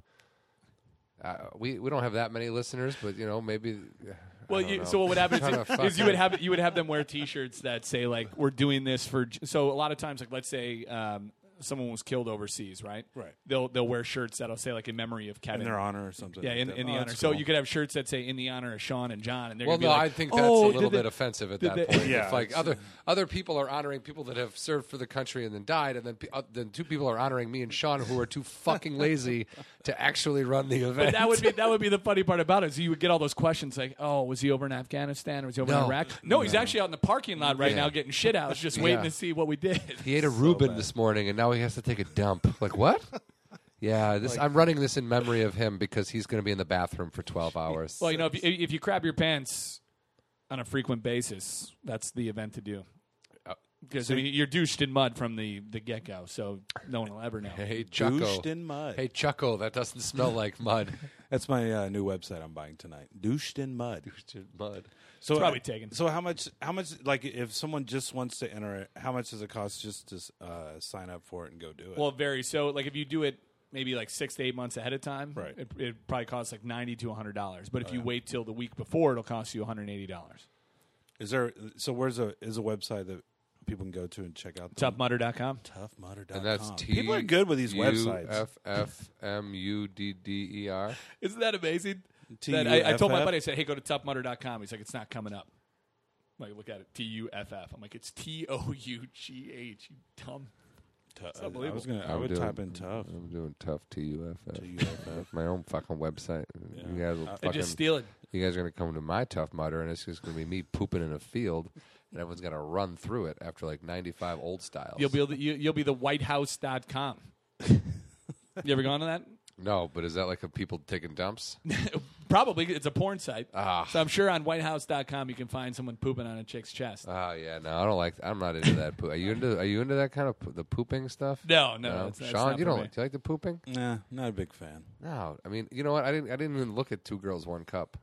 [SPEAKER 3] Uh, we we don't have that many listeners, but you know maybe. uh,
[SPEAKER 2] Well, you, so what would happen
[SPEAKER 3] Trying
[SPEAKER 2] is,
[SPEAKER 3] to
[SPEAKER 2] is you
[SPEAKER 3] fucking-
[SPEAKER 2] would have you would have them wear T-shirts that say like we're doing this for. j-" So a lot of times, like let's say um, someone was killed overseas, right?
[SPEAKER 1] Right.
[SPEAKER 2] They'll they'll wear shirts that'll say like in memory of Kevin.
[SPEAKER 1] In their honor or something.
[SPEAKER 2] yeah,
[SPEAKER 1] like
[SPEAKER 2] in,
[SPEAKER 1] that.
[SPEAKER 2] in the
[SPEAKER 1] Oh,
[SPEAKER 2] honor.
[SPEAKER 1] that's
[SPEAKER 2] So
[SPEAKER 1] cool.
[SPEAKER 2] you could have shirts that say in the honor of Sean and John, and they're
[SPEAKER 3] Well,
[SPEAKER 2] gonna be
[SPEAKER 3] no,
[SPEAKER 2] like,
[SPEAKER 3] I think that's
[SPEAKER 2] "Oh,
[SPEAKER 3] a
[SPEAKER 2] did
[SPEAKER 3] little
[SPEAKER 2] they-
[SPEAKER 3] bit offensive at
[SPEAKER 2] did
[SPEAKER 3] that
[SPEAKER 2] they-
[SPEAKER 3] point.
[SPEAKER 1] Yeah,
[SPEAKER 3] it's like
[SPEAKER 1] it's-
[SPEAKER 3] other other people are honoring people that have served for the country and then died, and then pe- uh, then two people are honoring me and Sean who are too fucking lazy to actually run the event.
[SPEAKER 2] But that would be that would be the funny part about it. So you would get all those questions like, "Oh, was he over in Afghanistan? Or was he over in
[SPEAKER 3] No.
[SPEAKER 2] Iraq?" No, he's actually out in the parking lot right
[SPEAKER 3] Yeah.
[SPEAKER 2] now getting shit out, just waiting
[SPEAKER 3] Yeah.
[SPEAKER 2] to see what we did.
[SPEAKER 3] He ate a Reuben this morning, and now he has to take a dump. Like what? Yeah, this, I'm running this in memory of him because he's going to be in the bathroom for 12 hours.
[SPEAKER 2] Well, you know, if you, if you crap your pants on a frequent basis, that's the event to do. Uh, Because I mean, you're douched in mud from the, the get go, so no one will ever know.
[SPEAKER 3] hey Chucko,
[SPEAKER 1] Douched in mud.
[SPEAKER 3] hey Chucko, that doesn't smell like mud.
[SPEAKER 1] That's my uh, new website I'm buying tonight. Douched in mud.
[SPEAKER 3] Douched in mud.
[SPEAKER 1] So
[SPEAKER 2] probably taken.
[SPEAKER 1] So how much? How much? Like, if someone just wants to enter it, how much does it cost just to uh, sign up for it and go do it?
[SPEAKER 2] Well, it varies. So, like, if you do it maybe like six to eight months ahead of time,
[SPEAKER 1] Right.
[SPEAKER 2] it, it probably costs like ninety to hundred dollars. But if you wait till the week before, it'll cost you one hundred and eighty dollars.
[SPEAKER 1] is there? So where's a is a website that people can go to and check out? the-
[SPEAKER 2] Toughmutter.com.
[SPEAKER 1] Toughmutter.com.
[SPEAKER 3] And that's T.
[SPEAKER 1] people are good with these websites.
[SPEAKER 3] F F M U D D E R.
[SPEAKER 2] Isn't that amazing? That I, I told my
[SPEAKER 1] TUFF?
[SPEAKER 2] buddy, I said, hey, go to toughmutter.com. He's like, it's not coming up. I'm like, look at it. T U F F. I'm like, it's T O U G H, you dumb.
[SPEAKER 1] It's I
[SPEAKER 2] unbelievable.
[SPEAKER 1] was gonna. I
[SPEAKER 3] I'm
[SPEAKER 1] would
[SPEAKER 3] doing-
[SPEAKER 1] type in tough.
[SPEAKER 3] I'm doing tough T U F F.
[SPEAKER 1] TUFF.
[SPEAKER 3] My own fucking website. You guys will
[SPEAKER 2] Uh, And
[SPEAKER 3] fucking.
[SPEAKER 2] just steal it.
[SPEAKER 3] you guys are gonna come to my tough mutter, and it's just gonna be me pooping in a field, and everyone's gonna run through it after like 95 old styles.
[SPEAKER 2] You'll be, able to, you, you'll be the whitehouse.com. you ever gone to that?
[SPEAKER 3] no, but is that like a people taking dumps?
[SPEAKER 2] Probably. It's a porn site.
[SPEAKER 3] Ah.
[SPEAKER 2] So I'm sure on whitehouse.com you can find someone pooping on a chick's chest.
[SPEAKER 3] Oh yeah, no, I don't like. I'm not into that. Poop. Are you into? Are you into that kind of po- the pooping stuff?
[SPEAKER 2] No, no, it's- it's
[SPEAKER 3] Sean,
[SPEAKER 2] not
[SPEAKER 3] you
[SPEAKER 2] for
[SPEAKER 3] don't.
[SPEAKER 2] me.
[SPEAKER 3] like- Do you like the pooping?
[SPEAKER 1] Nah, not a big fan.
[SPEAKER 3] No, I mean, you know what? I didn't. I didn't even look at two girls, one cup.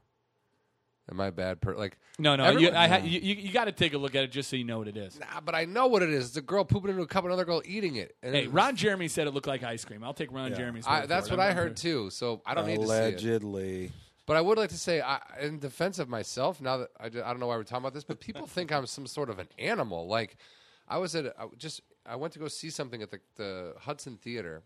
[SPEAKER 3] Am I a bad? Per- like
[SPEAKER 2] no, no. You,
[SPEAKER 3] everyone-
[SPEAKER 2] I ha- you, you, you got to take a look at it just so you know what it is.
[SPEAKER 3] Nah, Ah, but I know what it is. It's a girl pooping into a cup, another girl eating it. And
[SPEAKER 2] Hey,
[SPEAKER 3] it-
[SPEAKER 2] Ron Jeremy said it looked like ice cream. I'll take Ron Jeremy's.
[SPEAKER 3] I,
[SPEAKER 2] word
[SPEAKER 3] that's
[SPEAKER 2] for it.
[SPEAKER 3] what I
[SPEAKER 2] I'm-
[SPEAKER 3] heard too. So I don't need to see it.
[SPEAKER 1] Allegedly,
[SPEAKER 3] But I would like to say, I, in defense of myself, now that I, ju- I don't know why we're talking about this, but people think I'm some sort of an animal. Like, I was at a- I just I went to go see something at the, the Hudson Theater,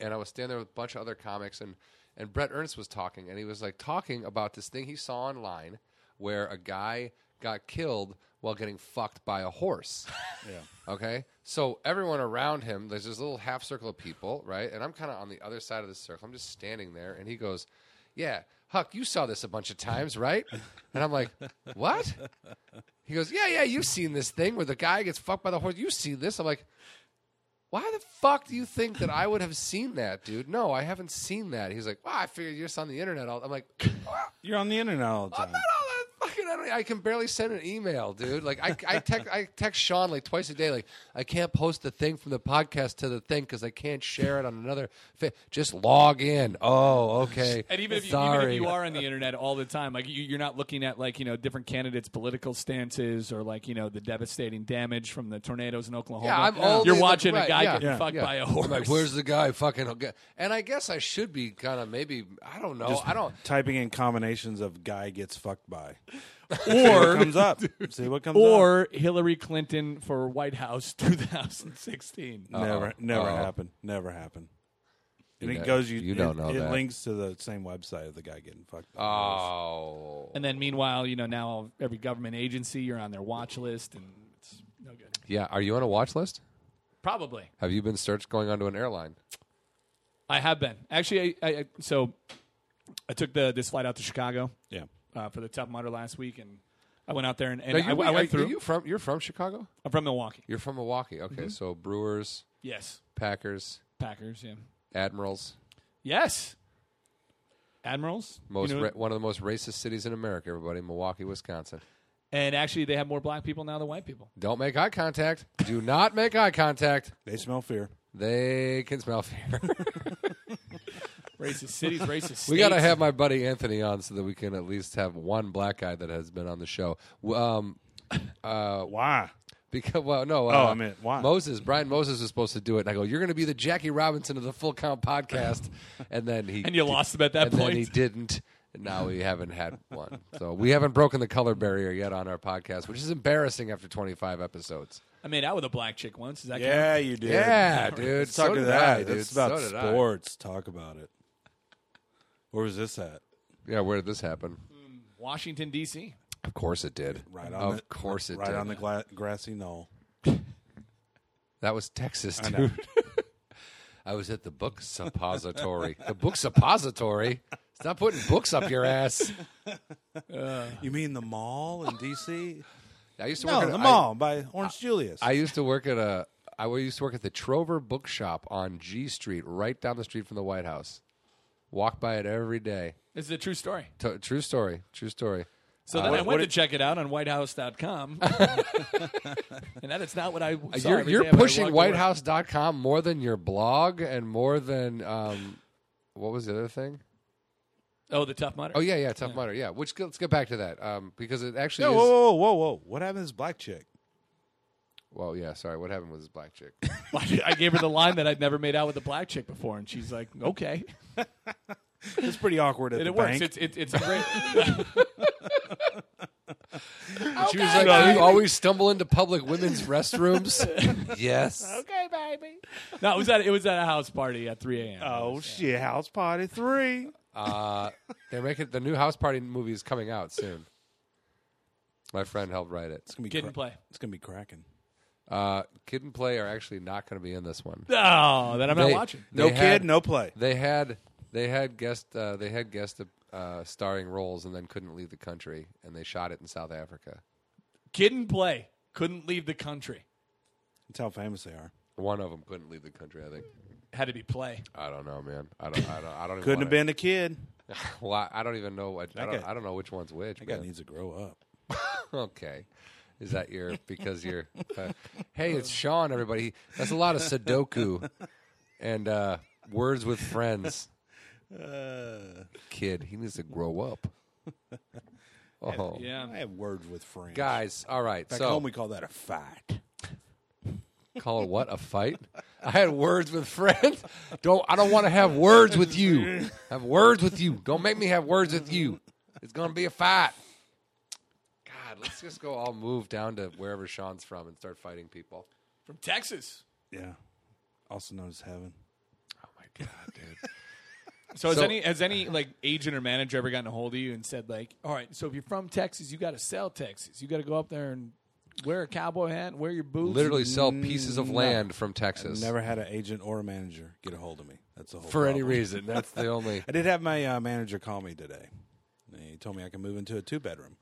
[SPEAKER 3] and I was standing there with a bunch of other comics, and and Brett Ernst was talking, and he was like talking about this thing he saw online where a guy got killed while getting fucked by a horse. Okay. So everyone around him, there's this little half circle of people, right? And I'm kind of on the other side of the circle. I'm just standing there, and he goes, "Yeah, Huck, you saw this a bunch of times, right?" And I'm like, "What?" He goes, "Yeah, yeah, you've seen this thing where the guy gets fucked by the horse. You've seen this." I'm like, "Why the fuck do you think that I would have seen that, dude? No, I haven't seen that." He's like, "Well, I figured you're just on the internet." all-" I'm like, "Well,
[SPEAKER 1] you're on the internet all the
[SPEAKER 3] I'm
[SPEAKER 1] time.
[SPEAKER 3] not all that fucking. I, don't, I can barely send an email, dude. Like I, I text, I text Sean like twice a day. Like I can't post the thing from the podcast to the thing because I can't share it on another. Fa- Just log in. Oh, okay.
[SPEAKER 2] And even if, you,
[SPEAKER 3] Sorry.
[SPEAKER 2] even if you are on the internet all the time, like you, you're not looking at like you know different candidates' political stances or like you know the devastating damage from the tornadoes in Oklahoma.
[SPEAKER 3] yeah, I'm all
[SPEAKER 2] You're
[SPEAKER 3] the-
[SPEAKER 2] watching
[SPEAKER 3] right,
[SPEAKER 2] a guy
[SPEAKER 3] yeah,
[SPEAKER 2] get
[SPEAKER 3] yeah,
[SPEAKER 2] fucked
[SPEAKER 3] yeah.
[SPEAKER 2] by a horse.
[SPEAKER 3] I'm like, where's the guy fucking? And I guess I should be kind of maybe. I don't know. I don't.
[SPEAKER 1] Typing in combinations of guy gets fucked by. What
[SPEAKER 2] or
[SPEAKER 1] comes up. See what comes up.
[SPEAKER 2] or Hillary Clinton for White House 2016?
[SPEAKER 1] Never, never
[SPEAKER 3] Uh-oh.
[SPEAKER 1] happened. Never happened. And
[SPEAKER 3] know-
[SPEAKER 1] it goes. You,
[SPEAKER 3] you
[SPEAKER 1] it,
[SPEAKER 3] don't know
[SPEAKER 1] It
[SPEAKER 3] that.
[SPEAKER 1] links to the same website of the guy getting fucked. By
[SPEAKER 3] Ah. Oh.
[SPEAKER 2] And then meanwhile, you know now every government agency you're on their watch list, and it's no good.
[SPEAKER 3] Yeah. Are you on a watch list?
[SPEAKER 2] Probably.
[SPEAKER 3] Have you been searched going onto an airline?
[SPEAKER 2] I have been actually. I, I, I so I took the this flight out to Chicago
[SPEAKER 1] yeah.
[SPEAKER 2] uh, for the Top Model last week, and I went out there and, and
[SPEAKER 3] Now,
[SPEAKER 2] I,
[SPEAKER 3] you-
[SPEAKER 2] I went
[SPEAKER 3] are
[SPEAKER 2] through. Mm-hmm.
[SPEAKER 3] You from? You're from Chicago.
[SPEAKER 2] I'm from Milwaukee.
[SPEAKER 3] You're from Milwaukee. Okay, so Brewers,
[SPEAKER 2] Yes,
[SPEAKER 3] They can smell fear.
[SPEAKER 2] Racist cities, racist states.
[SPEAKER 3] we got to have my buddy Anthony on so that we can at least have one black guy that has been on the show. W- Um, Uh,
[SPEAKER 1] Why?
[SPEAKER 3] because well, no.
[SPEAKER 1] Oh,
[SPEAKER 3] uh,
[SPEAKER 1] I meant why?
[SPEAKER 3] Moses Brian Moses was supposed to do it, and I go, "You're going to be the Jackie Robinson of the Full Count podcast," and then he
[SPEAKER 2] And you lost him at that
[SPEAKER 3] and then
[SPEAKER 2] point.
[SPEAKER 3] he didn't. And now we haven't had one, so we haven't broken the color barrier yet on our podcast, which is embarrassing after 25 episodes.
[SPEAKER 2] I made out with a black chick once. Does that count?
[SPEAKER 1] Yeah, you did.
[SPEAKER 3] Yeah, dude.
[SPEAKER 1] Let's talk
[SPEAKER 3] so
[SPEAKER 1] of
[SPEAKER 3] did
[SPEAKER 1] that.
[SPEAKER 3] I, dude.
[SPEAKER 1] That's about
[SPEAKER 3] So did I.
[SPEAKER 1] sports. Talk about it. Where was this at?
[SPEAKER 3] Yeah, where did this happen?
[SPEAKER 2] Washington D.C.
[SPEAKER 3] Of course it did.
[SPEAKER 1] Right on.
[SPEAKER 3] Of
[SPEAKER 1] the,
[SPEAKER 3] course it
[SPEAKER 1] right
[SPEAKER 3] did.
[SPEAKER 1] on the gla- grassy knoll.
[SPEAKER 3] That was Texas, dude. I, was at the book suppository. the book suppository. Stop putting books up your ass.
[SPEAKER 1] You mean the mall in D.C.?
[SPEAKER 3] I used to
[SPEAKER 1] no,
[SPEAKER 3] work at
[SPEAKER 1] the
[SPEAKER 3] I-
[SPEAKER 1] mall by Orange Julius.
[SPEAKER 3] I used to work at a. I used to work at the Trover Bookshop on G Street, right down the street from the White House. Walk by it every day.
[SPEAKER 2] This is a true story.
[SPEAKER 3] T- true story. True story.
[SPEAKER 2] So then I
[SPEAKER 1] what
[SPEAKER 2] went to
[SPEAKER 1] did-
[SPEAKER 2] check it out on WhiteHouse.com, and that is not what I. Saw
[SPEAKER 3] you're
[SPEAKER 2] every
[SPEAKER 3] you're
[SPEAKER 2] day when I
[SPEAKER 3] pushing
[SPEAKER 2] walked to work.
[SPEAKER 3] WhiteHouse.com more than your blog and more than um, what was the other thing?
[SPEAKER 2] Oh, the tough mutter.
[SPEAKER 3] Oh yeah, yeah, tough mudder. Yeah, which let's get back to that um, because it actually
[SPEAKER 1] Yo,
[SPEAKER 3] is.
[SPEAKER 1] whoa, whoa, whoa, whoa! What happened to this black chick?
[SPEAKER 3] Well, yeah. Sorry, what happened with this black chick?
[SPEAKER 2] I gave her the line that I'd never made out with a black chick before, and she's like, "Okay."
[SPEAKER 1] It's pretty awkward at
[SPEAKER 2] And
[SPEAKER 1] the
[SPEAKER 2] it works.
[SPEAKER 1] bank.
[SPEAKER 2] It's it's it's a great.
[SPEAKER 3] She was like, "Oh, "You always stumble into public women's restrooms." yes.
[SPEAKER 2] okay, baby. No, it was at it was at a house party at 3 a.m.
[SPEAKER 1] oh shit! House party three.
[SPEAKER 3] Uh, they're making the new House Party movie is coming out soon. My friend helped write it.
[SPEAKER 1] It's gonna be
[SPEAKER 2] Kid and play.
[SPEAKER 1] It's gonna be cracking.
[SPEAKER 3] Uh, Kid and Play are actually not going to be in this one.
[SPEAKER 2] Oh, then I'm not
[SPEAKER 3] They-
[SPEAKER 2] watching.
[SPEAKER 3] they
[SPEAKER 1] No kid,
[SPEAKER 3] had-
[SPEAKER 1] no play.
[SPEAKER 3] They had they had guest uh, they had guest uh, starring roles and then couldn't leave the country and they shot it in South Africa.
[SPEAKER 2] Kid and play couldn't leave the country.
[SPEAKER 1] That's how famous they are.
[SPEAKER 3] One of them couldn't leave the country. I think.
[SPEAKER 2] Had to be play.
[SPEAKER 3] I don't know, man. I don't. I don't. I don't even
[SPEAKER 1] Couldn't
[SPEAKER 3] wanna-
[SPEAKER 1] have been a kid.
[SPEAKER 3] Well, I- I don't even know what. I don't,
[SPEAKER 1] guy-
[SPEAKER 3] I don't know which one's which.
[SPEAKER 1] That guy
[SPEAKER 3] man.
[SPEAKER 1] needs to grow up.
[SPEAKER 3] Okay. Is that your because you're uh, Hey, it's Sean everybody. That's a lot of Sudoku and uh words with friends.
[SPEAKER 1] Uh,
[SPEAKER 3] Kid, he needs to grow up. Oh.
[SPEAKER 2] Yeah.
[SPEAKER 1] I have words with friends.
[SPEAKER 3] Guys, all right.
[SPEAKER 1] back
[SPEAKER 3] so
[SPEAKER 1] home we call that a fight.
[SPEAKER 3] call it what? A fight? I had words with friends. Don't I don't want to have words with you. Have words with you. Don't make me have words with you. It's going to be a fight. God, let's just go all move down to wherever Sean's from and start fighting people.
[SPEAKER 2] From Texas.
[SPEAKER 1] Yeah. Also known as heaven.
[SPEAKER 3] Oh my god, dude.
[SPEAKER 2] So has
[SPEAKER 3] So-
[SPEAKER 2] any has any like agent or manager ever gotten a hold of you and said like, all right, so if you're from Texas, you got to sell Texas. You got to go up there and wear a cowboy hat, and wear your boots.
[SPEAKER 3] literally sell pieces of land from Texas
[SPEAKER 1] Never had an agent or a manager get a hold of me. That's the whole
[SPEAKER 3] for any
[SPEAKER 1] problem.
[SPEAKER 3] reason. That's the only.
[SPEAKER 1] I did have my uh, manager call me today. And He told me I can move into a two bedroom.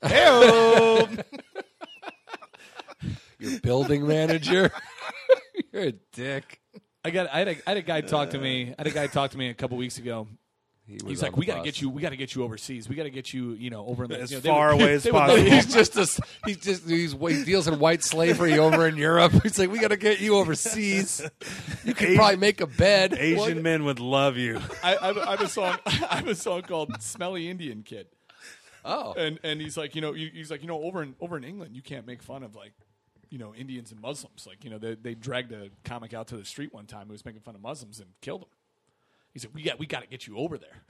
[SPEAKER 3] Your building manager. You're a dick.
[SPEAKER 2] I got I had a, I had a guy talk to me. I had a guy talk to me a couple weeks ago.
[SPEAKER 3] He was
[SPEAKER 2] He's
[SPEAKER 3] on
[SPEAKER 2] like,
[SPEAKER 3] the
[SPEAKER 2] we got to
[SPEAKER 3] bus.
[SPEAKER 2] get you. We got to get you overseas. We got to get you. You know, over in the,
[SPEAKER 1] As
[SPEAKER 2] you know, they
[SPEAKER 1] far
[SPEAKER 2] would-
[SPEAKER 1] away as
[SPEAKER 2] they would
[SPEAKER 1] possible.
[SPEAKER 2] literally-
[SPEAKER 3] He's just a, he's just he's he deals in white slavery over in Europe. He's like, we got to get you overseas. You could probably make a bed.
[SPEAKER 1] Asian
[SPEAKER 3] What?
[SPEAKER 1] men would love you.
[SPEAKER 2] I, I, have a- I have a song. I have a song called "Smelly Indian Kid,"
[SPEAKER 3] Oh,
[SPEAKER 2] and and he's like, you know, he- he's like, you know, over in over in England, you can't make fun of like, you know, Indians and Muslims. Like, you know, they they dragged a comic out to the street one time who was making fun of Muslims and killed him. He said, "We got we got to get you over there."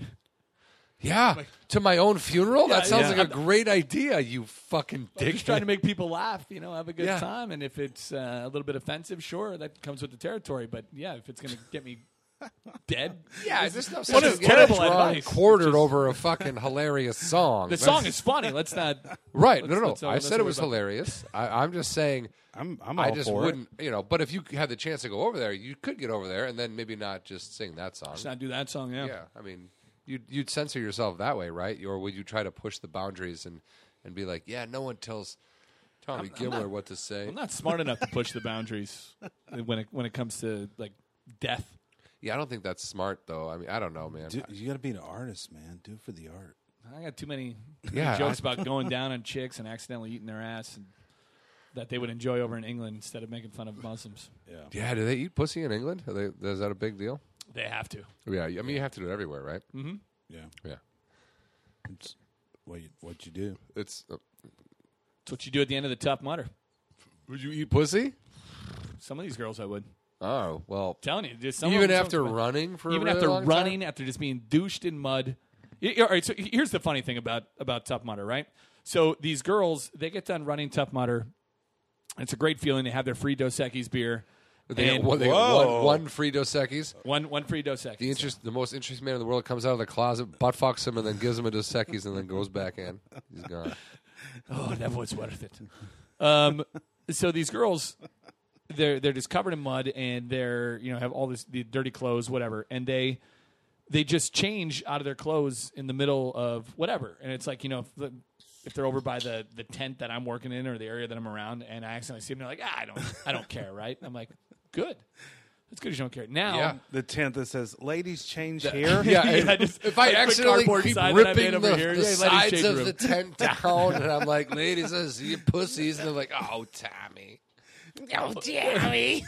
[SPEAKER 3] yeah. To my own funeral. that
[SPEAKER 2] Yeah,
[SPEAKER 3] sounds
[SPEAKER 2] yeah.
[SPEAKER 3] like a great idea. You fucking dick.
[SPEAKER 2] Just trying to make people laugh, you know, have a good
[SPEAKER 3] Yeah.
[SPEAKER 2] time, and if it's uh, a little bit offensive, sure, that comes with the territory. But yeah, if it's going to get me dead,
[SPEAKER 3] yeah, this stuff
[SPEAKER 2] What
[SPEAKER 3] sounds
[SPEAKER 2] is terrible
[SPEAKER 3] drunk
[SPEAKER 2] advice?
[SPEAKER 3] Quartered over a fucking hilarious song.
[SPEAKER 2] the song is funny. Let's not.
[SPEAKER 3] right.
[SPEAKER 2] let's-
[SPEAKER 3] no, no,
[SPEAKER 2] let's
[SPEAKER 3] no.
[SPEAKER 2] not-
[SPEAKER 3] I
[SPEAKER 2] let's
[SPEAKER 3] said
[SPEAKER 2] not
[SPEAKER 3] it was
[SPEAKER 2] worry about-
[SPEAKER 3] hilarious. I, I'm just saying.
[SPEAKER 1] I'm, I'm all
[SPEAKER 3] I just
[SPEAKER 1] for it.
[SPEAKER 3] wouldn't, you know. But if you had the chance to go over there, you could get over there and then maybe not just sing that song.
[SPEAKER 2] Let's not do that song. Yeah.
[SPEAKER 3] yeah, I mean, you'd you'd censor yourself that way, right? Or would you try to push the boundaries and and be like, yeah, no one tells Tommy Gimler what to say.
[SPEAKER 2] I'm not smart enough to push the boundaries when it when it comes to like death.
[SPEAKER 3] yeah, I don't think that's smart though. I mean, I don't know, man.
[SPEAKER 1] Dude, you got to be an artist, man. Do it for the art.
[SPEAKER 2] I got too many
[SPEAKER 3] Yeah,
[SPEAKER 2] jokes about going down on chicks and accidentally eating their ass and that they would enjoy over in England instead of making fun of Muslims.
[SPEAKER 3] Yeah, do they eat pussy in England? Are they, is that a big deal? Oh,
[SPEAKER 2] They have to.
[SPEAKER 3] Yeah, I mean you have to do it everywhere, right?
[SPEAKER 2] Mm-hmm.
[SPEAKER 1] Yeah,
[SPEAKER 3] Yeah,
[SPEAKER 1] it's what you, what you do.
[SPEAKER 3] it's. Uh,
[SPEAKER 2] It's what you do at the end of the tough mutter.
[SPEAKER 3] would you eat pussy?
[SPEAKER 2] Some of these girls, I would.
[SPEAKER 3] Oh well,
[SPEAKER 2] telling you, just some of
[SPEAKER 3] even
[SPEAKER 2] them-
[SPEAKER 3] after
[SPEAKER 2] some-
[SPEAKER 3] running for a
[SPEAKER 2] even
[SPEAKER 3] really
[SPEAKER 2] after
[SPEAKER 3] long time?
[SPEAKER 2] running, after just being douched in mud. Y- y- All right, so here's the funny thing about about Tough Mudder, right? So these girls, they get done running Tough Mudder. It's a great feeling. They have their free Dos Equis beer.
[SPEAKER 3] They
[SPEAKER 2] and
[SPEAKER 3] got one, they got one, one free Dos Equis.
[SPEAKER 2] one one free Dos Equis.
[SPEAKER 3] The interest, the most interesting man in the world comes out of the closet, butt fucks him, and then gives him a Dos Equis, and then goes back in. He's gone.
[SPEAKER 2] oh, that was worth it. Um, so these girls, they're they're just covered in mud and they're you know have all this the dirty clothes, whatever, and they they just change out of their clothes in the middle of whatever, and it's like you know if, the, if they're over by the the tent that I'm working in or the area that I'm around, and I accidentally see them, they're like, ah, I don't I don't care, right? And I'm like, good. That's good. as You don't care now.
[SPEAKER 3] Yeah.
[SPEAKER 1] The tent that says "Ladies change here."
[SPEAKER 3] Yeah,
[SPEAKER 2] Yeah,
[SPEAKER 3] if-
[SPEAKER 2] just
[SPEAKER 3] if I
[SPEAKER 2] like the
[SPEAKER 3] accidentally
[SPEAKER 2] cardboard
[SPEAKER 3] keep
[SPEAKER 2] sign that I made
[SPEAKER 3] ripping
[SPEAKER 2] over
[SPEAKER 3] the,
[SPEAKER 2] here. Yeah,
[SPEAKER 3] the
[SPEAKER 2] ladies'
[SPEAKER 3] sides
[SPEAKER 2] shade
[SPEAKER 3] of
[SPEAKER 2] room.
[SPEAKER 3] the tent down, and I'm like, ladies, I see your pussies, and they're like, oh, Tommy. Oh, Tommy.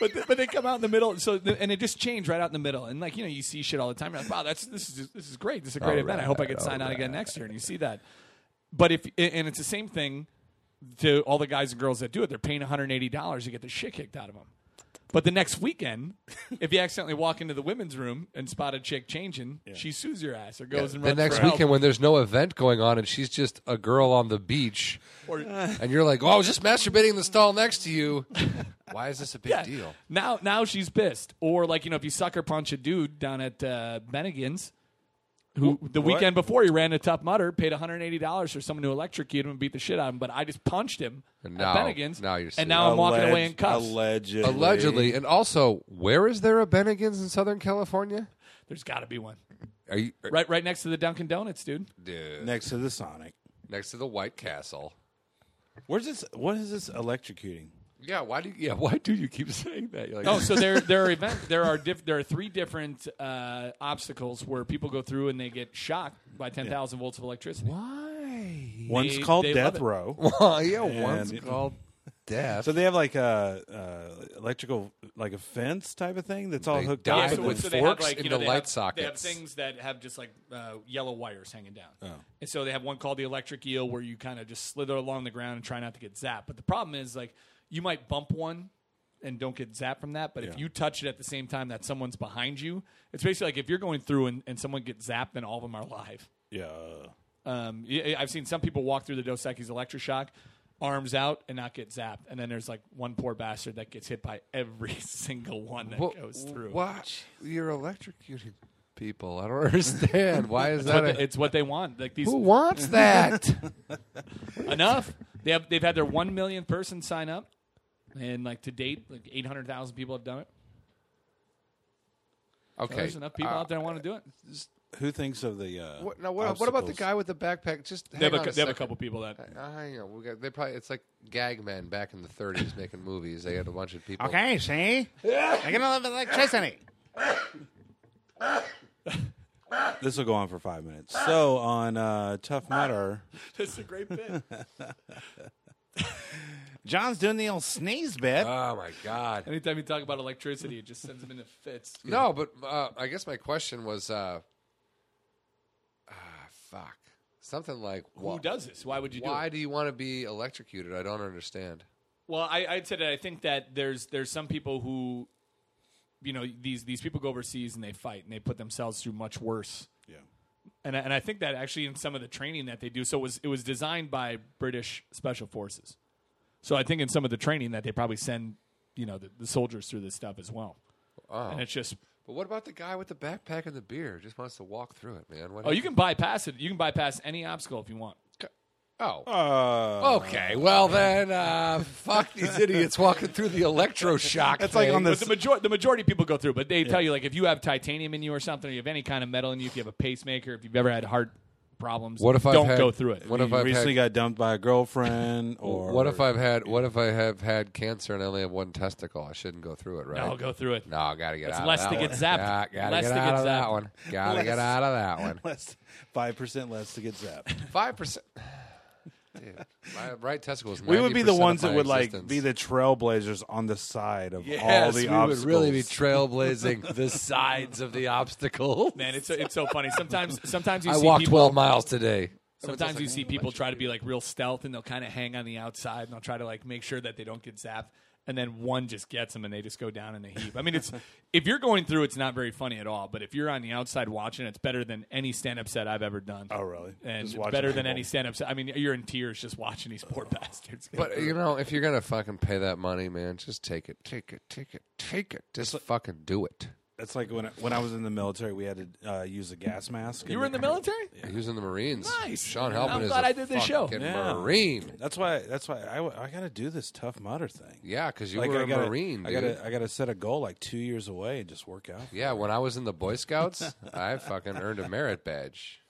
[SPEAKER 2] but, th- but they come out in the middle. So th- and it just changed right out in the middle. And like you know, you see shit all the time. You're like, wow, that's this is this is great. This is a great event. I hope I get signed on again next year. And you see that. But if a- and it's the same thing to all the guys and girls that do it. They're paying 180 dollars to get the shit kicked out of them. But the next weekend, if you accidentally walk into the women's room and spot a chick changing, she sues your ass or goes and
[SPEAKER 3] The
[SPEAKER 2] runs
[SPEAKER 3] next
[SPEAKER 2] for help.
[SPEAKER 3] weekend, when there's no event going on, and she's just a girl on the beach, and you're like, oh, I was just masturbating in the stall next to you. Why is this a big deal?
[SPEAKER 2] Now, now she's pissed. Or like you know, if you sucker punch a dude down at uh, Bennigan's, who the weekend before he ran a tough mutter, paid 180 dollars for someone to electrocute him and beat the shit out of him, but I just punched him
[SPEAKER 3] And
[SPEAKER 2] at
[SPEAKER 3] now-
[SPEAKER 2] Bennigan's,
[SPEAKER 3] now you're
[SPEAKER 2] and now I'm walking away in cuffs.
[SPEAKER 1] Allegedly.
[SPEAKER 3] Allegedly, and also, where is there a Bennigan's in Southern California?
[SPEAKER 2] There's got to be one
[SPEAKER 3] Are you are-
[SPEAKER 2] right, right next to the Dunkin' Donuts, dude.
[SPEAKER 3] dude,
[SPEAKER 1] next to the Sonic.
[SPEAKER 3] next to the White Castle?
[SPEAKER 1] Where's this? What is this electrocuting?
[SPEAKER 3] Yeah, why do you, yeah why do you keep saying that? You're like,
[SPEAKER 2] Oh, so there, there are event, there are diff, there are three different uh, obstacles where people go through and they get shocked by 10,000 volts of electricity.
[SPEAKER 3] why?
[SPEAKER 1] One's
[SPEAKER 2] They-
[SPEAKER 1] called
[SPEAKER 2] they
[SPEAKER 1] Death
[SPEAKER 2] love it.
[SPEAKER 1] Row.
[SPEAKER 3] Well, Oh, yeah, one's
[SPEAKER 1] And-
[SPEAKER 3] called death.
[SPEAKER 1] So they have like a uh, electrical, like a fence type of thing that's all
[SPEAKER 3] They
[SPEAKER 1] hooked
[SPEAKER 3] dye
[SPEAKER 1] up
[SPEAKER 2] Yeah,
[SPEAKER 3] it
[SPEAKER 1] and
[SPEAKER 2] so,
[SPEAKER 1] then
[SPEAKER 3] with
[SPEAKER 2] so they
[SPEAKER 1] fork-
[SPEAKER 2] have
[SPEAKER 3] forks
[SPEAKER 2] like you
[SPEAKER 3] into
[SPEAKER 2] know they
[SPEAKER 3] light
[SPEAKER 2] have, They have
[SPEAKER 3] sockets.
[SPEAKER 2] things that have just like uh, yellow wires hanging down.
[SPEAKER 3] Oh.
[SPEAKER 2] And so they have one called the electric eel, where you kind of just slither along the ground and try not to get zapped. But the problem is like you might bump one and don't get zapped from that. But if you touch it at the same time that someone's behind you, it's basically like if you're going through and, and someone gets zapped, then all of them are alive.
[SPEAKER 1] yeah.
[SPEAKER 2] Um, y- I've seen some people walk through the Dos Equis electroshock, arms out, and not get zapped. And then there's like one poor bastard that gets hit by every single one that
[SPEAKER 3] Well,
[SPEAKER 2] goes through.
[SPEAKER 3] Watch, you're electrocuting people. I don't understand. Why is that?
[SPEAKER 2] But
[SPEAKER 3] A,
[SPEAKER 2] it's what they want. Like these
[SPEAKER 3] who wants that?
[SPEAKER 2] enough. They have they've had their one millionth person sign up, and like to date, like eight hundred thousand people have done it. Oh,
[SPEAKER 3] okay,
[SPEAKER 2] There's enough people
[SPEAKER 3] uh,
[SPEAKER 2] out there that want to do it.
[SPEAKER 1] Who thinks of the? Uh,
[SPEAKER 3] What, now, what, what about the
[SPEAKER 1] obstacles?
[SPEAKER 3] guy with the backpack? Just hang
[SPEAKER 2] They have, a,
[SPEAKER 3] on
[SPEAKER 2] cou- they have a
[SPEAKER 3] second.
[SPEAKER 2] couple people that
[SPEAKER 3] Uh, hang on, we got, they probably it's like gag men back in the '30s making movies. They had a bunch of people.
[SPEAKER 4] Okay, see? I can live with electricity.
[SPEAKER 1] This will go on for five minutes. So on uh, Tough Mudder,
[SPEAKER 2] that's a great bit.
[SPEAKER 4] John's doing the old sneeze bit.
[SPEAKER 1] Uh,
[SPEAKER 3] Oh my god.
[SPEAKER 2] Anytime you talk about electricity, it just sends them into fits.
[SPEAKER 3] No, but uh, I guess my question was, uh, ah, fuck, something like
[SPEAKER 2] Who does this? Why would you do it?
[SPEAKER 3] Why do you want to be electrocuted? I don't understand.
[SPEAKER 2] Well, I, I'd said that I think that there's there's some people who, you know, these these people go overseas and they fight and they put themselves through much worse.
[SPEAKER 1] Yeah.
[SPEAKER 2] And I, and I think that actually in some of the training that they do, so it was it was designed by British special forces. So I think in some of the training that they probably send, you know, the, the soldiers through this stuff as well. And it's just
[SPEAKER 3] But what about the guy with the backpack and the beer? Just wants to walk through it, man. What
[SPEAKER 2] oh, you can bypass it. You can bypass any obstacle if you want.
[SPEAKER 3] Oh.
[SPEAKER 1] Uh,
[SPEAKER 3] Okay, well then, uh, fuck these idiots walking through the electroshock.
[SPEAKER 1] That's like
[SPEAKER 3] thing.
[SPEAKER 1] on the-
[SPEAKER 2] But the majority the majority of people go through, but they tell you like if you have titanium in you or something, or you have any kind of metal in you, if you have a pacemaker, if you've ever had heart problems,
[SPEAKER 3] What if I
[SPEAKER 2] don't go through it.
[SPEAKER 3] What if
[SPEAKER 1] you
[SPEAKER 3] I
[SPEAKER 1] recently
[SPEAKER 3] had,
[SPEAKER 1] got dumped by a girlfriend, or
[SPEAKER 3] What if I've had? What if I have had cancer and I only have one testicle? I shouldn't go through it, right?
[SPEAKER 2] I'll go through it.
[SPEAKER 3] No, I gotta get
[SPEAKER 2] It's
[SPEAKER 3] out
[SPEAKER 2] less
[SPEAKER 3] of
[SPEAKER 2] to
[SPEAKER 3] that
[SPEAKER 2] get
[SPEAKER 3] one.
[SPEAKER 2] zapped.
[SPEAKER 3] Yeah, gotta
[SPEAKER 2] Less
[SPEAKER 3] get
[SPEAKER 2] to
[SPEAKER 3] out
[SPEAKER 2] get
[SPEAKER 3] of
[SPEAKER 2] zapped.
[SPEAKER 3] that one. Gotta get
[SPEAKER 1] Less.
[SPEAKER 3] out of that one.
[SPEAKER 1] less five percent less to get zapped?
[SPEAKER 3] Five percent. Dude, my right testicle is.
[SPEAKER 1] We would be the
[SPEAKER 3] 90% of
[SPEAKER 1] ones
[SPEAKER 3] my
[SPEAKER 1] that would like
[SPEAKER 3] existence.
[SPEAKER 1] be the trailblazers on the side of all
[SPEAKER 3] Yes,
[SPEAKER 1] the
[SPEAKER 3] we
[SPEAKER 1] obstacles.
[SPEAKER 3] would really be trailblazing the sides of the obstacle.
[SPEAKER 2] Man, it's so, it's so funny. Sometimes sometimes you
[SPEAKER 3] I
[SPEAKER 2] see
[SPEAKER 3] walked
[SPEAKER 2] people,
[SPEAKER 3] 12 miles today.
[SPEAKER 2] Sometimes you see people try to be like real stealth and they'll kind of hang on the outside and they'll try to like make sure that they don't get zapped. And then one just gets them and they just go down in a heap. I mean, it's if you're going through, it's not very funny at all. But if you're on the outside watching, it's better than any stand up set I've ever done.
[SPEAKER 1] Oh, really?
[SPEAKER 2] And
[SPEAKER 1] Just
[SPEAKER 2] it's
[SPEAKER 1] watching
[SPEAKER 2] better than
[SPEAKER 1] people.
[SPEAKER 2] any stand up set. I mean, you're in tears just watching these poor bastards. go
[SPEAKER 3] But
[SPEAKER 1] uh,
[SPEAKER 2] through.
[SPEAKER 3] you know, if you're gonna fucking pay that money, man, just take it, take it, take it, take it. Just fucking do it.
[SPEAKER 1] That's like when I, when I was in the military, we had to uh, use a gas mask.
[SPEAKER 2] you were in the military?
[SPEAKER 3] He was in the Marines.
[SPEAKER 2] Nice.
[SPEAKER 3] Sean
[SPEAKER 2] I'm
[SPEAKER 3] Halpin is
[SPEAKER 2] glad
[SPEAKER 3] a
[SPEAKER 2] I did this show.
[SPEAKER 3] fucking
[SPEAKER 1] Yeah.
[SPEAKER 3] Marine.
[SPEAKER 1] That's why. That's why I, got to do this tough mutter thing.
[SPEAKER 3] Yeah, because you
[SPEAKER 1] like
[SPEAKER 3] were
[SPEAKER 1] I
[SPEAKER 3] a
[SPEAKER 1] gotta,
[SPEAKER 3] Marine,
[SPEAKER 1] I
[SPEAKER 3] dude.
[SPEAKER 1] gotta, I gotta set a goal like two years away and just work out.
[SPEAKER 3] Yeah, when I was in the Boy Scouts, I fucking earned a merit badge.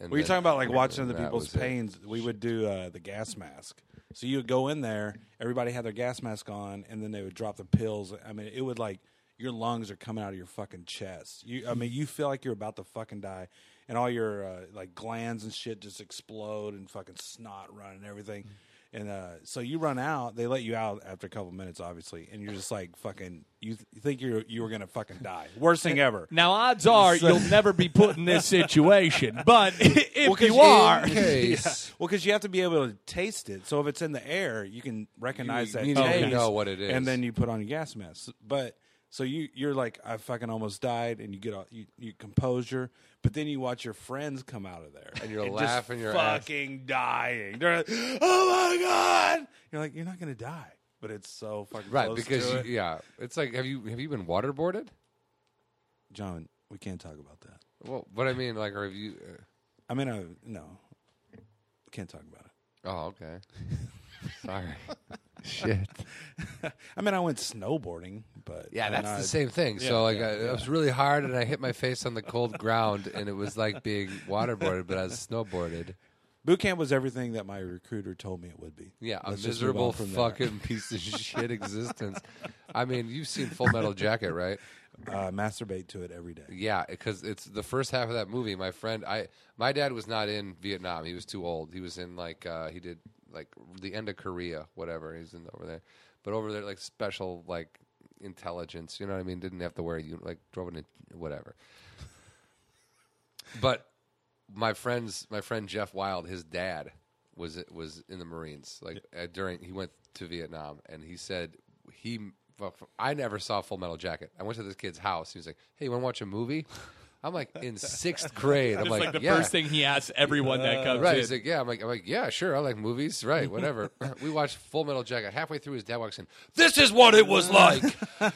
[SPEAKER 3] And
[SPEAKER 1] We were
[SPEAKER 3] then-
[SPEAKER 1] talking about like
[SPEAKER 3] and
[SPEAKER 1] watching the
[SPEAKER 3] that
[SPEAKER 1] people's
[SPEAKER 3] was it.
[SPEAKER 1] pains. We would do uh, the gas mask. So you would go in there, everybody had their gas mask on, and then they would drop the pills. I mean, it would like your lungs are coming out of your fucking chest. You, I mean, you feel like you're about to fucking die, and all your uh, like glands and shit just explode and fucking snot run and everything. And uh, so you run out. They let you out after a couple minutes, obviously, and you're just like fucking. You, th- you think you're you were gonna fucking die. Worst thing ever.
[SPEAKER 2] Now, odds are you'll never be put in this situation. But if
[SPEAKER 1] Well, 'cause
[SPEAKER 2] you are,
[SPEAKER 3] In case,
[SPEAKER 1] Well, because you have to be able to taste it. So if it's in the air, you can recognize
[SPEAKER 3] You
[SPEAKER 1] that.
[SPEAKER 3] immediately
[SPEAKER 1] taste,
[SPEAKER 3] know what it is.
[SPEAKER 1] and then you put on your gas mask. But so you you're like, I fucking almost died, and you get all, you, you composure. But then you watch your friends come out of there,
[SPEAKER 3] And you're
[SPEAKER 1] just
[SPEAKER 3] laughing your ass-
[SPEAKER 1] fucking dying. They're like, oh my god! You're like, you're not gonna die, but it's so fucking
[SPEAKER 3] right?
[SPEAKER 1] close
[SPEAKER 3] Because
[SPEAKER 1] to
[SPEAKER 3] you,
[SPEAKER 1] it.
[SPEAKER 3] yeah, it's like have you have you been waterboarded?
[SPEAKER 1] John, we can't talk about that.
[SPEAKER 3] Well, but I mean, like, or have you?
[SPEAKER 1] I mean, I, no, can't talk about it.
[SPEAKER 3] Uh, oh, okay. Sorry. Shit.
[SPEAKER 1] I mean, I went snowboarding, but
[SPEAKER 3] Yeah,
[SPEAKER 1] I'm
[SPEAKER 3] that's the
[SPEAKER 1] not-
[SPEAKER 3] same thing. so like, I, it was really hard, and I hit my face on the cold ground, and it was like being waterboarded, but I was snowboarded.
[SPEAKER 1] Boot camp was everything that my recruiter told me it would be.
[SPEAKER 3] Yeah, a
[SPEAKER 1] Let's just move
[SPEAKER 3] miserable
[SPEAKER 1] on from there.
[SPEAKER 3] fucking piece of shit existence. I mean, you've seen Full Metal Jacket, right?
[SPEAKER 1] Uh, masturbate to it every day.
[SPEAKER 3] Yeah, because it's the first half of that movie. My friend, I my dad was not in Vietnam. He was too old. He was in like uh, he did like the end of Korea, whatever. He's in over there, but over there like special like intelligence. You know what I mean? Didn't have to wear you like drove in a- whatever. But my friends, my friend Jeff Wild, his dad was was in the Marines. Like uh, during he went to Vietnam, and he said he. well, f- I never saw Full Metal Jacket. I went to this kid's house. He was like, "Hey, you want to watch a movie?" I'm like in sixth grade. I'm
[SPEAKER 2] it's like,
[SPEAKER 3] like,
[SPEAKER 2] the
[SPEAKER 3] yeah.
[SPEAKER 2] first thing he asks everyone
[SPEAKER 1] Uh,
[SPEAKER 2] that comes
[SPEAKER 3] Right,
[SPEAKER 2] in.
[SPEAKER 3] he's like, yeah. I'm like, I'm like, yeah, sure. I like movies. Right, whatever. we watched Full Metal Jacket. Halfway through, his dad walks in. This is what it was like.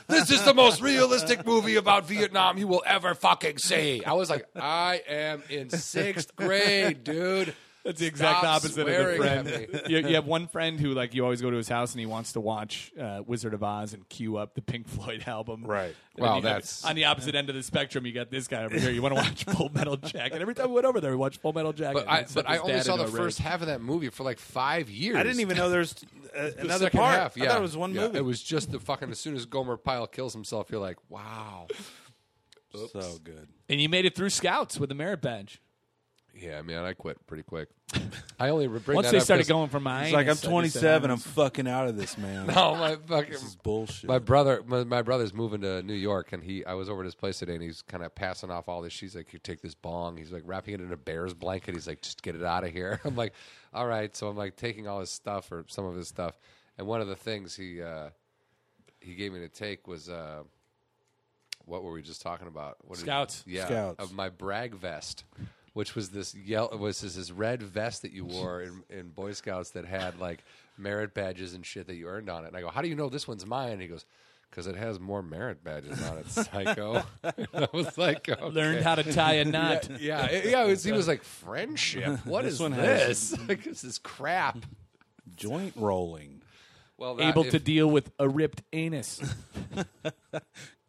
[SPEAKER 3] this is the most realistic movie about Vietnam you will ever fucking see. I was like, I am in sixth grade, dude.
[SPEAKER 2] That's the exact
[SPEAKER 3] Stop
[SPEAKER 2] opposite of the
[SPEAKER 3] swearing at
[SPEAKER 2] friend.
[SPEAKER 3] me.
[SPEAKER 2] you, you have one friend who, like, you always go to his house and he wants to watch uh, Wizard of Oz and queue up the Pink Floyd album.
[SPEAKER 1] Right.
[SPEAKER 2] And then
[SPEAKER 3] Wow,
[SPEAKER 2] you have-
[SPEAKER 3] that's-
[SPEAKER 2] on the opposite end of the spectrum. You got this guy over here. You want to watch Full Metal Jacket? Every time we went over there, we watched Full Metal Jacket.
[SPEAKER 3] But
[SPEAKER 2] and
[SPEAKER 3] I,
[SPEAKER 2] it sent
[SPEAKER 3] but I
[SPEAKER 2] his
[SPEAKER 3] only
[SPEAKER 2] dad
[SPEAKER 3] saw
[SPEAKER 2] into
[SPEAKER 3] the
[SPEAKER 2] a rage.
[SPEAKER 3] first half of that movie for like five years.
[SPEAKER 1] I didn't even know there's uh,
[SPEAKER 3] The
[SPEAKER 1] another
[SPEAKER 3] second
[SPEAKER 1] part.
[SPEAKER 3] half. Yeah,
[SPEAKER 1] I thought it was one
[SPEAKER 3] Yeah,
[SPEAKER 1] movie.
[SPEAKER 3] It was just the fucking. As soon as Gomer Pyle kills himself, you're like, wow.
[SPEAKER 1] so good.
[SPEAKER 2] and you made it through Scouts with the merit badge.
[SPEAKER 3] Yeah, man, I quit pretty quick. I only re- bring
[SPEAKER 2] Once
[SPEAKER 3] that
[SPEAKER 2] they
[SPEAKER 3] up
[SPEAKER 2] started
[SPEAKER 3] 'cause-
[SPEAKER 2] going for mine,
[SPEAKER 1] It's like I'm 27. I'm fucking out of this, man.
[SPEAKER 3] Oh my fucking.
[SPEAKER 1] This is bullshit.
[SPEAKER 3] My brother, my, my brother's moving to New York, and he, I was over at his place today, and he's kind of passing off all this. She's like, "You take this bong." He's like wrapping it in a bear's blanket. He's like, "Just get it out of here." I'm like, "All right." So I'm like taking all his stuff or some of his stuff, and one of the things he uh, he gave me to take was uh, what were we just talking about? What did-
[SPEAKER 2] Scouts.
[SPEAKER 3] yeah,
[SPEAKER 1] Scouts.
[SPEAKER 3] of my brag vest. Which was this yellow? Was this, this red vest that you wore in, in Boy Scouts that had like merit badges and shit that you earned on it? And I go, "How do you know this one's mine?" And he goes, "Because it has more merit badges on it, psycho." And I was like, okay.
[SPEAKER 2] learned how to tie a knot.
[SPEAKER 3] Yeah, it- yeah. It was, he was like, "Friendship? What is
[SPEAKER 1] one has-
[SPEAKER 3] this? like, this is crap."
[SPEAKER 1] Joint rolling.
[SPEAKER 3] Well, that-
[SPEAKER 2] Able
[SPEAKER 3] if-
[SPEAKER 2] to deal with a ripped anus.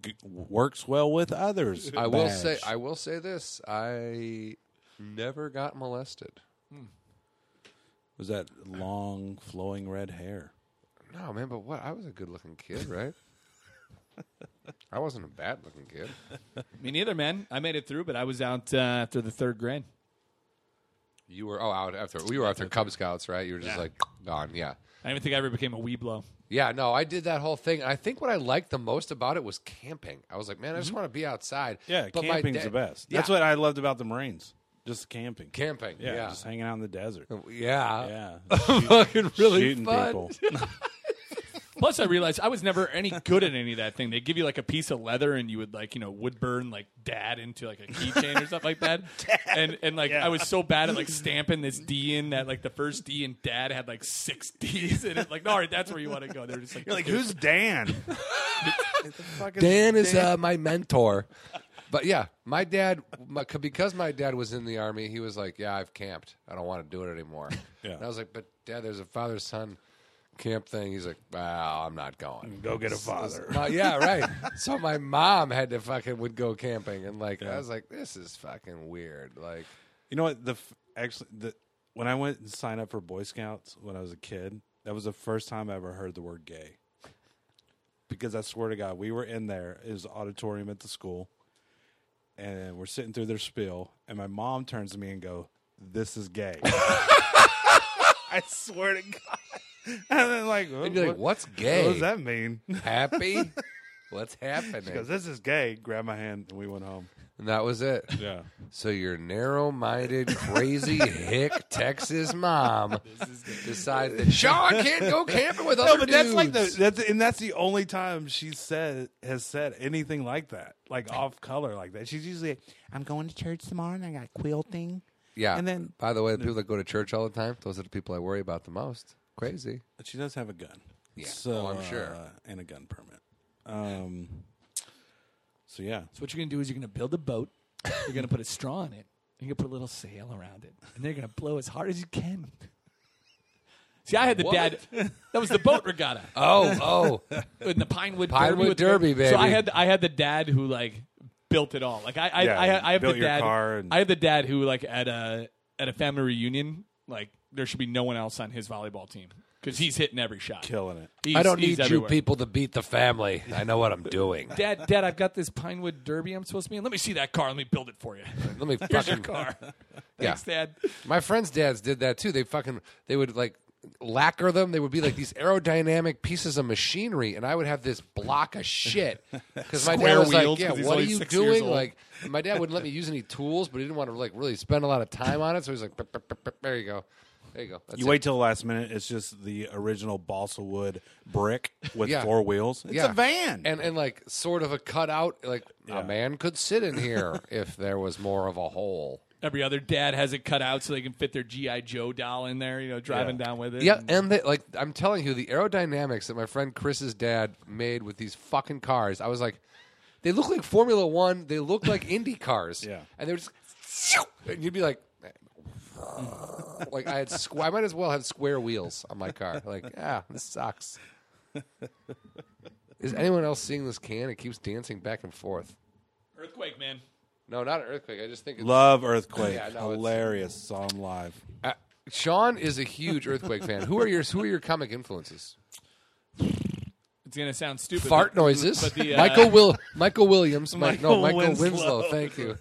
[SPEAKER 1] G- works well with others.
[SPEAKER 3] I will say,
[SPEAKER 1] Badge.
[SPEAKER 3] I will say this: I never got molested.
[SPEAKER 1] was that long flowing red hair.
[SPEAKER 3] No, man, but what? I was a good-looking kid, right? I wasn't a bad-looking kid.
[SPEAKER 2] Me neither, man. I made it through, but I was out uh, after the third grade.
[SPEAKER 3] You were oh out after we were after Cub Scouts, right? You were just
[SPEAKER 2] Yeah.
[SPEAKER 3] like gone, yeah.
[SPEAKER 2] I don't even think I ever became a weeblo.
[SPEAKER 3] Yeah, no, I did that whole thing. And I think what I liked the most about it was camping. I was like, man, I just want to be outside.
[SPEAKER 1] Mm-hmm. Yeah,
[SPEAKER 3] But my
[SPEAKER 1] camping's
[SPEAKER 3] da-
[SPEAKER 1] the best.
[SPEAKER 3] Yeah.
[SPEAKER 1] That's what I loved about the Marines. Just camping.
[SPEAKER 3] Camping.
[SPEAKER 1] yeah,
[SPEAKER 3] Yeah.
[SPEAKER 1] just hanging out in the desert.
[SPEAKER 3] Yeah.
[SPEAKER 1] Yeah,
[SPEAKER 3] Fucking really
[SPEAKER 1] shooting
[SPEAKER 3] fun.
[SPEAKER 1] people.
[SPEAKER 2] Plus, I realized I was never any good at any of that thing. They give you like a piece of leather, and you would like you know wood burn like dad into like a keychain or something like that. And and like I was so bad at like stamping this D in that like the first D and dad had like six D's in it. Like, all right, that's where you want to go. They're just like,
[SPEAKER 4] You're like, who's Dan?
[SPEAKER 3] Dan is uh, my mentor. But yeah, my dad, my, c- because my dad was in the army, he was like, "Yeah, I've camped. I don't want to do it anymore."
[SPEAKER 1] Yeah.
[SPEAKER 3] And I was like, "But dad, there's a father son camp thing." He's like, "Wow, I'm not going."
[SPEAKER 1] Go get a father.
[SPEAKER 3] My- yeah, right. So my mom had to fucking would go camping, and like I was like, "This is fucking weird." Like,
[SPEAKER 1] You know what? The f- actually, the when I went and signed up for Boy Scouts when I was a kid, that was the first time I ever heard the word gay. Because I swear to God, we were in there. It was an auditorium at the school, and we're sitting through their spiel. And my mom turns to me and go, "This is gay."
[SPEAKER 4] I swear to God.
[SPEAKER 1] and then like,
[SPEAKER 3] I'd
[SPEAKER 1] what,
[SPEAKER 3] be like,
[SPEAKER 1] what
[SPEAKER 3] "What's gay?
[SPEAKER 4] does that mean?
[SPEAKER 3] Happy? What's
[SPEAKER 4] Because
[SPEAKER 3] happening?"
[SPEAKER 4] this is gay.
[SPEAKER 1] Grab my hand, and we went home.
[SPEAKER 3] And that was it.
[SPEAKER 1] Yeah,
[SPEAKER 3] So your narrow-minded, crazy hick Texas mom decides that Sean can't go camping with other
[SPEAKER 1] no, but that's like the
[SPEAKER 3] dudes."
[SPEAKER 1] that's and that's the only time she said has said anything like that, like off color like that. She's usually
[SPEAKER 5] I'm going to church tomorrow and I got quilting.
[SPEAKER 3] yeah.
[SPEAKER 1] and then-
[SPEAKER 3] by the way, the people that go to church all the time, those are the people I worry about the most. Crazy.
[SPEAKER 1] But she does have a gun.
[SPEAKER 3] Yeah.
[SPEAKER 1] So
[SPEAKER 3] Oh, I'm sure.
[SPEAKER 1] uh, and a gun permit. Um. So yeah,
[SPEAKER 2] So what you're gonna do is you're gonna build a boat. You're gonna put a straw in it. You're gonna put a little sail around it, and they're gonna blow as hard as you can. See, I had the
[SPEAKER 3] What?
[SPEAKER 2] dad. That was the boat regatta
[SPEAKER 3] Oh, oh,
[SPEAKER 2] in the Pinewood
[SPEAKER 3] Pinewood
[SPEAKER 2] Derby, with-
[SPEAKER 3] Derby, baby.
[SPEAKER 2] So I had I had the dad who like built it all. Like I I
[SPEAKER 1] Yeah,
[SPEAKER 2] I, I have
[SPEAKER 1] built
[SPEAKER 2] the
[SPEAKER 1] your
[SPEAKER 2] dad.
[SPEAKER 1] car and-
[SPEAKER 2] I have the dad who like at a at a family reunion. Like there should be no one else on his volleyball team because he's hitting every shot.
[SPEAKER 1] killing it.
[SPEAKER 2] He's-
[SPEAKER 3] I don't
[SPEAKER 2] he's
[SPEAKER 3] need you
[SPEAKER 2] everywhere.
[SPEAKER 3] people to beat the family. I know what I'm doing.
[SPEAKER 2] Dad, Dad, I've got this Pinewood Derby I'm supposed to be in. Let me see that car. Let me build it for you.
[SPEAKER 3] Let me
[SPEAKER 2] Here's your
[SPEAKER 3] fucking
[SPEAKER 2] car.
[SPEAKER 3] yeah.
[SPEAKER 2] Thanks, Dad.
[SPEAKER 3] My friends' dads did that too. They fucking they would like lacquer them. They would be like these aerodynamic pieces of machinery, and I would have this block of shit because my dad
[SPEAKER 2] Square
[SPEAKER 3] was like,
[SPEAKER 2] wheels,
[SPEAKER 3] "Yeah,
[SPEAKER 2] 'cause he's
[SPEAKER 3] what are
[SPEAKER 2] only
[SPEAKER 3] you
[SPEAKER 2] six years
[SPEAKER 3] doing?"
[SPEAKER 2] old.
[SPEAKER 3] Like, my dad wouldn't let me use any tools, but he didn't want to like really spend a lot of time on it. So he's like, "Pip, pip, pip, pip, "There you go, there you go." That's
[SPEAKER 1] You
[SPEAKER 3] it.
[SPEAKER 1] wait till the last minute. It's just the original balsa wood brick with
[SPEAKER 3] Yeah.
[SPEAKER 1] four wheels. It's
[SPEAKER 3] Yeah.
[SPEAKER 1] a van.
[SPEAKER 3] and and like sort of a cutout. Like a man could sit in here if there was more of a hole.
[SPEAKER 2] Every other dad has it cut out so they can fit their GI Joe doll in there. You know, driving down with it.
[SPEAKER 3] Yeah, and they, like I'm telling you, the aerodynamics that my friend Chris's dad made with these fucking cars, I was like, they look like Formula One. They look like Indy cars.
[SPEAKER 1] Yeah.
[SPEAKER 3] and they were just, and you'd be like, like I had, squ- I might as well have square wheels on my car. Like, ah, this sucks. Is anyone else seeing this can? It keeps dancing back and forth.
[SPEAKER 2] Earthquake, man.
[SPEAKER 3] No, not an earthquake. I just think it's
[SPEAKER 1] Love earthquake.
[SPEAKER 3] Yeah, no, it's-
[SPEAKER 1] Hilarious. Saw him live.
[SPEAKER 3] Uh, Sean is a huge earthquake fan. Who are your Who are your comic influences?
[SPEAKER 2] It's gonna sound stupid.
[SPEAKER 3] fart
[SPEAKER 2] but-
[SPEAKER 3] noises.
[SPEAKER 2] But the, uh,
[SPEAKER 3] Michael Will Michael Williams. Mi- no,
[SPEAKER 4] Michael
[SPEAKER 3] Michael Winslow.
[SPEAKER 4] Winslow.
[SPEAKER 3] Thank you.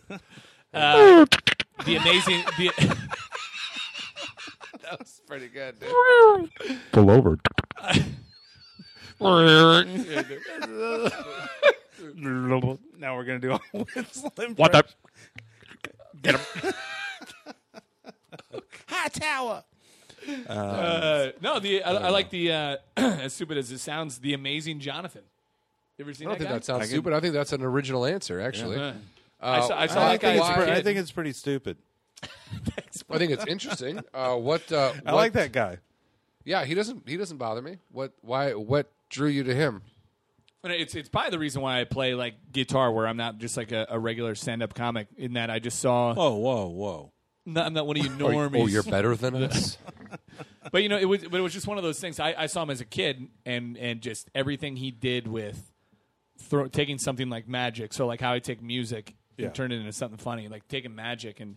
[SPEAKER 2] the amazing, the,
[SPEAKER 3] That was pretty good. Dude.
[SPEAKER 4] Now we're going to do a Winslow
[SPEAKER 6] What the?
[SPEAKER 2] uh, no, the I, I like the uh, as stupid as it sounds. The amazing Jonathan. You ever seen
[SPEAKER 3] I
[SPEAKER 2] that
[SPEAKER 3] don't think
[SPEAKER 2] guy?
[SPEAKER 3] that sounds stupid. I think that's an original answer. Actually,
[SPEAKER 2] Uh, I saw, I saw
[SPEAKER 3] I
[SPEAKER 2] that guy.
[SPEAKER 1] think it's
[SPEAKER 2] as a
[SPEAKER 1] pre- I
[SPEAKER 2] kid.
[SPEAKER 1] think it's pretty stupid.
[SPEAKER 3] I think it's interesting. Uh, what, uh,
[SPEAKER 1] I
[SPEAKER 3] what-
[SPEAKER 1] like that guy.
[SPEAKER 3] Yeah, he doesn't. He doesn't bother me. What? Why? What drew you to him?
[SPEAKER 2] But it's it's probably the reason why I play like guitar, where I'm not just like a, a regular stand up comic. In that I just saw,
[SPEAKER 1] Whoa, Oh, whoa, whoa.
[SPEAKER 2] no, I'm Oh, not one of you
[SPEAKER 3] Are you-
[SPEAKER 2] normies.
[SPEAKER 3] oh, you're better than us.
[SPEAKER 2] but you know, it was but it was just one of those things. I, I saw him as a kid, and and just everything he did with throw, taking something like magic. So like how I take music
[SPEAKER 1] Yeah.
[SPEAKER 2] and turn it into something funny, like taking magic and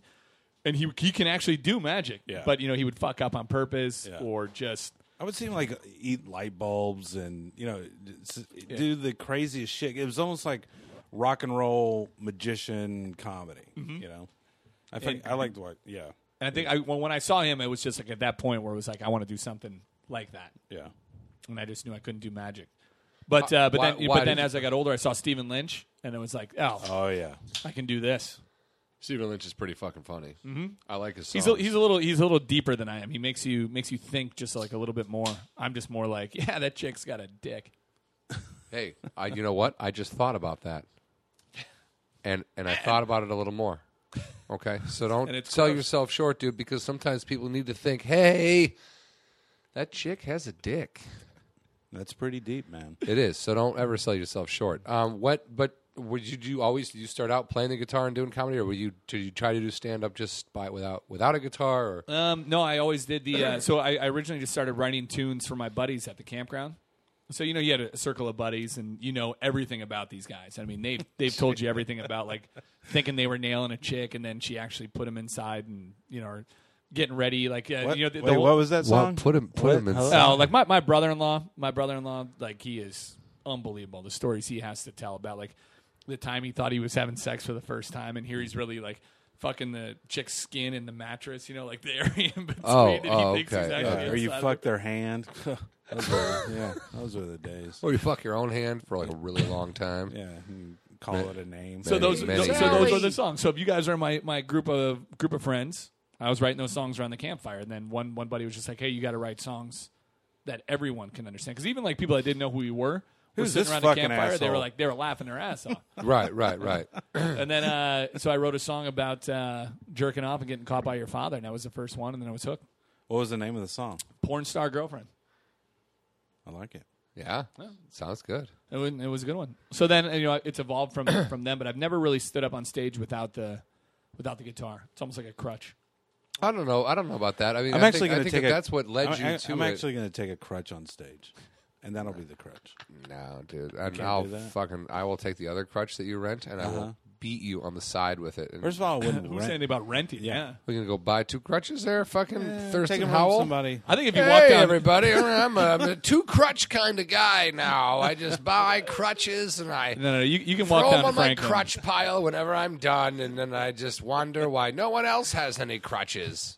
[SPEAKER 2] and he he can actually do magic.
[SPEAKER 1] Yeah.
[SPEAKER 2] But you know, he would fuck up on purpose
[SPEAKER 1] Yeah.
[SPEAKER 2] or just
[SPEAKER 1] I would see him like eat light bulbs and you know s- do the craziest shit. It was almost like
[SPEAKER 2] Mm-hmm.
[SPEAKER 1] rock and roll magician comedy. You know, I think I liked what yeah.
[SPEAKER 2] And I think I, when when I saw him, it was just like at that point where it was like I want to do something like that,
[SPEAKER 1] Yeah.
[SPEAKER 2] and I just knew I couldn't do magic. But uh, but
[SPEAKER 3] why-
[SPEAKER 2] then
[SPEAKER 3] why
[SPEAKER 2] but then
[SPEAKER 3] did you-
[SPEAKER 2] as I got older, I saw Stephen Lynch, and it was like, oh,
[SPEAKER 1] Oh yeah.
[SPEAKER 2] I can do this.
[SPEAKER 3] Stephen Lynch is pretty fucking funny. Mm-hmm. I like his songs.
[SPEAKER 1] Oh.
[SPEAKER 2] He's a, he's a little he's a little deeper than I am. He makes you makes you think just like a little bit more. I'm just more like, yeah, that chick's got a dick.
[SPEAKER 3] hey, I, you know what? I just thought about that, and and I thought about it a little more. Okay, so don't
[SPEAKER 2] And it's
[SPEAKER 3] sell
[SPEAKER 2] gross.
[SPEAKER 3] yourself short, dude, because sometimes people need to think, hey, that chick has a dick.
[SPEAKER 1] That's pretty deep, man.
[SPEAKER 3] It is. So don't ever sell yourself short. Um, what? But would you do? You always did you start out playing the guitar and doing comedy, or were you? Did you try to do stand up just by without without a guitar? Or
[SPEAKER 2] Um, no, I always did the. Uh, so I, I originally just started writing tunes for my buddies at the campground. So you know, you had a circle of buddies, and you know everything about these guys. I mean, they've they've told you everything about like thinking they were nailing a chick, and then she actually put them inside, and you know, or getting ready. Like uh, you know, the, the
[SPEAKER 1] Wait,
[SPEAKER 2] whole-
[SPEAKER 1] what was that song?
[SPEAKER 3] put him put
[SPEAKER 1] What?
[SPEAKER 3] him in.
[SPEAKER 1] Hello?
[SPEAKER 2] Oh, like my, my brother in law, my brother in law, like he is unbelievable. The stories he has to tell about like the time he thought he was having sex for the first time, and here he's really like fucking the chick's skin in the mattress, you know, like the area in between.
[SPEAKER 3] Oh,
[SPEAKER 2] and he
[SPEAKER 3] oh,
[SPEAKER 2] thinks
[SPEAKER 3] okay.
[SPEAKER 2] he's
[SPEAKER 3] Yeah.
[SPEAKER 2] actually
[SPEAKER 1] Or you
[SPEAKER 2] inside
[SPEAKER 1] fuck their hand. those were, yeah, those were the days.
[SPEAKER 3] Or you fuck your own hand for like a really long time.
[SPEAKER 1] Yeah, you call it a name.
[SPEAKER 2] So those,
[SPEAKER 3] many
[SPEAKER 2] so those
[SPEAKER 3] songs.
[SPEAKER 2] are the songs. So if you guys are my, my group of group of friends, I was writing those songs around the campfire, and then one one buddy was just like, "Hey, you got to write songs that everyone can understand." Because even like people that didn't know who we were. were
[SPEAKER 1] Who's
[SPEAKER 2] sitting
[SPEAKER 1] this
[SPEAKER 2] around
[SPEAKER 1] fucking
[SPEAKER 2] the campfire, they were
[SPEAKER 1] asshole?
[SPEAKER 2] like they were laughing their ass off.
[SPEAKER 3] Right, right, right.
[SPEAKER 2] and then uh, so I wrote a song about uh, jerking off and getting caught by your father, and that was the first one, and then I was hooked.
[SPEAKER 1] What was the name of the song?
[SPEAKER 2] Porn star girlfriend.
[SPEAKER 1] I like it.
[SPEAKER 3] yeah, sounds good.
[SPEAKER 2] It was, it was a good one. So then you know it's evolved from from them, but I've never really stood up on stage without the without the guitar. It's almost like a crutch.
[SPEAKER 3] I don't know. I don't know about that. I mean,
[SPEAKER 1] I'm
[SPEAKER 3] I
[SPEAKER 1] actually
[SPEAKER 3] think, I
[SPEAKER 1] going to
[SPEAKER 3] think
[SPEAKER 1] take.
[SPEAKER 3] if
[SPEAKER 1] a-
[SPEAKER 3] that's what led
[SPEAKER 1] I'm,
[SPEAKER 3] you
[SPEAKER 1] I-
[SPEAKER 3] to
[SPEAKER 1] I'm
[SPEAKER 3] it.
[SPEAKER 1] actually going to take a crutch on stage, and that'll be the crutch.
[SPEAKER 3] no, dude. And I'll
[SPEAKER 1] do that. Uh-huh.
[SPEAKER 3] fucking I will take the other crutch that you rent and I will beat you on the side with it. And
[SPEAKER 1] First of all, I wouldn't
[SPEAKER 2] Who's saying
[SPEAKER 1] rent.
[SPEAKER 2] anything about renting? Yeah.
[SPEAKER 3] we're gonna go buy two crutches there. Fucking
[SPEAKER 1] Take
[SPEAKER 3] Thurston
[SPEAKER 1] 'em from
[SPEAKER 3] Howell.
[SPEAKER 1] somebody.
[SPEAKER 2] I think if you
[SPEAKER 3] Hey
[SPEAKER 2] walk down,
[SPEAKER 3] everybody! I'm a, I'm a two crutch kind of guy now. I just buy crutches and I
[SPEAKER 2] no, no, you, you can
[SPEAKER 3] throw
[SPEAKER 2] walk down
[SPEAKER 3] them
[SPEAKER 2] to
[SPEAKER 3] on my
[SPEAKER 2] Franklin.
[SPEAKER 3] crutch pile whenever I'm done, and then I just wonder why no one else has any crutches.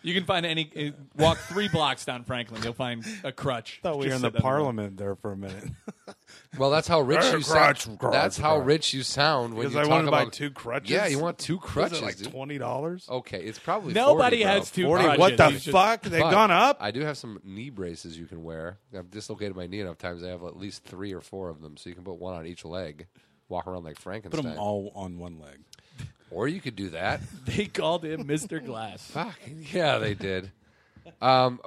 [SPEAKER 2] You can find any uh, walk three blocks down Franklin, you'll find a crutch.
[SPEAKER 1] thought we were
[SPEAKER 2] Just
[SPEAKER 1] in
[SPEAKER 2] said
[SPEAKER 1] the
[SPEAKER 2] that wrong.
[SPEAKER 1] parliament there for a minute.
[SPEAKER 3] Well, that's how rich
[SPEAKER 4] Hey,
[SPEAKER 3] you
[SPEAKER 4] crutch,
[SPEAKER 3] sound.
[SPEAKER 4] crutch,
[SPEAKER 3] that's how
[SPEAKER 4] crutch.
[SPEAKER 3] rich you sound when
[SPEAKER 4] Because
[SPEAKER 3] you
[SPEAKER 4] I
[SPEAKER 3] talk
[SPEAKER 4] wanted to buy
[SPEAKER 3] about
[SPEAKER 4] two crutches.
[SPEAKER 3] Yeah, you want two
[SPEAKER 4] Was
[SPEAKER 3] crutches,
[SPEAKER 4] it like
[SPEAKER 3] dude. Oh,
[SPEAKER 4] twenty dollars?
[SPEAKER 3] Okay, it's probably
[SPEAKER 2] Nobody
[SPEAKER 3] 40, bro.
[SPEAKER 2] has two
[SPEAKER 4] 40
[SPEAKER 2] crutches.
[SPEAKER 4] what the
[SPEAKER 2] It's just-
[SPEAKER 4] fuck they've
[SPEAKER 3] But
[SPEAKER 4] gone up
[SPEAKER 3] I do have some knee braces you can wear. I've dislocated my knee enough times. I have at least three or four of them, so you can put one on each leg, walk around like
[SPEAKER 1] Put
[SPEAKER 3] Frankenstein.
[SPEAKER 1] them all on one leg.
[SPEAKER 3] or you could do that.
[SPEAKER 2] They called him Mr. Glass.
[SPEAKER 3] Fuck yeah, they did. Um,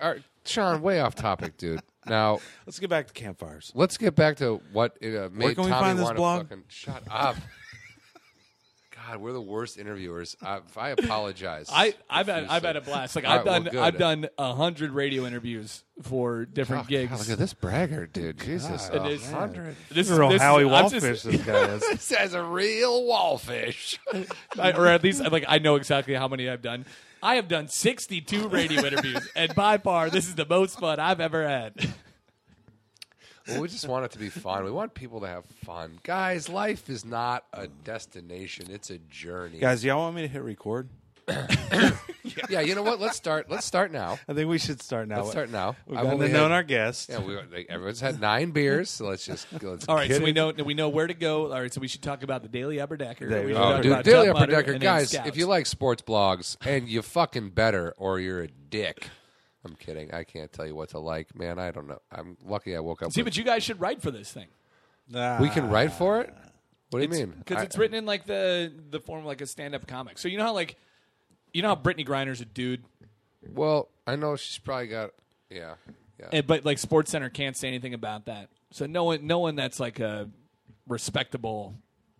[SPEAKER 3] all right, Sean, way off topic, dude. Now
[SPEAKER 1] Let's get back to campfires.
[SPEAKER 3] let's get back to what it, uh, made
[SPEAKER 1] can we
[SPEAKER 3] Tommy
[SPEAKER 1] find this
[SPEAKER 3] wanna
[SPEAKER 1] blog?
[SPEAKER 3] fucking shut up. God, we're the worst interviewers. I, I apologize.
[SPEAKER 2] I, I've had I've
[SPEAKER 3] Profusely.
[SPEAKER 2] had a blast. Like
[SPEAKER 3] All
[SPEAKER 2] I've
[SPEAKER 3] right, well,
[SPEAKER 2] done
[SPEAKER 3] good.
[SPEAKER 2] I've done a hundred radio interviews for different
[SPEAKER 3] Oh,
[SPEAKER 2] gigs.
[SPEAKER 3] God, look at this braggart, dude. Jesus,
[SPEAKER 2] It is-
[SPEAKER 3] 100.
[SPEAKER 2] This
[SPEAKER 4] Real Howie
[SPEAKER 2] I'm
[SPEAKER 4] Wallfish
[SPEAKER 2] just-
[SPEAKER 4] this guy is.
[SPEAKER 3] This has a real wallfish.
[SPEAKER 2] I, or at least like I know exactly how many I've done. I have done 62 radio interviews, and by far this is the most fun I've ever had.
[SPEAKER 3] Well, we just want it to be fun. We want people to have fun, guys. Life is not a destination; it's a journey.
[SPEAKER 1] Guys, y'all want me to hit record?
[SPEAKER 3] Yeah, you know what? Let's start. Let's start now.
[SPEAKER 1] I think we should start now.
[SPEAKER 3] Let's start now.
[SPEAKER 1] We've
[SPEAKER 3] I've
[SPEAKER 1] gotten to
[SPEAKER 3] only
[SPEAKER 1] know
[SPEAKER 3] had-
[SPEAKER 1] our guest.
[SPEAKER 3] Yeah, we, like, everyone's had nine beers, so let's just let's.
[SPEAKER 2] All right,
[SPEAKER 3] get
[SPEAKER 2] so we
[SPEAKER 3] it.
[SPEAKER 2] know we know where to go. All right, so we should talk about the Daily Upperdecker.
[SPEAKER 1] Daily
[SPEAKER 2] we should
[SPEAKER 1] Upper
[SPEAKER 2] talk
[SPEAKER 3] Oh, dude,
[SPEAKER 2] about
[SPEAKER 3] Daily
[SPEAKER 2] Jump
[SPEAKER 3] Upper
[SPEAKER 2] Butter
[SPEAKER 3] Decker,
[SPEAKER 2] and then
[SPEAKER 3] guys.
[SPEAKER 2] Scouts.
[SPEAKER 3] If you like sports blogs, and you fucking better, or you're a dick. I'm kidding. I can't tell you what to like, man. I don't know. I'm lucky I woke up.
[SPEAKER 2] see,
[SPEAKER 3] with-
[SPEAKER 2] but you guys should write for this thing
[SPEAKER 1] Nah.
[SPEAKER 3] we can write for it. What do you mean?
[SPEAKER 2] because
[SPEAKER 3] I-
[SPEAKER 2] it's written in like the the form of like a stand up comic. So you know how like you know how Brittany Griner's a dude,
[SPEAKER 3] Well, I know she's probably got. Yeah, yeah.
[SPEAKER 2] and, Eh, but like Sports Center can't say anything about that. So no one no one that's like a respectable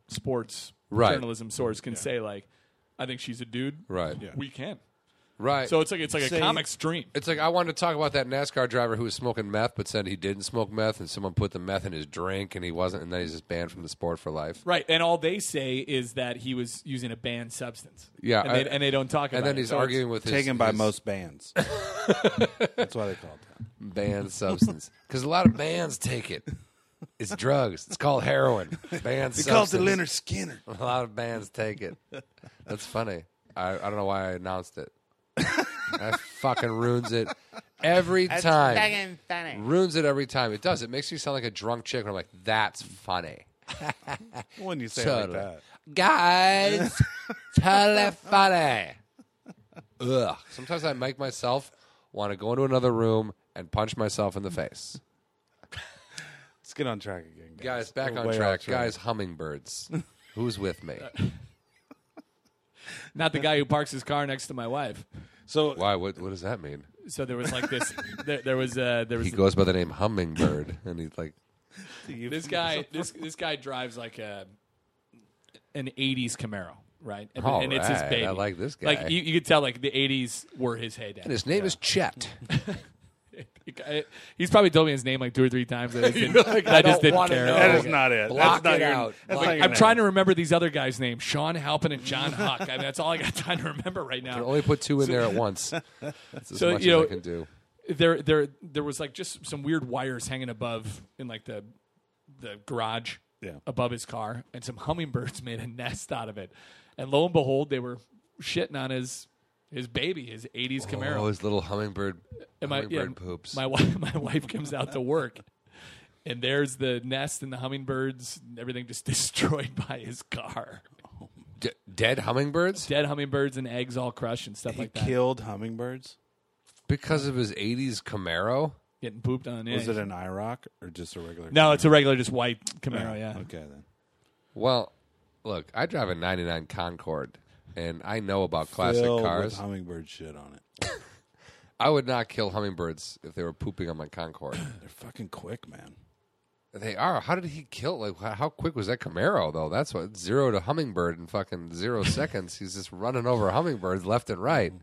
[SPEAKER 2] sports
[SPEAKER 3] Right.
[SPEAKER 2] journalism source can say like I think she's a dude.
[SPEAKER 3] Right. Eh,
[SPEAKER 2] We can.
[SPEAKER 3] Right.
[SPEAKER 2] So it's like it's like a
[SPEAKER 1] Say-
[SPEAKER 2] comic's dream.
[SPEAKER 3] It's like I wanted to talk about that NASCAR driver who was smoking meth, but said he didn't smoke meth, and someone put the meth in his drink, and he wasn't, and then he's just banned from the sport for life.
[SPEAKER 2] Right, and all they say is that he was using a banned substance.
[SPEAKER 3] Yeah,
[SPEAKER 2] and,
[SPEAKER 3] I-
[SPEAKER 2] they, and they don't talk about
[SPEAKER 3] And then
[SPEAKER 2] it.
[SPEAKER 3] he's
[SPEAKER 2] So it's-
[SPEAKER 3] arguing with his
[SPEAKER 1] taken by
[SPEAKER 3] his
[SPEAKER 1] most bands. That's why they call it
[SPEAKER 3] banned substance because a lot of bands take it. It's drugs. It's called heroin. Banned.
[SPEAKER 1] that.
[SPEAKER 3] substance.
[SPEAKER 1] Skinner.
[SPEAKER 3] A lot of bands take it. That's funny. I, I don't know why I announced it. that fucking ruins it every time.
[SPEAKER 5] Fucking funny.
[SPEAKER 3] ruins it every time. It does. It makes me sound like a drunk chick. And I'm like, that's funny.
[SPEAKER 1] When you say it
[SPEAKER 3] Totally.
[SPEAKER 1] like that,
[SPEAKER 3] Guys, totally funny. Ugh. Sometimes I make myself want to go into another room and punch myself in the face.
[SPEAKER 1] let's get on track again, guys.
[SPEAKER 3] Guys, back
[SPEAKER 1] We're
[SPEAKER 3] on
[SPEAKER 1] way off
[SPEAKER 3] track. Guys, hummingbirds. Who's with me?
[SPEAKER 2] Not the guy who parks his car next to my wife.
[SPEAKER 1] So
[SPEAKER 3] Why? What, what does that mean?
[SPEAKER 2] So there was like this. there, there was uh, there was
[SPEAKER 3] He goes by the name Hummingbird, and he's like,
[SPEAKER 2] this guy this this guy drives like a an '80s Camaro, right? And,
[SPEAKER 3] All
[SPEAKER 2] and it's his
[SPEAKER 3] right,
[SPEAKER 2] baby.
[SPEAKER 3] I like this guy.
[SPEAKER 2] Like you, you could tell, like the '80s were his heyday.
[SPEAKER 3] and his name is Chet.
[SPEAKER 2] He's probably told me his name like two or three times. That I, just didn't- that I just didn't
[SPEAKER 3] wanna
[SPEAKER 2] care.
[SPEAKER 3] know.
[SPEAKER 4] That
[SPEAKER 3] Oh,
[SPEAKER 4] is
[SPEAKER 3] okay.
[SPEAKER 4] not it.
[SPEAKER 3] Block
[SPEAKER 4] that's not
[SPEAKER 3] it
[SPEAKER 4] your,
[SPEAKER 3] out.
[SPEAKER 4] That's
[SPEAKER 3] Block
[SPEAKER 4] not
[SPEAKER 3] it
[SPEAKER 4] your
[SPEAKER 2] I'm
[SPEAKER 4] name.
[SPEAKER 2] trying to remember these other guys' names: Sean Halpin and John Huck. I mean, that's all I got time to remember right
[SPEAKER 3] I
[SPEAKER 2] now.
[SPEAKER 3] only put two in there at once. That's as
[SPEAKER 2] So,
[SPEAKER 3] much
[SPEAKER 2] you know-
[SPEAKER 3] as I can do.
[SPEAKER 2] there there there was like just some weird wires hanging above in like the the garage
[SPEAKER 1] Yeah.
[SPEAKER 2] above his car and some hummingbirds made a nest out of it and lo and behold they were shitting on his his baby his 80s
[SPEAKER 3] Oh,
[SPEAKER 2] camaro
[SPEAKER 3] his little hummingbird,
[SPEAKER 2] and my, yeah,
[SPEAKER 3] hummingbird poops.
[SPEAKER 2] my wife my wife comes out to work and there's the nest and the hummingbirds and everything just destroyed by his car
[SPEAKER 3] D- dead hummingbirds?
[SPEAKER 2] dead hummingbirds and eggs all crushed and stuff
[SPEAKER 1] he
[SPEAKER 2] like that
[SPEAKER 1] killed hummingbirds.
[SPEAKER 3] Because of his 80s Camaro?
[SPEAKER 2] getting pooped on yeah.
[SPEAKER 1] Was it an IROC or just a regular? Oh,
[SPEAKER 2] no it's a regular just white camaro yeah
[SPEAKER 3] Oh,
[SPEAKER 1] Okay then.
[SPEAKER 3] Well, look, I drive a 99 Concorde, and I know about classic
[SPEAKER 1] Filled with
[SPEAKER 3] cars.
[SPEAKER 1] hummingbird shit on it.
[SPEAKER 3] I would not kill hummingbirds if they were pooping on my Concorde.
[SPEAKER 1] They're fucking quick, man.
[SPEAKER 3] they are. How did he kill? Like, how- how quick was that Camaro, though? That's what, zero to hummingbird in fucking zero seconds. He's just running over hummingbirds left and right.
[SPEAKER 1] Mm.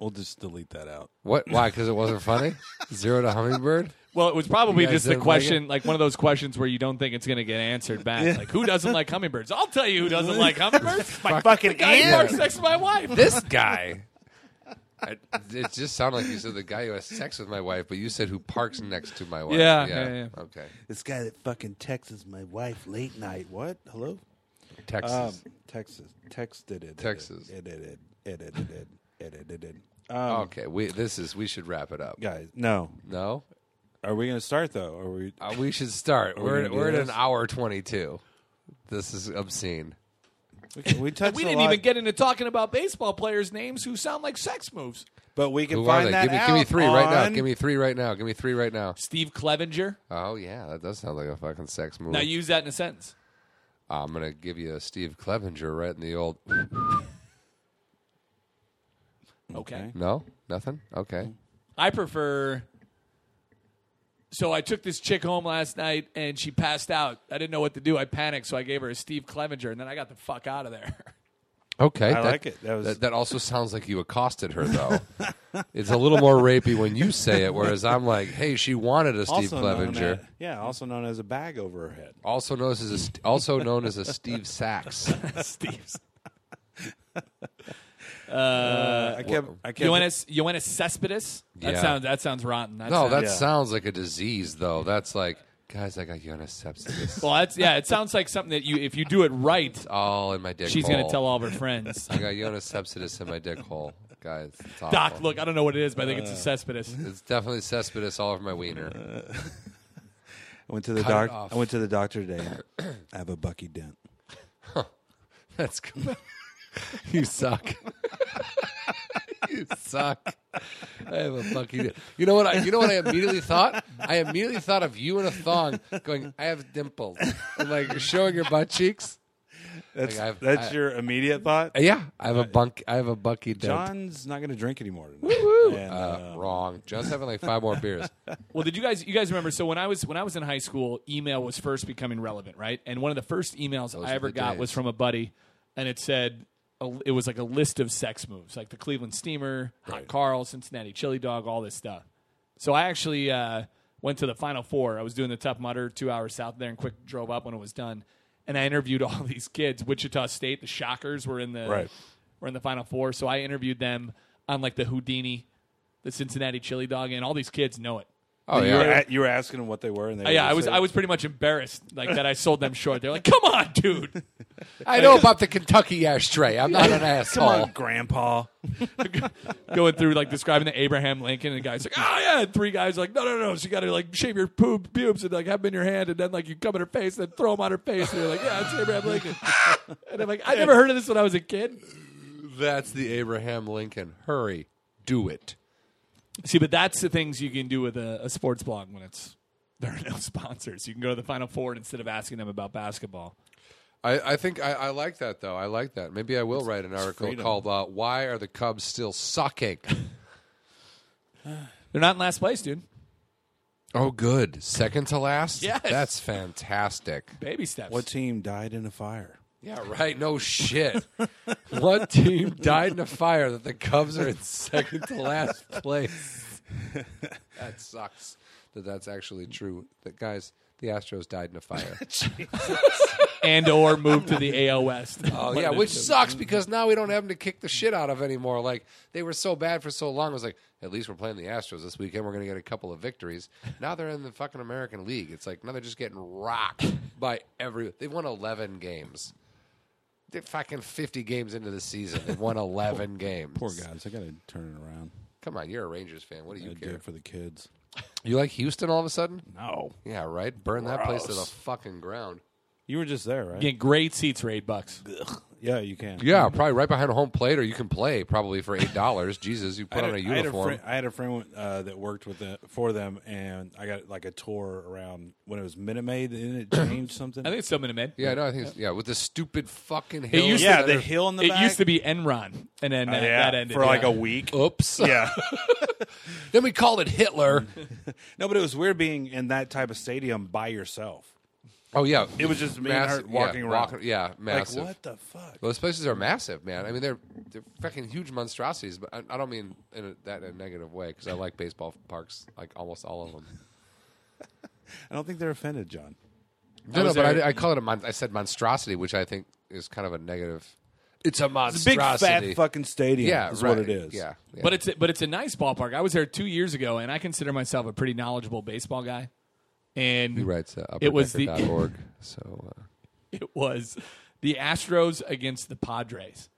[SPEAKER 1] We'll just delete that out.
[SPEAKER 3] What? Why? Because it wasn't funny? zero to hummingbird?
[SPEAKER 2] Well, it was probably
[SPEAKER 3] You guys
[SPEAKER 2] just the
[SPEAKER 3] didn't like
[SPEAKER 2] question, like, one of those questions where you don't think it's going to get answered back. Like, who doesn't like hummingbirds? I'll tell you who doesn't like hummingbirds.
[SPEAKER 4] My fucking
[SPEAKER 2] I
[SPEAKER 4] aunt.
[SPEAKER 2] parked next to my wife.
[SPEAKER 3] this guy. I, it just sounded like you said the guy who has sex with my wife, but you said who parks next to my wife.
[SPEAKER 2] Yeah, yeah, yeah.
[SPEAKER 3] Okay.
[SPEAKER 1] This guy that fucking texts my wife late night. What? Hello?
[SPEAKER 3] Texas.
[SPEAKER 1] Um, Texas. Texted it.
[SPEAKER 3] Texas.
[SPEAKER 1] It it it it it it it it it. it. Um,
[SPEAKER 3] okay. We this is we should wrap it up.
[SPEAKER 1] guys, no.
[SPEAKER 3] No,
[SPEAKER 1] Are we gonna start though? Are we?
[SPEAKER 3] uh, we should start.
[SPEAKER 1] we
[SPEAKER 3] we're
[SPEAKER 1] gonna do
[SPEAKER 3] we're at
[SPEAKER 1] this?
[SPEAKER 3] an hour twenty two. This is obscene.
[SPEAKER 1] We, can- we touched.
[SPEAKER 2] We
[SPEAKER 1] a
[SPEAKER 2] didn't
[SPEAKER 1] lot,
[SPEAKER 2] even get into talking about baseball players' names who sound like sex moves.
[SPEAKER 1] But we can
[SPEAKER 3] Who are
[SPEAKER 1] find
[SPEAKER 3] they?
[SPEAKER 1] that
[SPEAKER 3] give me
[SPEAKER 1] out
[SPEAKER 3] give me three right now.
[SPEAKER 1] on-
[SPEAKER 3] Give me three right now. Give me three right now.
[SPEAKER 2] Steve Clevenger.
[SPEAKER 3] Oh yeah, that does sound like a fucking sex movie.
[SPEAKER 2] Now use that in a sentence.
[SPEAKER 3] I'm gonna give you a Steve Clevenger right in the old.
[SPEAKER 2] Okay.
[SPEAKER 3] No, nothing. Okay.
[SPEAKER 2] I prefer. So I took this chick home last night and she passed out. I didn't know what to do. I panicked, so I gave her a Steve Clevenger, and then I got the fuck out of there.
[SPEAKER 3] Okay,
[SPEAKER 1] I like it. That was-
[SPEAKER 3] that, that also sounds like you accosted her, though. it's a little more rapey when you say it, whereas I'm like, "Hey, she wanted a Steve
[SPEAKER 1] also known
[SPEAKER 3] Clevenger,
[SPEAKER 1] as- yeah, also known as a bag over her head.
[SPEAKER 3] also known as a, st- also known as a Steve Sachs."
[SPEAKER 2] Steve's. Uh,
[SPEAKER 1] Uh, I kept. I kept.
[SPEAKER 2] Ioannis, Ioannis Cespedes. That
[SPEAKER 3] Yeah.
[SPEAKER 2] sounds that sounds rotten. That
[SPEAKER 3] No,
[SPEAKER 2] sounds-
[SPEAKER 3] that
[SPEAKER 1] Yeah.
[SPEAKER 3] sounds like a disease, though. That's like, guys, I got Jonas sepsis.
[SPEAKER 2] Well, that's yeah. It sounds like something that you, if you do it right,
[SPEAKER 3] all in my dick.
[SPEAKER 2] she's going to
[SPEAKER 3] hole.
[SPEAKER 2] tell all of her friends.
[SPEAKER 3] I got Jonas sepsis in my dick hole, guys. It's awful.
[SPEAKER 2] Doc, look, I don't know what it is, but I think it's a cespedes.
[SPEAKER 3] It's definitely sepsis all over my wiener.
[SPEAKER 1] I went to the
[SPEAKER 3] Cut it
[SPEAKER 1] doc.
[SPEAKER 3] off.
[SPEAKER 1] I went to the doctor today. I have a Bucky dent.
[SPEAKER 3] That's good. you suck. you suck. I have a fucking. You know what? I, you know what? I immediately thought. I immediately thought of you in a thong going. I have dimples, and like showing your butt cheeks.
[SPEAKER 1] That's
[SPEAKER 3] Like, I've-
[SPEAKER 1] that's
[SPEAKER 3] I-
[SPEAKER 1] your immediate thought.
[SPEAKER 3] Yeah, I have a bunk. I have a bucky dent.
[SPEAKER 1] John's not going to drink anymore tonight. And,
[SPEAKER 3] uh,
[SPEAKER 1] uh,
[SPEAKER 3] wrong. John's having like five more beers. Oh,
[SPEAKER 2] Well, did you guys you guys remember? So when I was when I was in high school, email was first becoming relevant, right? And one of the first emails
[SPEAKER 3] Those
[SPEAKER 2] I
[SPEAKER 3] are
[SPEAKER 2] ever
[SPEAKER 3] the
[SPEAKER 2] got
[SPEAKER 3] days.
[SPEAKER 2] was from a buddy, and it said a, it was like a list of sex moves, like the Cleveland Steamer, Hot Carl, Cincinnati Chili Dog, all this stuff. So I actually uh, went to the Final Four. I was doing the Tough Mudder two hours south of there, and quick drove up when it was done. And I interviewed all these kids. Wichita State, the Shockers were in the
[SPEAKER 1] Right.
[SPEAKER 2] were in the Final Four. So I interviewed them on like the Houdini, the Cincinnati Chili Dog, and all these kids know it.
[SPEAKER 3] Oh
[SPEAKER 1] You, were
[SPEAKER 3] yeah.
[SPEAKER 1] a- you were asking them what they were, and they
[SPEAKER 2] Uh,
[SPEAKER 1] were
[SPEAKER 2] yeah,
[SPEAKER 1] just
[SPEAKER 2] I was
[SPEAKER 1] saying-
[SPEAKER 2] I was pretty much embarrassed like that. I sold them short. They're like, "Come on, dude!"
[SPEAKER 3] I know about the Kentucky ashtray. I'm not an asshole.
[SPEAKER 4] Come on, Grandpa.
[SPEAKER 2] Going through like describing the Abraham Lincoln, and the guy's like, "Oh yeah." And three guys are like, "No, no, no." She got to like shave your poop pubes and like have them in your hand, and then like you come in her face, and then throw them on her face, and they're like, "Yeah, it's Abraham Lincoln." and I'm like, "I never heard of this when I was a kid."
[SPEAKER 3] That's the Abraham Lincoln. Hurry, do it.
[SPEAKER 2] See, but that's the things you can do with a, a sports blog when it's there are no sponsors. You can go to the Final Four and instead of asking them about basketball.
[SPEAKER 3] I, I think I, I like that though. I like that. Maybe I will write an article
[SPEAKER 1] freedom.
[SPEAKER 3] called uh, "Why Are the Cubs Still Sucking?"
[SPEAKER 2] They're not in last place, dude.
[SPEAKER 3] oh, good. Second to last.
[SPEAKER 2] Yes.
[SPEAKER 3] that's fantastic.
[SPEAKER 2] Baby steps.
[SPEAKER 1] What team died in a fire?
[SPEAKER 3] Yeah, right. No shit. what team died in a fire that the Cubs are in second to last place? That sucks. That that's actually true. That guys, the Astros died in a fire.
[SPEAKER 2] and or move to the AL West.
[SPEAKER 3] Oh yeah, which sucks because now we don't have them to kick the shit out of anymore. Like they were so bad for so long. It was like at least we're playing the Astros this weekend. We're going to get a couple of victories. Now they're in the fucking American League. It's like now they're just getting rocked by every. They won eleven games. They're fucking fifty games into the season. They won eleven games.
[SPEAKER 1] Poor guys, I got to turn it around.
[SPEAKER 3] Come on, you're a Rangers fan. What do you
[SPEAKER 1] I do
[SPEAKER 3] care?
[SPEAKER 1] it for the kids.
[SPEAKER 3] You like Houston all of a sudden?
[SPEAKER 4] No.
[SPEAKER 3] Yeah, right. Burn that place to the fucking ground.
[SPEAKER 1] You were just there, right?
[SPEAKER 2] Get great seats for eight bucks.
[SPEAKER 1] Yeah, you can.
[SPEAKER 3] Yeah, probably right behind a home plate, or you can play probably for eight dollars. Jesus, you put on a
[SPEAKER 1] I had
[SPEAKER 3] uniform.
[SPEAKER 1] friend- I had a friend uh, that worked with the, for them, and I got like a tour around when it was Minute Maid, and it changed something.
[SPEAKER 2] I think it's still Minutemen.
[SPEAKER 3] Yeah, no, I think it's, yeah, with the stupid fucking hill.
[SPEAKER 2] used
[SPEAKER 4] Yeah,
[SPEAKER 1] the
[SPEAKER 4] they.
[SPEAKER 1] hill in the
[SPEAKER 2] It
[SPEAKER 1] back. Oh,
[SPEAKER 2] used to be Enron, and
[SPEAKER 1] Uh,
[SPEAKER 2] then that,
[SPEAKER 4] yeah,
[SPEAKER 2] that ended
[SPEAKER 4] for like
[SPEAKER 2] yeah.
[SPEAKER 4] a week.
[SPEAKER 3] Oops.
[SPEAKER 4] Yeah.
[SPEAKER 3] then we called it Hitler.
[SPEAKER 1] no, but it was weird being in that type of stadium by yourself.
[SPEAKER 3] Oh yeah,
[SPEAKER 4] It was just me and her walking
[SPEAKER 3] yeah,
[SPEAKER 4] around.
[SPEAKER 3] walking- yeah, massive.
[SPEAKER 1] Like what the fuck?
[SPEAKER 3] Those places are massive, man. I mean, they're they're fucking huge monstrosities. But I, I don't mean in a, that in a negative way because I like baseball parks, like almost all of them.
[SPEAKER 1] I don't think they're offended, John.
[SPEAKER 3] No, no,
[SPEAKER 2] was
[SPEAKER 3] but
[SPEAKER 2] there-
[SPEAKER 3] I, I call it a mon- I said monstrosity, which I think is kind of a negative. It's a
[SPEAKER 1] It's a big
[SPEAKER 3] monstrosity.
[SPEAKER 1] fat fucking stadium.
[SPEAKER 3] yeah,
[SPEAKER 1] is
[SPEAKER 3] right.
[SPEAKER 1] what it is.
[SPEAKER 3] Yeah, yeah.
[SPEAKER 2] But it's but it's a nice ballpark. I was there two years ago, and I consider myself a pretty knowledgeable baseball guy. And
[SPEAKER 3] he writes uh,
[SPEAKER 2] It was the-
[SPEAKER 3] upperdecker.org, So uh,
[SPEAKER 2] it was the Astros against the Padres,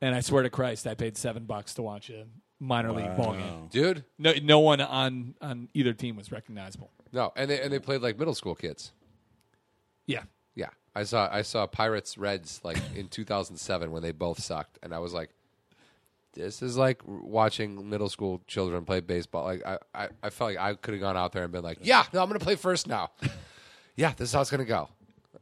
[SPEAKER 2] and I swear to Christ, I paid seven bucks to watch a minor league ball game.
[SPEAKER 3] dude,
[SPEAKER 2] No, no one on on either team was recognizable.
[SPEAKER 3] no, and they and they played like middle school kids.
[SPEAKER 2] Yeah,
[SPEAKER 3] Yeah, I saw I saw Pirates Reds like in 2007 when they both sucked, and I was like, this is like watching middle school children play baseball. Like I I, I felt like I could have gone out there and been like, yeah, no, I'm gonna play first now. yeah, this is how it's gonna go,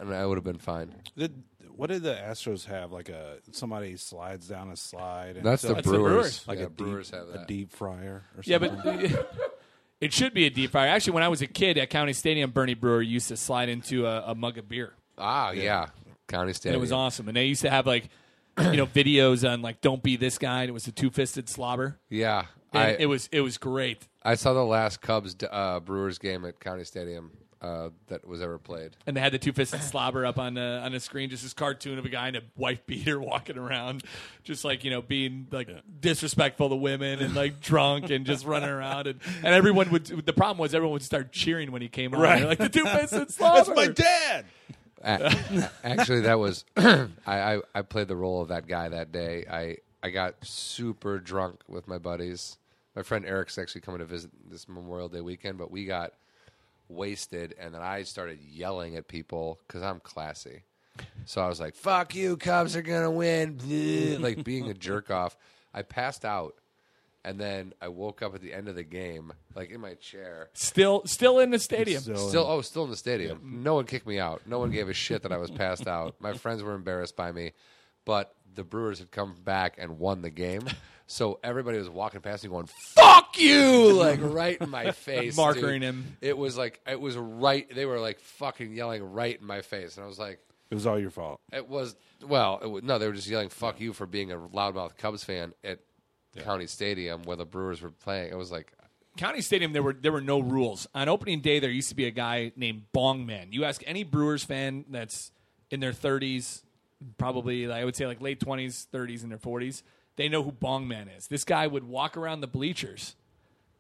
[SPEAKER 3] and I would have been fine.
[SPEAKER 1] Did- what did the Astros have? Like a somebody slides down a slide. And
[SPEAKER 3] That's the
[SPEAKER 1] so-
[SPEAKER 2] the Brewers.
[SPEAKER 3] Brewers.
[SPEAKER 1] Like
[SPEAKER 3] yeah,
[SPEAKER 1] a deep,
[SPEAKER 3] Brewers have that.
[SPEAKER 1] a deep fryer. Or something.
[SPEAKER 2] yeah, but. It should be a deep fryer. Actually, when I was a kid at County Stadium, Bernie Brewer used to slide into a, a mug of beer.
[SPEAKER 3] ah, yeah. County
[SPEAKER 2] and
[SPEAKER 3] Stadium.
[SPEAKER 2] it was awesome. And they used to have like, you know, videos on like "Don't be this guy," and it was a two fisted slobber.
[SPEAKER 3] Yeah,
[SPEAKER 2] And
[SPEAKER 3] I
[SPEAKER 2] it was it was great.
[SPEAKER 3] I saw the last Cubs uh, Brewers game at County Stadium uh, that was ever played.
[SPEAKER 2] And they had the two fisted slobber up on the on the screen, just this cartoon of a guy in a white beater walking around, just like you know being like disrespectful to women and like drunk and just running around. And, and everyone would. The problem was everyone would start cheering when he came on. They're like the two fisted slobber.
[SPEAKER 1] my dad.
[SPEAKER 3] A- Actually, that was I, I. I played the role of that guy that day. I I got super drunk with my buddies. My friend Eric's actually coming to visit this Memorial Day weekend, but we got wasted, and then I started yelling at people because I'm classy. So I was like, "Fuck you, Cubs are gonna win!" bleh," like being a jerk off. I passed out, and then I woke up at the end of the game, like in my chair.
[SPEAKER 2] Still still in the stadium.
[SPEAKER 3] Still, oh, still in the stadium. No one kicked me out. No one gave a shit that I was passed out. My friends were embarrassed by me, but the Brewers had come back and won the game. So everybody was walking past me going, "Fuck you!" like right in my face,
[SPEAKER 2] Markering
[SPEAKER 3] dude.
[SPEAKER 2] him.
[SPEAKER 3] It was like it was right. They were like fucking yelling right in my face, and I was like,
[SPEAKER 1] It was all your fault.
[SPEAKER 3] "It was well, it was, no." They were just yelling "fuck you" for being a loudmouth Cubs fan at County Stadium where the Brewers were playing. It was like,
[SPEAKER 2] County Stadium, there were there were no rules. On opening day, there used to be a guy named Bongman. You ask any Brewers fan that's in their 30s, probably like, I would say like late 20s, 30s, and their 40s, they know who Bongman is. This guy would walk around the bleachers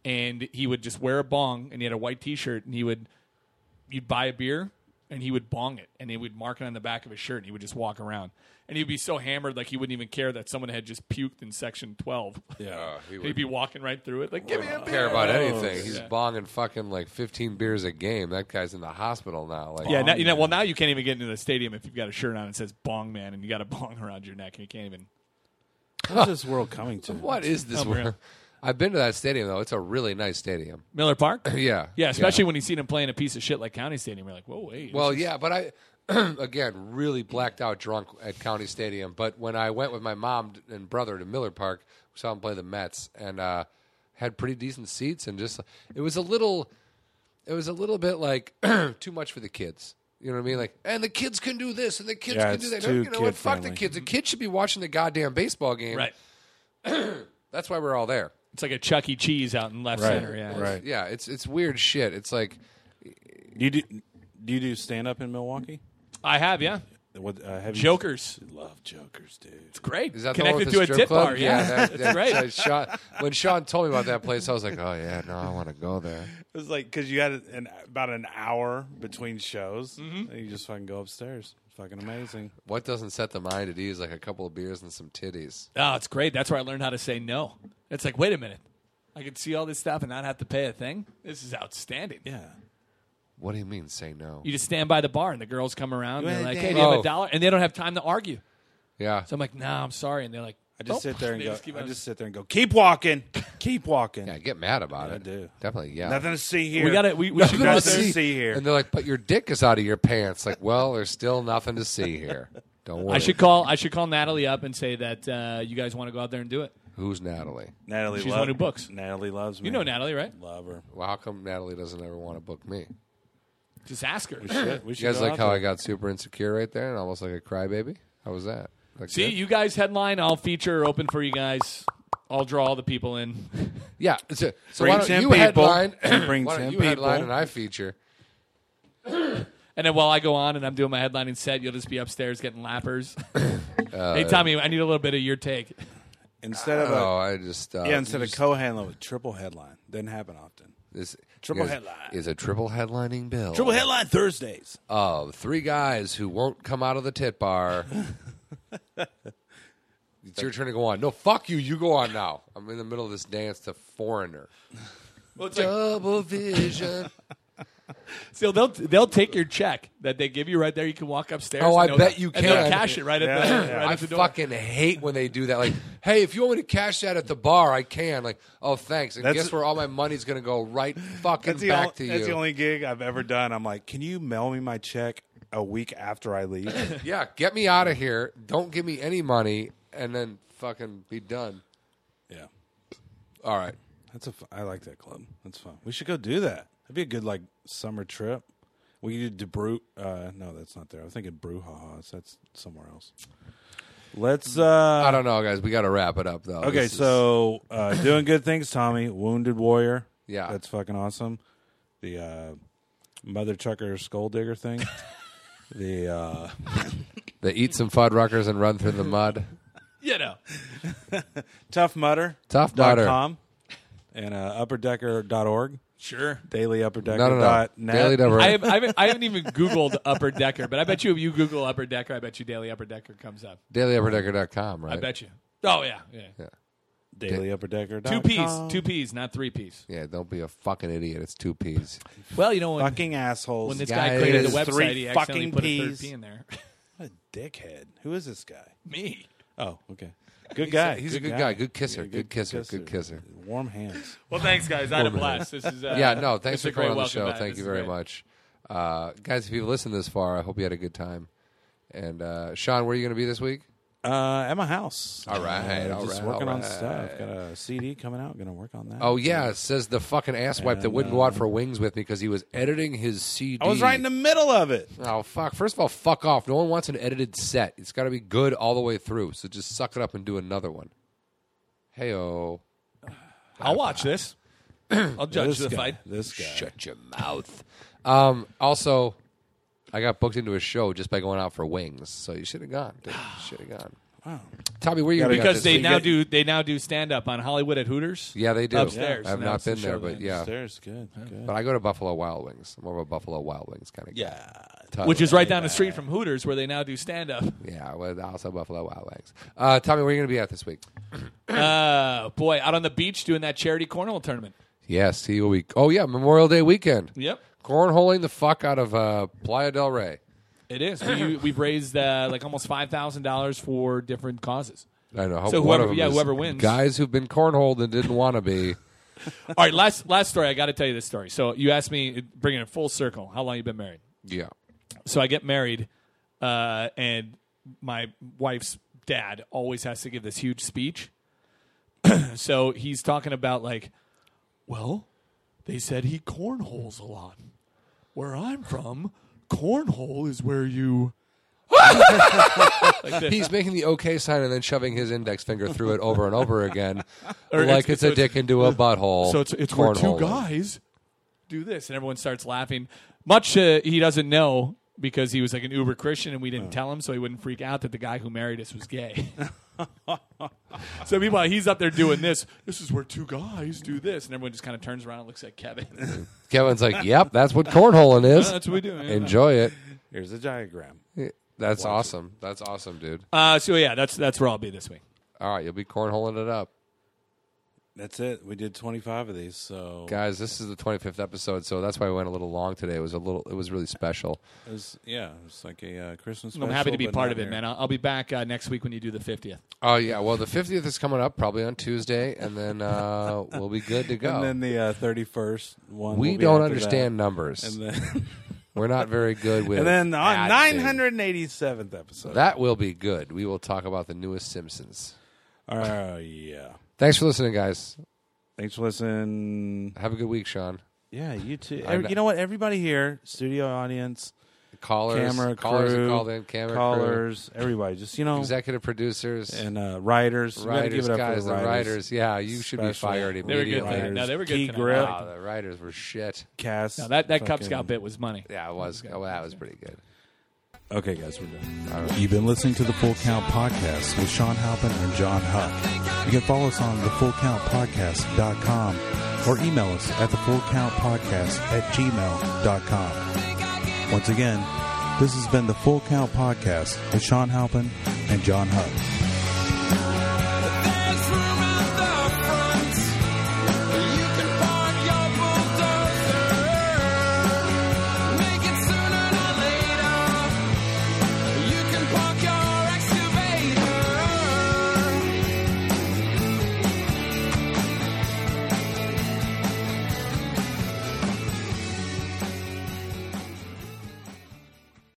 [SPEAKER 2] and he would just wear a bong, and he had a white T-shirt, and he would you'd buy a beer and he would bong it and he would mark it on the back of his shirt and he would just walk around and he'd be so hammered like he wouldn't even care that someone had just puked in section 12
[SPEAKER 3] Uh, he
[SPEAKER 2] he
[SPEAKER 3] would
[SPEAKER 2] would be walking right through it like give me a
[SPEAKER 3] not
[SPEAKER 2] beer
[SPEAKER 3] care about anything. He's
[SPEAKER 2] Yeah.
[SPEAKER 3] bonging fucking like 15 beers a game. That guy's in the hospital now. Like,
[SPEAKER 2] yeah now, you know, well now you can't even get into the stadium if you've got a shirt on that says bong man and you got a bong around your neck and you can't even
[SPEAKER 1] What's this world coming to?
[SPEAKER 3] what is this?
[SPEAKER 2] Unreal.
[SPEAKER 3] world? I've been to that stadium though. It's a really nice stadium.
[SPEAKER 2] miller park
[SPEAKER 3] Uh, Yeah.
[SPEAKER 2] yeah especially when you see him playing a piece of shit like county stadium you're like whoa wait
[SPEAKER 3] Well, yeah, but I again really blacked out drunk at County Stadium. But when I went with my mom and brother to Miller Park, we saw him play the Mets and uh, had pretty decent seats and just it was a little, it was a little bit like too much for the kids. You know what I mean? Like, and the kids can do this, and the kids
[SPEAKER 1] Yeah,
[SPEAKER 3] can
[SPEAKER 1] it's
[SPEAKER 3] do that.
[SPEAKER 1] too Mm-hmm.
[SPEAKER 3] You know what? Fuck the
[SPEAKER 1] kid-friendly.
[SPEAKER 3] kids. The kids should be watching the goddamn baseball game.
[SPEAKER 2] right
[SPEAKER 3] That's why we're all there.
[SPEAKER 2] it's like a chuck e cheese out in left
[SPEAKER 1] Right,
[SPEAKER 2] center yeah
[SPEAKER 1] right.
[SPEAKER 3] Yeah, it's it's weird shit. It's like
[SPEAKER 1] You do? Do you do stand up in Milwaukee?
[SPEAKER 2] i have yeah
[SPEAKER 1] What uh, have you-
[SPEAKER 2] jokers
[SPEAKER 1] Love jokers, dude.
[SPEAKER 2] great
[SPEAKER 3] Is that
[SPEAKER 2] connected
[SPEAKER 3] the
[SPEAKER 2] to
[SPEAKER 3] one
[SPEAKER 2] a
[SPEAKER 3] with the
[SPEAKER 2] tip
[SPEAKER 3] strip club?
[SPEAKER 2] bar yeah,
[SPEAKER 3] that, that,
[SPEAKER 2] great.
[SPEAKER 3] that Sean, when Sean told me about that place, I was like, oh yeah, no, I want to go there.
[SPEAKER 1] It was like because you had an about an hour between shows, and you just fucking go upstairs. Fucking amazing.
[SPEAKER 3] What doesn't set the mind at ease like a couple of beers and some titties?
[SPEAKER 2] Oh, it's great. That's where I learned how to say no. It's like, wait a minute. I could see all this stuff and not have to pay a thing. This is outstanding.
[SPEAKER 1] Yeah,
[SPEAKER 3] What do you mean, say no?
[SPEAKER 2] You just stand by the bar and the girls come around and they're
[SPEAKER 5] wanna
[SPEAKER 2] like,
[SPEAKER 5] dance?
[SPEAKER 2] hey, do you have
[SPEAKER 3] Oh.
[SPEAKER 2] a dollar? And they don't have time to argue.
[SPEAKER 3] Yeah,
[SPEAKER 2] So I'm like, nah, I'm sorry. And they're like,
[SPEAKER 1] I just
[SPEAKER 2] "Nope."
[SPEAKER 1] sit there and
[SPEAKER 2] They
[SPEAKER 1] go.
[SPEAKER 2] just keep
[SPEAKER 1] I
[SPEAKER 2] on-
[SPEAKER 1] just sit there and go. Keep walking. Keep walking.
[SPEAKER 3] yeah, get mad about it.
[SPEAKER 1] I do.
[SPEAKER 3] definitely. Yeah,
[SPEAKER 1] Nothing to see here.
[SPEAKER 2] we got it. We, we should
[SPEAKER 1] Nothing
[SPEAKER 2] go out
[SPEAKER 1] to
[SPEAKER 2] there.
[SPEAKER 1] see. here.
[SPEAKER 3] And they're like, but your dick is out of your pants. Like, well, there's still nothing to see here. Don't worry.
[SPEAKER 2] I should call. I should call Natalie up and say that uh, you guys want to go out there and do it.
[SPEAKER 3] Who's Natalie?
[SPEAKER 1] Natalie.
[SPEAKER 2] She's the
[SPEAKER 1] lo-
[SPEAKER 2] one who books.
[SPEAKER 1] Natalie loves me.
[SPEAKER 2] You know Natalie, right?
[SPEAKER 1] Love her.
[SPEAKER 3] Well, how come Natalie doesn't ever want to book me?
[SPEAKER 2] Just ask her.
[SPEAKER 1] Shit, we should
[SPEAKER 3] You guys
[SPEAKER 1] go
[SPEAKER 3] like
[SPEAKER 1] out
[SPEAKER 3] how
[SPEAKER 1] there.
[SPEAKER 3] I got super insecure right there and almost like a crybaby? How was that? Like
[SPEAKER 2] See, you guys headline. I'll feature open for you guys. I'll draw all the people in.
[SPEAKER 3] Yeah. So, so
[SPEAKER 1] Brings
[SPEAKER 3] why don't
[SPEAKER 1] in
[SPEAKER 3] you
[SPEAKER 1] people.
[SPEAKER 3] headline?
[SPEAKER 1] He brings
[SPEAKER 3] why don't
[SPEAKER 1] in
[SPEAKER 3] you headline
[SPEAKER 1] people.
[SPEAKER 3] and I feature?
[SPEAKER 2] And then while I go on and I'm doing my headlining set, you'll just be upstairs getting lappers. hey,
[SPEAKER 1] Uh,
[SPEAKER 2] Tommy, I need a little bit of your take.
[SPEAKER 1] instead of
[SPEAKER 3] Oh,
[SPEAKER 1] a,
[SPEAKER 3] I just uh,
[SPEAKER 1] yeah instead of co-handling with triple headline doesn't happen often.
[SPEAKER 3] this
[SPEAKER 1] triple
[SPEAKER 3] is,
[SPEAKER 1] headline.
[SPEAKER 3] is a triple headlining bill
[SPEAKER 1] Triple headline Thursdays.
[SPEAKER 3] of three guys who won't come out of the tit bar. it's your turn to go on. No, fuck you. You go on now. I'm in the middle of this dance to Foreigner.
[SPEAKER 2] Well, it's like-
[SPEAKER 3] Double vision.
[SPEAKER 2] so they'll they'll take your check that they give you right there. You can walk upstairs.
[SPEAKER 3] Oh,
[SPEAKER 2] and
[SPEAKER 3] I
[SPEAKER 2] they'll-
[SPEAKER 3] bet you
[SPEAKER 2] and they'll
[SPEAKER 3] can.
[SPEAKER 2] cash it right at the,
[SPEAKER 1] Yeah, yeah.
[SPEAKER 2] right
[SPEAKER 3] I
[SPEAKER 2] at the door.
[SPEAKER 3] fucking hate when they do that. Like, hey, if you want me to cash that at the bar, I can. Like, oh, thanks. And
[SPEAKER 1] That's-
[SPEAKER 3] guess where all my money's going to go? Right fucking
[SPEAKER 1] That's the,
[SPEAKER 3] back
[SPEAKER 1] only,
[SPEAKER 3] to you.
[SPEAKER 1] that's the only gig I've ever done. I'm like, can you mail me my check a week after I leave?
[SPEAKER 3] Yeah, get me out of here. Don't give me any money, and then fucking be done.
[SPEAKER 1] yeah,
[SPEAKER 3] All right.
[SPEAKER 1] that's a. fu- I like that club. That's fun. We should go do that. That'd be a good like summer trip. We could do Brew. Uh, no, that's not there. I'm thinking Brouhaha's. That's somewhere else. Let's.
[SPEAKER 3] I
[SPEAKER 1] uh
[SPEAKER 3] don't know, guys. We got to wrap it up, though.
[SPEAKER 1] Okay,
[SPEAKER 3] This is-
[SPEAKER 1] so uh, doing good things, Tommy. Wounded Warrior.
[SPEAKER 3] Yeah.
[SPEAKER 1] that's fucking awesome. The uh, Mother Trucker Skull Digger thing. the uh,
[SPEAKER 3] they eat some Fuddruckers and run through the mud.
[SPEAKER 2] You know,
[SPEAKER 1] Tough Mutter.
[SPEAKER 3] Tough
[SPEAKER 1] dot
[SPEAKER 3] Mudder.
[SPEAKER 1] com and uh, upperdecker.org,
[SPEAKER 2] sure.
[SPEAKER 1] dailyupperdecker.net.
[SPEAKER 3] No, no, no. Daily Double-
[SPEAKER 2] I, have, I, haven't, I haven't even Googled Upper Decker, but I bet you if you Google Upper Decker, I bet you Daily Upper Decker comes up.
[SPEAKER 3] DailyUpperDecker.com, right?
[SPEAKER 2] I bet you. Oh yeah, yeah.
[SPEAKER 1] dailyupperdecker.com.
[SPEAKER 2] Two P's, two P's, not three P's.
[SPEAKER 3] Yeah, don't be a fucking idiot. It's two P's.
[SPEAKER 2] Well, you know when,
[SPEAKER 1] Fucking assholes.
[SPEAKER 2] when this
[SPEAKER 3] guy
[SPEAKER 2] guy created the
[SPEAKER 3] is
[SPEAKER 2] website,
[SPEAKER 1] three
[SPEAKER 2] he accidentally
[SPEAKER 1] fucking
[SPEAKER 2] put a third
[SPEAKER 1] Ps.
[SPEAKER 2] P in there.
[SPEAKER 1] what a dickhead. Who is this guy?
[SPEAKER 2] Me.
[SPEAKER 1] Oh, okay. Good guy.
[SPEAKER 3] He's a good guy. Good kisser.
[SPEAKER 1] Yeah,
[SPEAKER 3] good, kisser. Good kisser.
[SPEAKER 1] Warm hands.
[SPEAKER 2] Well, thanks, guys. I had a blast. This is uh,
[SPEAKER 3] Yeah, no, thanks
[SPEAKER 2] it's a
[SPEAKER 3] for coming
[SPEAKER 2] great
[SPEAKER 3] on the
[SPEAKER 2] welcome
[SPEAKER 3] show.
[SPEAKER 2] back.
[SPEAKER 3] Thank
[SPEAKER 2] This
[SPEAKER 3] you
[SPEAKER 2] is
[SPEAKER 3] very
[SPEAKER 2] great.
[SPEAKER 3] much. Uh, guys, if you've listened this far, I hope you had a good time. And uh, Sean, where are you going to be this week?
[SPEAKER 1] Uh, at my house.
[SPEAKER 3] All right,
[SPEAKER 1] Uh,
[SPEAKER 3] all
[SPEAKER 1] just
[SPEAKER 3] right,
[SPEAKER 1] working
[SPEAKER 3] all
[SPEAKER 1] on
[SPEAKER 3] right.
[SPEAKER 1] stuff. Got a CD coming out. Gonna work on that.
[SPEAKER 3] Oh yeah, says the fucking asswipe that wouldn't go out for wings with me because he was editing his CD.
[SPEAKER 1] uh, I was right in the middle of it.
[SPEAKER 3] Oh fuck! First of all, fuck off. No one wants an edited set. It's got to be good all the way through. So just suck it up and do another one. Hey oh,
[SPEAKER 2] I'll watch this. I'll
[SPEAKER 1] This
[SPEAKER 2] judge the
[SPEAKER 1] guy.
[SPEAKER 2] fight.
[SPEAKER 1] This guy.
[SPEAKER 3] shut your mouth. Um, also, I got booked into a show just by going out for wings, so you should have gone. Should have gone. Tommy, where you
[SPEAKER 1] Gotta
[SPEAKER 3] been
[SPEAKER 1] go.
[SPEAKER 2] because
[SPEAKER 3] this
[SPEAKER 2] they
[SPEAKER 3] week?
[SPEAKER 2] now do they now do stand up on Hollywood at Hooters.
[SPEAKER 3] Yeah, they do.
[SPEAKER 2] Upstairs.
[SPEAKER 3] I've
[SPEAKER 2] Now
[SPEAKER 3] not
[SPEAKER 2] it's the
[SPEAKER 3] been there,
[SPEAKER 2] show
[SPEAKER 3] but
[SPEAKER 2] then.
[SPEAKER 3] yeah.
[SPEAKER 1] Upstairs, good, good.
[SPEAKER 3] But I go to Buffalo Wild Wings. I'm more of a Buffalo Wild Wings kind of guy.
[SPEAKER 1] Yeah,
[SPEAKER 3] Tyler.
[SPEAKER 2] Which is right down the street from Hooters, where they now do stand up.
[SPEAKER 3] Yeah, well, also Buffalo Wild Wings. Uh, Tommy, where are you going to be at this week?
[SPEAKER 2] Uh, boy, out on the beach doing that charity cornhole tournament.
[SPEAKER 3] Yes, he will be. Oh, yeah, Memorial Day weekend.
[SPEAKER 2] Yep,
[SPEAKER 3] Cornholing the fuck out of uh, Playa del Rey.
[SPEAKER 2] it is. We, we've raised uh, like almost five thousand dollars for different causes.
[SPEAKER 3] I know.
[SPEAKER 2] So
[SPEAKER 3] one
[SPEAKER 2] whoever-
[SPEAKER 3] of 'em
[SPEAKER 2] yeah,
[SPEAKER 3] is
[SPEAKER 2] whoever wins.
[SPEAKER 3] Guys who've been cornholed and didn't want to be.
[SPEAKER 2] All right, last last story. I got to tell you this story. So you asked me, bringing it full circle, how long you been married?
[SPEAKER 3] Yeah.
[SPEAKER 2] so I get married, uh, and my wife's dad always has to give this huge speech. so he's talking about like, well, they said he cornholes a lot. Where I'm from, cornhole is where you. like this.
[SPEAKER 3] He's making the okay sign and then shoving his index finger through it over and over again,
[SPEAKER 2] Or it's-
[SPEAKER 3] like it's,
[SPEAKER 2] so
[SPEAKER 3] a
[SPEAKER 2] it's-
[SPEAKER 3] dick into a butthole.
[SPEAKER 2] So it's it's where two
[SPEAKER 3] cornholing.
[SPEAKER 2] guys do this, and everyone starts laughing. Much uh, he doesn't know because he was like an uber Christian, and we didn't tell him, so he wouldn't freak out that the guy who married us was gay. so meanwhile, he's up there doing this. This is where two guys do this, and everyone just kind of turns around and looks at Kevin.
[SPEAKER 3] Kevin's like, "Yep, that's what cornholing is.
[SPEAKER 2] That's what we do.
[SPEAKER 3] Enjoy it."
[SPEAKER 1] Here's a diagram.
[SPEAKER 3] That's awesome. That's awesome, dude.
[SPEAKER 2] Uh, so yeah, that's that's where I'll be this week.
[SPEAKER 3] All right, you'll be cornholing it up.
[SPEAKER 1] That's it. We did 25 of these, so
[SPEAKER 3] Guys, this is the 25th episode, so that's why we went a little long today. It was a little it was really special.
[SPEAKER 1] it was, yeah, it was like a uh, Christmas.
[SPEAKER 2] I'm happy
[SPEAKER 1] special,
[SPEAKER 2] to be
[SPEAKER 1] but
[SPEAKER 2] part
[SPEAKER 1] not
[SPEAKER 2] of it,
[SPEAKER 1] here.
[SPEAKER 2] man. I'll, I'll be back uh, next week when you do the 50th.
[SPEAKER 3] Oh yeah, well the 50th is coming up probably on Tuesday and then uh, we'll be good to go.
[SPEAKER 1] And then the uh, 31st one.
[SPEAKER 3] we
[SPEAKER 1] will be
[SPEAKER 3] don't
[SPEAKER 1] after that.
[SPEAKER 3] understand numbers.
[SPEAKER 1] And then,
[SPEAKER 3] We're not very good with
[SPEAKER 1] and then on
[SPEAKER 3] acting.
[SPEAKER 1] 987th episode.
[SPEAKER 3] That will be good. We will talk about the newest Simpsons.
[SPEAKER 1] Oh yeah.
[SPEAKER 3] Thanks for listening, guys.
[SPEAKER 1] Thanks for listening.
[SPEAKER 3] Have a good week, Sean.
[SPEAKER 1] Yeah, you too.
[SPEAKER 3] I'm not-
[SPEAKER 1] you know what? Everybody here, studio audience,
[SPEAKER 3] Callers,
[SPEAKER 1] camera
[SPEAKER 3] callers
[SPEAKER 1] crew,
[SPEAKER 3] that called in, camera crew,
[SPEAKER 1] callers, everybody. Just you know,
[SPEAKER 3] executive producers,
[SPEAKER 1] and uh, writers. You gotta give
[SPEAKER 3] writers,
[SPEAKER 1] it up
[SPEAKER 3] guys,
[SPEAKER 1] for the
[SPEAKER 3] the
[SPEAKER 1] writers.
[SPEAKER 3] writers. Yeah, you should be
[SPEAKER 1] Especially.
[SPEAKER 3] fired
[SPEAKER 2] They were good.
[SPEAKER 3] immediately.
[SPEAKER 2] Tonight. No, they were good.
[SPEAKER 1] Key
[SPEAKER 2] tonight.
[SPEAKER 1] grip.
[SPEAKER 2] I liked
[SPEAKER 3] Wow, the writers were shit.
[SPEAKER 1] Cast.
[SPEAKER 2] it. No, that that Cub
[SPEAKER 1] fucking-
[SPEAKER 2] Scout bit was money.
[SPEAKER 3] Yeah, it was. Well, that was pretty good.
[SPEAKER 1] Okay, guys, we're done.
[SPEAKER 3] All right.
[SPEAKER 4] You've been listening to the Full Count Podcast with Sean Halpin and John Huck. You can follow us on thefullcountpodcast.com or email us at thefullcountpodcast at gmail.com. Once again, this has been the Full Count Podcast with Sean Halpin and John Huck.